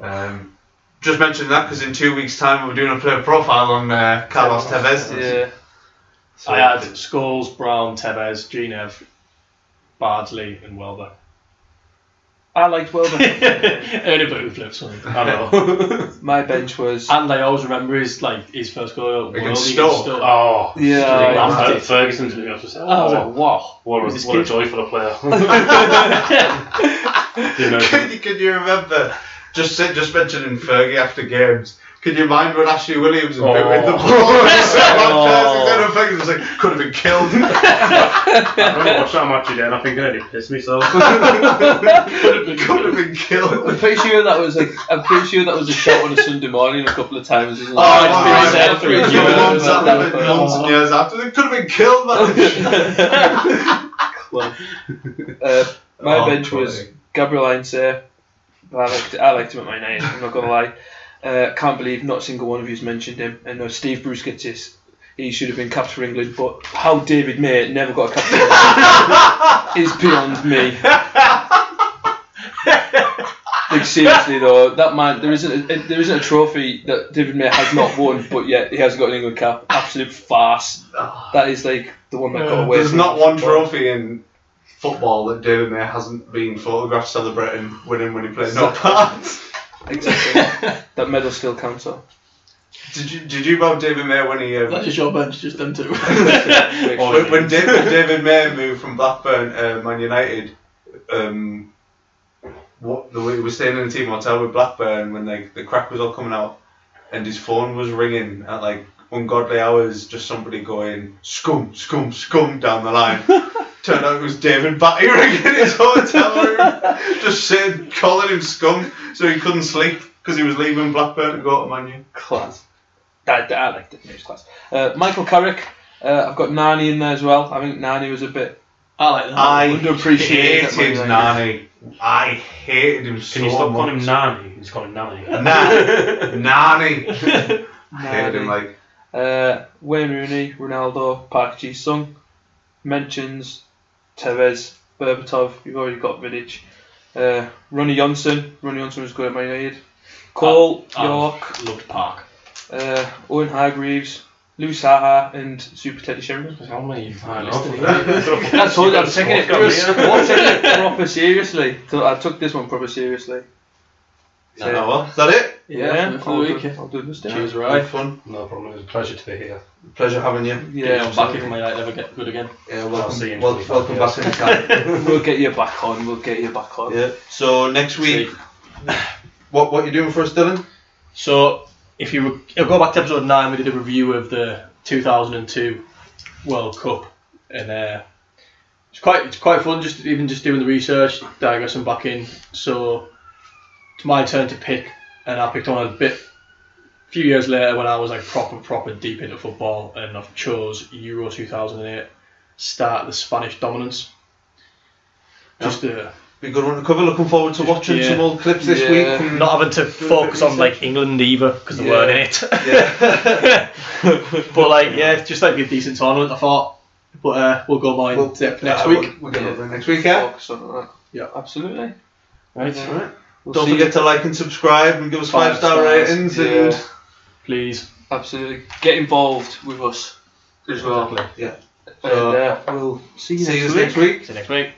C: Um, just mention that because in two weeks' time we're doing a player profile on uh, Carlos Tevez.
B: Yeah.
C: So-
D: I had Scholes, Brown, Tevez, Genev, Bardsley, and Welber.
B: I liked Wilder.
D: Only about who flips one. I don't know.
B: my bench was.
D: and I always remember his like his first goal at
C: Against
D: World
C: Stoke.
D: Stoke.
E: Oh,
B: Yeah,
E: Like,
D: I-
E: Fer- Ferguson to me. I was just like,
D: I was
E: oh,
D: like, wow.
E: What
D: Who's
E: a,
D: this
E: what a
D: kid?
E: joy for the player. you know,
C: can, you, can you remember? Just said, just mentioning Fergie after games. Can you mind when Ashley Williams and
E: Oh.
C: booted the ball? He said, "Van Persie," then Fergie was like, could have been killed.
E: I remember watching that match again. I think I nearly pissed myself.
C: could have been killed.
B: I'm pretty sure that was like. I'm pretty sure that was a shot on a Sunday morning a couple of times. Isn't it?
D: Oh, it's
C: Alright,
D: been said for Oh. years.
C: months after, months and years after, they could have been killed. Man.
B: Uh, my
C: Oh,
B: bench was
C: quality.
B: Gabriel Ainse. I liked, I liked him at my name, I'm not going to lie. Uh, can't believe not a single one of you's mentioned him. And no, Steve Bruce gets this. He should have been capped for England, but how David May never got a cap for England is beyond me. Like seriously though, that man there isn't a, there isn't a trophy that David May has not won, but yet he has got an England cap. Absolute farce. That is like the one that got away.
C: Uh, There's
B: from
C: not
B: us.
C: one trophy in football that David May hasn't been photographed celebrating winning when he played no part.
B: Exactly. that medal still counts though.
C: Did you did you about David May when he um,
D: That's just your bench, just them two.
C: when, when David, David May moved from Blackburn to Man United, um, what the, we were staying in a team hotel with Blackburn when like the crack was all coming out, and his phone was ringing at like ungodly hours, just somebody going scum, scum, scum down the line. Turned out it was David Batty ringing in his hotel room, just saying calling him scum, so he couldn't sleep because he was leaving Blackburn to go to Man U.
B: class. That, that- I liked it. It was class. Uh, Michael Carrick. Uh, I've got Nani in there as well. I think Nani was a bit.
D: I like that.
C: I
B: Underappreciated at Man
C: hated
B: United.
C: Nani. I hated him so
E: Can you stop
C: much.
E: calling him Nanny? He's calling Nanny.
C: Nah, Nani. Hated
B: Nani.
C: him like
B: Uh, Wayne Rooney, Ronaldo, Park Ji Sung. Mentions Tevez, Berbatov. You've already got Vidic. Uh, Ronnie Johnson. Ronnie Johnson was good at Man United. Cole,
D: I
B: York,
D: loved Park.
B: uh, Owen Hargreaves, Lou Saha, and Super Teddy Sheringham.
D: How many? I
B: I told you, I'm taking it,
E: Got me, yeah.
B: I'm taking it proper seriously. So I took this one proper seriously.
C: No, no, "Oh, well, is that it?
B: Yeah,
D: Yeah, for the
B: I'll do-
D: weekend.
B: I'll do this down.
D: Cheers, right?
C: fun.
E: No problem. It was a pleasure to be here.
C: Pleasure having you.
B: Yeah,
D: I'm back if my United never get good again.
C: Yeah,
E: I'll see you
C: welcome,
E: in
C: wel-
E: two weeks.
C: welcome back anytime.
B: we'll get you back on. We'll get you back on.
C: yeah. So next week, what what you doing for us, Dylan?
D: So if you re- go back to episode nine, we did a review of the 2002 World Cup, and uh, it's quite it's quite fun. Just even just doing the research, digressing back in. So it's my turn to pick, and I picked on a bit. A few years later, when I was like proper proper deep into football, and I've chose Euro 2008, start the Spanish dominance. Just uh,
C: be a good one to cover. Looking forward to watching
D: Yeah.
C: some old clips this
B: Yeah.
C: week. From,
H: Not having to focus on like England either because they weren't in it. but like, yeah,
D: Yeah, it's just like a decent tournament, I thought. But uh, we'll go by
C: Well,
D: depth next
C: uh,
D: week.
C: We'll, we'll get over next week, yeah.
B: Focus on that.
D: Yeah.
B: absolutely.
D: Right.
B: Yeah. We'll
C: Don't
B: see
C: forget to like and subscribe and give us
B: Five
C: five star
B: stars,
C: ratings
B: yeah.
C: and
D: Please.
B: Absolutely. Get involved with us as well.
D: Exactly.
B: And uh, we'll see you
C: see
B: next
C: you
B: week.
C: next week.
H: see you next week.